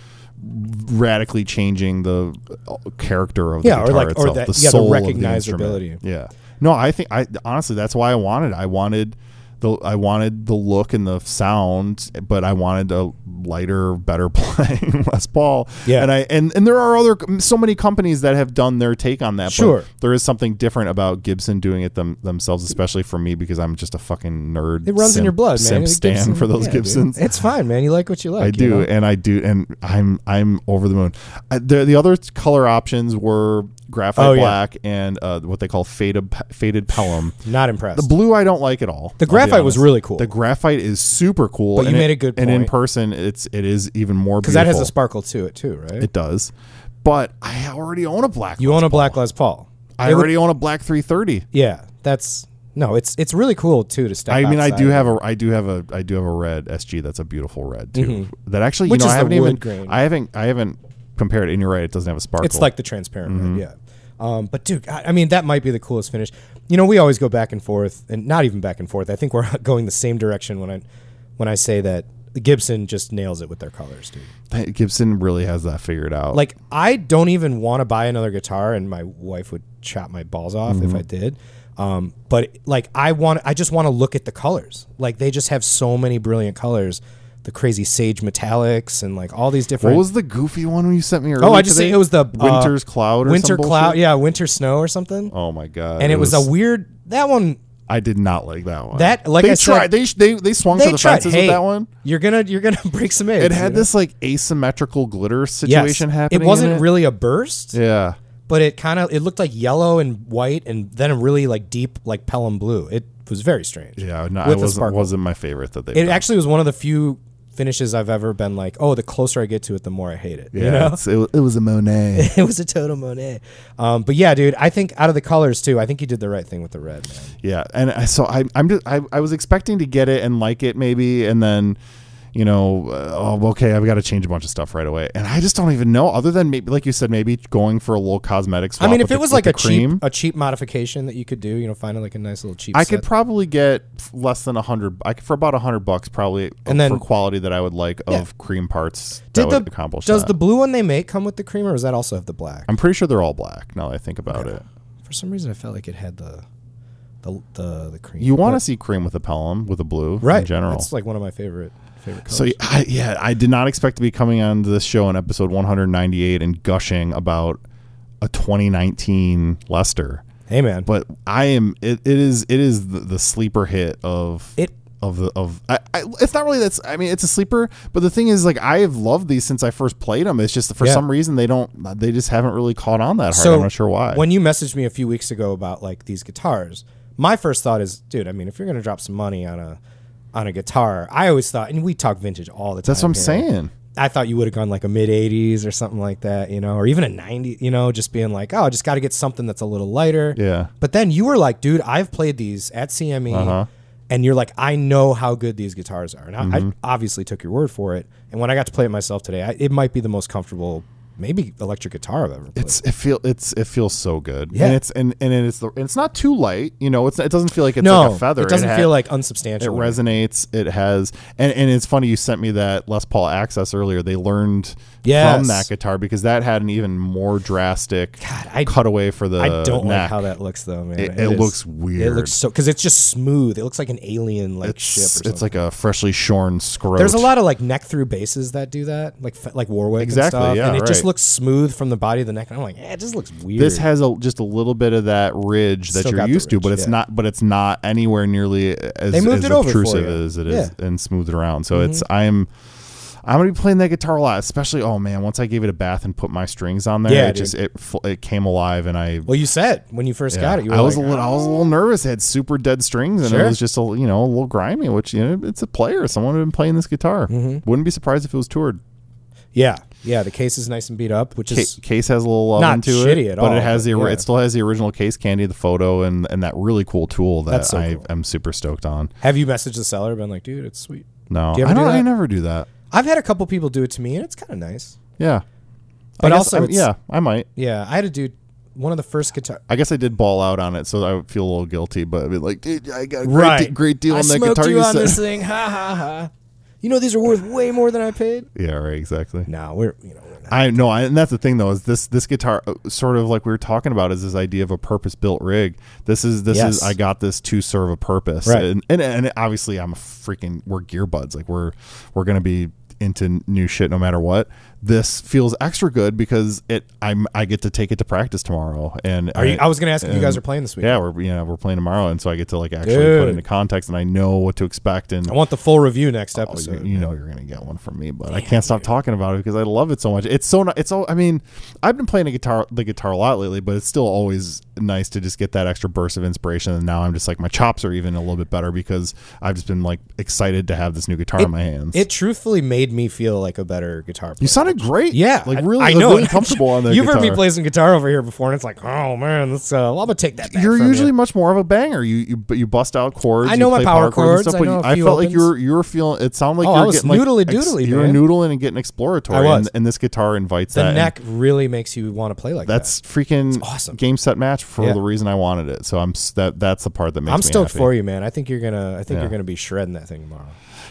Speaker 2: radically changing the uh, character of the
Speaker 1: Yeah, or
Speaker 2: guitar
Speaker 1: like- or
Speaker 2: itself
Speaker 1: that-
Speaker 2: the
Speaker 1: yeah, the
Speaker 2: soul of the instrument.
Speaker 1: recognizability.
Speaker 2: yeah no i think i honestly that's why i wanted i wanted the i wanted the look and the sound but i wanted a lighter better playing les paul
Speaker 1: Yeah.
Speaker 2: and i and and there are other so many companies that have done their take on that but
Speaker 1: Sure.
Speaker 2: there is something different about Gibson doing it them, themselves, especially for me because I'm just a fucking nerd.
Speaker 1: It runs in
Speaker 2: simp-
Speaker 1: your blood, man.
Speaker 2: Simp
Speaker 1: It gives
Speaker 2: stand
Speaker 1: them-
Speaker 2: for those
Speaker 1: yeah, dude.
Speaker 2: Gibsons.
Speaker 1: It's fine, man. You like what you like.
Speaker 2: I
Speaker 1: you
Speaker 2: do,
Speaker 1: know?
Speaker 2: and I do, and I'm I'm over the moon. I, the, the other color options were graphite
Speaker 1: Oh, yeah.
Speaker 2: black and uh, what they call faded faded pelham.
Speaker 1: Not impressed.
Speaker 2: The blue I don't like at all.
Speaker 1: The
Speaker 2: I'll be
Speaker 1: graphite was
Speaker 2: honest.
Speaker 1: really cool.
Speaker 2: The graphite is super cool.
Speaker 1: But you
Speaker 2: and
Speaker 1: made
Speaker 2: it-
Speaker 1: a good
Speaker 2: And in
Speaker 1: point.
Speaker 2: person, it's it is even more
Speaker 1: Because
Speaker 2: because
Speaker 1: that has a sparkle to it too, right?
Speaker 2: It does, but I already own a black.
Speaker 1: you
Speaker 2: Les
Speaker 1: own a
Speaker 2: Paul.
Speaker 1: black Les Paul.
Speaker 2: I
Speaker 1: They would-
Speaker 2: already own a black 330.
Speaker 1: yeah, that's no. It's it's really cool too to step.
Speaker 2: I mean, I do
Speaker 1: outside.
Speaker 2: have a, I do have a, I do have a red SG. That's a beautiful red too. That actually,
Speaker 1: Mm-hmm.
Speaker 2: you
Speaker 1: Which
Speaker 2: know,
Speaker 1: is
Speaker 2: I
Speaker 1: the
Speaker 2: haven't
Speaker 1: wood
Speaker 2: even,
Speaker 1: grain.
Speaker 2: I haven't, I haven't compared. it, And you're right, it doesn't have a sparkle. Mm-hmm.
Speaker 1: It's like the transparent red, yeah. Um, but dude, I, I mean, that might be the coolest finish. You know, we always go back and forth, and not even back and forth. I think we're going the same direction when I when I say that Gibson just nails it with their colors, dude.
Speaker 2: That- Gibson really has that figured out.
Speaker 1: Like I don't even want to buy another guitar, and my wife would chop my balls off if
Speaker 2: Mm-hmm.
Speaker 1: I did. Um, but like I want, I just want to look at the colors. Like they just have so many brilliant colors, the crazy sage metallics, and like all these different.
Speaker 2: what was the goofy one you sent me? Earlier
Speaker 1: oh, I just
Speaker 2: today?
Speaker 1: say it was the uh,
Speaker 2: Winter's Cloud. Or
Speaker 1: winter
Speaker 2: some bullshit?
Speaker 1: cloud, yeah, winter snow or something.
Speaker 2: Oh my god!
Speaker 1: and it was, a weird that one.
Speaker 2: I did not like that one.
Speaker 1: That- like
Speaker 2: they
Speaker 1: I said-
Speaker 2: tried. they sh- they they swung
Speaker 1: They
Speaker 2: for the
Speaker 1: tried.
Speaker 2: fences
Speaker 1: Hey,
Speaker 2: with that one.
Speaker 1: You're gonna you're gonna break some eggs.
Speaker 2: It had
Speaker 1: you know?
Speaker 2: this like asymmetrical glitter
Speaker 1: Yes.
Speaker 2: situation happening.
Speaker 1: It wasn't
Speaker 2: in
Speaker 1: really a burst,
Speaker 2: Yeah.
Speaker 1: but it kind of it looked like yellow and white, and then a really like deep like Pelham blue. It was very strange.
Speaker 2: Yeah, no,
Speaker 1: With
Speaker 2: it
Speaker 1: the
Speaker 2: wasn't,
Speaker 1: sparkle.
Speaker 2: wasn't my favorite that they.
Speaker 1: It actually was one of the few finishes I've ever been like, oh, the closer I get to it, the more I hate it.
Speaker 2: Yeah,
Speaker 1: You know?
Speaker 2: it's- it, wa- it was a Monet.
Speaker 1: it was a total Monet. Um, but yeah, dude, I think out of the colors too, I think you did the right thing with the red, man.
Speaker 2: Yeah, and I, so I, I'm just I, I was expecting to get it and like it maybe, and then you know, uh, oh okay, I've got to change a bunch of stuff right away, and I just don't even know. Other than maybe, like you said, maybe going for a little cosmetic
Speaker 1: I
Speaker 2: swap.
Speaker 1: mean, if
Speaker 2: with
Speaker 1: it
Speaker 2: the-
Speaker 1: was
Speaker 2: with
Speaker 1: like
Speaker 2: the
Speaker 1: a
Speaker 2: cream,
Speaker 1: cheap a cheap modification that you could do, you know, finding like a nice little cheap.
Speaker 2: I
Speaker 1: set.
Speaker 2: could probably get f- less than a hundred. I could, for about a hundred bucks, probably,
Speaker 1: And
Speaker 2: and
Speaker 1: then-
Speaker 2: for quality that I would like
Speaker 1: Yeah.
Speaker 2: of cream parts. that
Speaker 1: Did
Speaker 2: would
Speaker 1: the
Speaker 2: accomplish
Speaker 1: does
Speaker 2: that.
Speaker 1: the blue one they make come with the cream, or does that also have the black?
Speaker 2: I'm pretty sure they're all black. Now that I think about it,
Speaker 1: For some reason, I felt like it had the the the, the cream.
Speaker 2: you want to
Speaker 1: But-
Speaker 2: see cream with a Pelham with a blue
Speaker 1: right?
Speaker 2: in general.
Speaker 1: It's like one of my favorite favorite colors.
Speaker 2: So yeah, I, yeah, I did not expect to be coming on to this show in episode 198 and gushing about a 2019 Lester,
Speaker 1: hey, man,
Speaker 2: but I am. It, it is it is the, the sleeper hit of
Speaker 1: It-
Speaker 2: of the of. I, I, it's not really that's. I mean, it's a sleeper, but the thing is, like, I have loved these since I first played them. It's just for
Speaker 1: Yeah.
Speaker 2: some reason they don't. They just haven't really caught on that hard. I'm not sure why.
Speaker 1: When you messaged me a few weeks ago about like these guitars, my first thought is, dude, I mean, if you're gonna drop some money on a on a guitar, I always thought, and we talk vintage all the time.
Speaker 2: that's what I'm
Speaker 1: here.
Speaker 2: saying.
Speaker 1: I thought you would have gone like a mid '80s or something like that, you know, or even a '90, you know, just being like, oh, I just got to get something that's a little lighter.
Speaker 2: Yeah. Uh-huh.
Speaker 1: But then you were like, dude, I've played these at CME, and you're like, I know how good these guitars are, and I,
Speaker 2: Mm-hmm.
Speaker 1: I obviously took your word for it. And when I got to play it myself today, I, it might be the most comfortable, maybe electric guitar I've ever played.
Speaker 2: It's it feel it's it feels so good.
Speaker 1: Yeah.
Speaker 2: And it's and, and it's the, and it's not too light. You know, it's it doesn't feel like it's
Speaker 1: no,
Speaker 2: like a feather.
Speaker 1: It doesn't
Speaker 2: ha-
Speaker 1: feel like
Speaker 2: it
Speaker 1: unsubstantial.
Speaker 2: resonates. It has and, and it's funny you sent me that Les Paul access earlier. They learned
Speaker 1: Yes.
Speaker 2: from that guitar because that had an even more drastic
Speaker 1: God, I-
Speaker 2: cutaway for the
Speaker 1: I don't like
Speaker 2: neck.
Speaker 1: how that looks though, man.
Speaker 2: It- it
Speaker 1: is-
Speaker 2: looks
Speaker 1: It
Speaker 2: weird.
Speaker 1: looks so because it's just smooth. It looks like an alien like ship. Or
Speaker 2: it's,
Speaker 1: something.
Speaker 2: it's like a freshly shorn scrote.
Speaker 1: There's a lot of like neck through basses that do that, like fe- like Warwick
Speaker 2: Exactly,
Speaker 1: and stuff,
Speaker 2: yeah,
Speaker 1: and it just
Speaker 2: right.
Speaker 1: looks smooth from the body of the neck. And I'm like, eh, it just looks weird.
Speaker 2: This has a just a little bit of that ridge that
Speaker 1: Still got
Speaker 2: you're
Speaker 1: the
Speaker 2: used
Speaker 1: ridge,
Speaker 2: to, but it's
Speaker 1: yeah.
Speaker 2: not. But it's not anywhere nearly as,
Speaker 1: They moved
Speaker 2: as
Speaker 1: it over for
Speaker 2: obtrusive
Speaker 1: you.
Speaker 2: as it is
Speaker 1: Yeah. Mm-hmm.
Speaker 2: and smoothed around. So it's I'm. I'm gonna be playing that guitar a lot, especially. Oh man, once I gave it a bath and put my strings on there,
Speaker 1: Yeah,
Speaker 2: it
Speaker 1: dude.
Speaker 2: just it fl- it came alive, and I
Speaker 1: well, you said when you first got it, you were
Speaker 2: I was
Speaker 1: like,
Speaker 2: a little, I was a little nervous. It had super dead strings, and
Speaker 1: Sure.
Speaker 2: it was just a you know a little grimy. Which you know, it's a player. Someone had been playing this guitar.
Speaker 1: Mm-hmm.
Speaker 2: Wouldn't be surprised if it was toured.
Speaker 1: yeah, yeah. The case is nice and beat up, which
Speaker 2: Ca-
Speaker 1: is
Speaker 2: case has a little love
Speaker 1: Not
Speaker 2: into
Speaker 1: shitty
Speaker 2: it,
Speaker 1: at
Speaker 2: but
Speaker 1: all,
Speaker 2: it has the
Speaker 1: but
Speaker 2: ori-
Speaker 1: yeah.
Speaker 2: it still has the original case candy, the photo, and and that really cool tool that
Speaker 1: That's so
Speaker 2: I
Speaker 1: cool.
Speaker 2: am super stoked on.
Speaker 1: have you messaged the seller? Been like, dude, it's sweet.
Speaker 2: No,
Speaker 1: Do you ever
Speaker 2: I don't.
Speaker 1: do that?
Speaker 2: I never do that.
Speaker 1: I've had a couple people do it to me, and it's kind of nice.
Speaker 2: Yeah, I
Speaker 1: But
Speaker 2: guess
Speaker 1: also,
Speaker 2: I'm-
Speaker 1: it's-
Speaker 2: yeah, I might.
Speaker 1: yeah, I had a dude. One of the first guitar.
Speaker 2: I guess I did ball out on it, so I would feel a little guilty. But I'd be like, dude, I got a great,
Speaker 1: Right.
Speaker 2: de- great deal
Speaker 1: I
Speaker 2: on that
Speaker 1: smoked
Speaker 2: guitar.
Speaker 1: you on
Speaker 2: said-
Speaker 1: this thing. Ha ha ha. You know these are worth way more than I paid.
Speaker 2: Yeah, right. Exactly.
Speaker 1: No, we're you know we're not.
Speaker 2: I know, I- and that's the thing though is this this guitar uh, sort of like we were talking about is this idea of a purpose built rig. This is this
Speaker 1: Yes.
Speaker 2: is I got this to serve a purpose,
Speaker 1: Right.
Speaker 2: and, and and obviously I'm a freaking we're gear buds like we're we're gonna be into new shit no matter what. This feels extra good because it I'm I get to take it to practice tomorrow. And
Speaker 1: Are you, I was gonna ask if you guys
Speaker 2: and-
Speaker 1: are playing this week.
Speaker 2: Um, yeah we're yeah we're playing tomorrow, and so I get to like actually
Speaker 1: Dude.
Speaker 2: put it into context, and I know what to expect and
Speaker 1: I want the full review next
Speaker 2: Oh, you-
Speaker 1: episode.
Speaker 2: you know you're gonna get one from me, but I can't stop talking about it because I love it so much. It's so ni- it's so. I mean, I've been playing the guitar the guitar a lot lately, but it's still always nice to just get that extra burst of inspiration. And now I'm just like my chops are even a little bit better because I've just been like excited to have this new guitar in my hands.
Speaker 1: It truthfully made me feel like a better guitar player.
Speaker 2: you sounded great,
Speaker 1: yeah,
Speaker 2: like
Speaker 1: I-
Speaker 2: really,
Speaker 1: I
Speaker 2: like,
Speaker 1: know.
Speaker 2: really comfortable on the.
Speaker 1: You've heard me
Speaker 2: guitar.
Speaker 1: play some guitar over here before, and it's like, oh man, that's uh, well, I'm gonna take that. Back
Speaker 2: You're
Speaker 1: from you.
Speaker 2: usually much more of a banger. You you but you bust out chords.
Speaker 1: I
Speaker 2: you
Speaker 1: know my
Speaker 2: play
Speaker 1: power chords, I
Speaker 2: but
Speaker 1: know
Speaker 2: you-
Speaker 1: a
Speaker 2: I
Speaker 1: few
Speaker 2: felt like
Speaker 1: opens.
Speaker 2: you were you were feeling. It sounded like
Speaker 1: Oh,
Speaker 2: you
Speaker 1: I
Speaker 2: were
Speaker 1: was
Speaker 2: getting like
Speaker 1: noodly-doodly,
Speaker 2: You were
Speaker 1: man.
Speaker 2: noodling and getting exploratory.
Speaker 1: I was.
Speaker 2: and, and this guitar invites
Speaker 1: the
Speaker 2: that. and
Speaker 1: neck really makes you want to play like
Speaker 2: that's freaking
Speaker 1: awesome.
Speaker 2: game set match for
Speaker 1: Yeah.
Speaker 2: the reason I wanted it. So I'm s- that that's the part that
Speaker 1: that.
Speaker 2: makes
Speaker 1: I'm
Speaker 2: me
Speaker 1: stoked
Speaker 2: happy.
Speaker 1: for you, man. I think you're gonna. I think
Speaker 2: Yeah.
Speaker 1: you're gonna be shredding that thing tomorrow.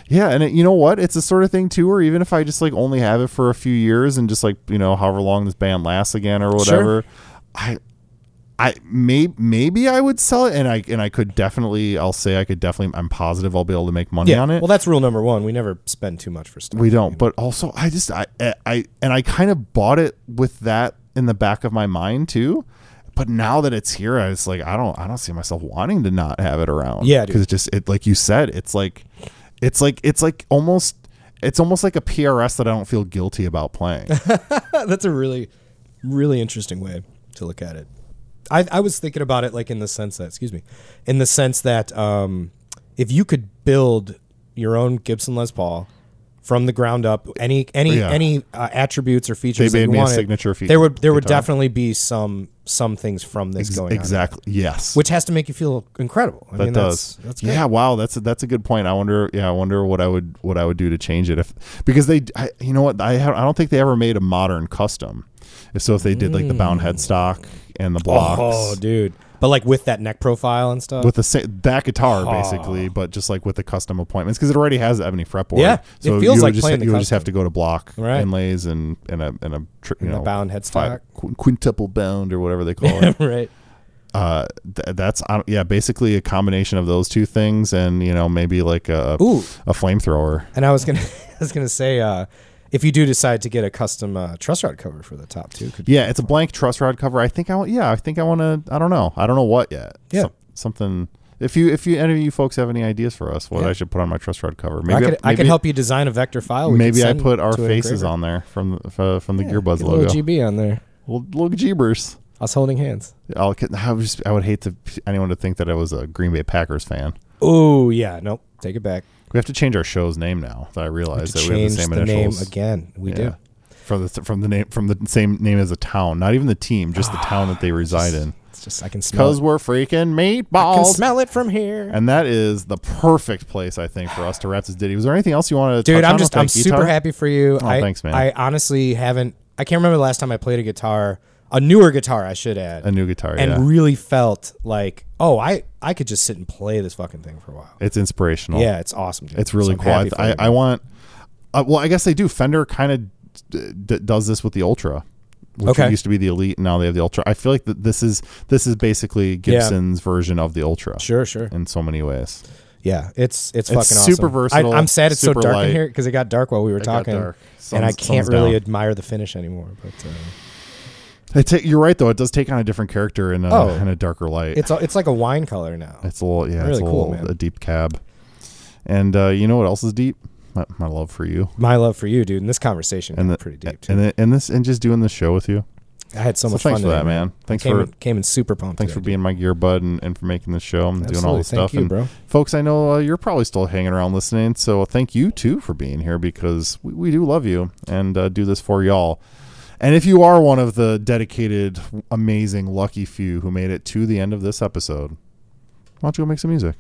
Speaker 2: Yeah, and it, you know what? It's the sort of thing too, where even if I just like only have it for a few years and just like you know however long this band lasts again or whatever, I. I may maybe I would sell it and I and I could definitely I'll say I could definitely I'm positive I'll be able to make money on it.
Speaker 1: Well, that's rule number one. We never spend too much for stuff.
Speaker 2: We don't, but also I just I I and I kind of bought it with that in the back of my mind too. But now that it's here, I was like, I don't I don't see myself wanting to not have it around.
Speaker 1: Yeah, dude.
Speaker 2: because just it like you said, it's like it's like it's like almost it's almost like a PRS that I don't feel guilty about playing.
Speaker 1: that's a really, really interesting way to look at it. I, I was thinking about it like in the sense that, excuse me, in the sense that um, if you could build your own Gibson Les Paul from the ground up. Any any
Speaker 2: Yeah.
Speaker 1: any uh, attributes or
Speaker 2: They
Speaker 1: features that
Speaker 2: made
Speaker 1: you
Speaker 2: me
Speaker 1: wanted,
Speaker 2: a signature feature.
Speaker 1: there would there would
Speaker 2: guitar.
Speaker 1: definitely be some some things from this going on,
Speaker 2: exactly. Yes.
Speaker 1: which has to make you feel incredible. I
Speaker 2: that
Speaker 1: mean,
Speaker 2: does.
Speaker 1: That's, that's good.
Speaker 2: yeah. Wow. That's a, that's a good point. I wonder. Yeah. I wonder what I would what I would do to change it if because they. I, you know what? I ha- I don't think they ever made a modern custom. If so, if they did like the bound headstock and the blocks
Speaker 1: Mm. Oh, dude! But like with that neck profile and stuff.
Speaker 2: with the sa- that guitar basically, but just like with the custom appointments because it already has the ebony fretboard.
Speaker 1: Yeah,
Speaker 2: So
Speaker 1: it feels
Speaker 2: you would
Speaker 1: like
Speaker 2: just,
Speaker 1: playing
Speaker 2: ha-
Speaker 1: the
Speaker 2: you would just
Speaker 1: custom.
Speaker 2: have to go to block
Speaker 1: Right.
Speaker 2: inlays and and a and a tr- you
Speaker 1: And a
Speaker 2: know
Speaker 1: bound
Speaker 2: fi-
Speaker 1: headstock.
Speaker 2: qu- quintuple bound or whatever they call it.
Speaker 1: right.
Speaker 2: uh, th- that's I don't- yeah, basically a combination of those two things, and you know maybe like a
Speaker 1: Ooh.
Speaker 2: a flamethrower.
Speaker 1: And I was gonna I was gonna say, uh, if you do decide to get a custom uh, truss rod cover for the top two, could
Speaker 2: Yeah, it's a blank truss rod cover. I think I want. Yeah, I think I want to. I don't know. I don't know what yet.
Speaker 1: Yeah.
Speaker 2: Some- something. If you if you any of you folks have any ideas for us, what
Speaker 1: Yeah.
Speaker 2: I should put on my truss rod cover,
Speaker 1: I
Speaker 2: maybe
Speaker 1: could I could
Speaker 2: maybe-
Speaker 1: help you design a vector file. We
Speaker 2: Maybe
Speaker 1: could
Speaker 2: I
Speaker 1: send
Speaker 2: put our
Speaker 1: to a
Speaker 2: faces
Speaker 1: engraver.
Speaker 2: on there from the- f- from the Gearbuzz
Speaker 1: Get a little
Speaker 2: logo.
Speaker 1: GB on there.
Speaker 2: Little, little jeebers.
Speaker 1: Us holding hands.
Speaker 2: I'll, I, would just, I would hate to anyone to think that I was a Green Bay Packers fan.
Speaker 1: Oh yeah, nope. Take it back.
Speaker 2: We have to change our show's name now. That I realize
Speaker 1: To
Speaker 2: that we have
Speaker 1: change
Speaker 2: the same
Speaker 1: the, name
Speaker 2: initials.
Speaker 1: again. We do.
Speaker 2: From the from the name from the same name as a town, not even the team, just the town that they reside in.
Speaker 1: It's just I can smell.
Speaker 2: Because
Speaker 1: It.
Speaker 2: we're freaking
Speaker 1: I can
Speaker 2: meatballs,
Speaker 1: smell it from here,
Speaker 2: and that is the perfect place I think for us to wrap this ditty. Was there anything else you wanted to?
Speaker 1: dude.
Speaker 2: touch
Speaker 1: I'm
Speaker 2: on
Speaker 1: just
Speaker 2: with
Speaker 1: I'm
Speaker 2: that
Speaker 1: super
Speaker 2: guitar?
Speaker 1: happy for you.
Speaker 2: Oh,
Speaker 1: I,
Speaker 2: thanks, man.
Speaker 1: I honestly haven't. I can't remember the last time I played a guitar, a newer guitar, I should add,
Speaker 2: A new guitar,
Speaker 1: and
Speaker 2: yeah.
Speaker 1: really felt like, oh, I I could just sit and play this fucking thing for a while.
Speaker 2: it's inspirational.
Speaker 1: Yeah, it's awesome. Dude.
Speaker 2: It's really
Speaker 1: So I'm
Speaker 2: cool. I,
Speaker 1: happy for
Speaker 2: I,
Speaker 1: you,
Speaker 2: I want. Uh, well, I guess they do. Fender kind of d- d- does this with the Ultra, which
Speaker 1: Okay.
Speaker 2: used to be the Elite, and now they have the Ultra. I feel like that this is this is basically Gibson's version of the Ultra
Speaker 1: Sure, sure.
Speaker 2: in so many ways.
Speaker 1: Yeah, it's it's,
Speaker 2: It's
Speaker 1: fucking
Speaker 2: super
Speaker 1: awesome.
Speaker 2: versatile,
Speaker 1: I, am sad it's so
Speaker 2: super
Speaker 1: dark
Speaker 2: light.
Speaker 1: in here because it got dark while we were
Speaker 2: got
Speaker 1: talking,
Speaker 2: dark.
Speaker 1: and I
Speaker 2: Sun's-
Speaker 1: can't
Speaker 2: sun's
Speaker 1: really
Speaker 2: down.
Speaker 1: admire the finish anymore. But uh,
Speaker 2: It ta- you're right though. It does take on a different character in a,
Speaker 1: Oh.
Speaker 2: in a darker light.
Speaker 1: it's a- it's like a wine color now.
Speaker 2: It's a little, yeah,
Speaker 1: Really
Speaker 2: it's a
Speaker 1: cool,
Speaker 2: little
Speaker 1: man.
Speaker 2: a deep cab. And uh, you know what else is deep? My, my love for you.
Speaker 1: My love for you, dude. And this conversation
Speaker 2: And
Speaker 1: got
Speaker 2: the-
Speaker 1: pretty deep. Too.
Speaker 2: And th- and this and just doing this show with you.
Speaker 1: I had so,
Speaker 2: So
Speaker 1: much
Speaker 2: thanks
Speaker 1: fun
Speaker 2: for
Speaker 1: today,
Speaker 2: that, man. Thanks
Speaker 1: came
Speaker 2: for
Speaker 1: in, came in super pumped.
Speaker 2: thanks for
Speaker 1: today.
Speaker 2: being my gear bud and, and for making this show and doing all
Speaker 1: Absolutely.
Speaker 2: this
Speaker 1: Thank
Speaker 2: stuff.
Speaker 1: you,
Speaker 2: and
Speaker 1: bro.
Speaker 2: folks, I know uh, you're probably still hanging around listening. So thank you too for being here because we, we do love you and uh, do this for y'all. And if you are one of the dedicated, amazing, lucky few who made it to the end of this episode, why don't you go make some music?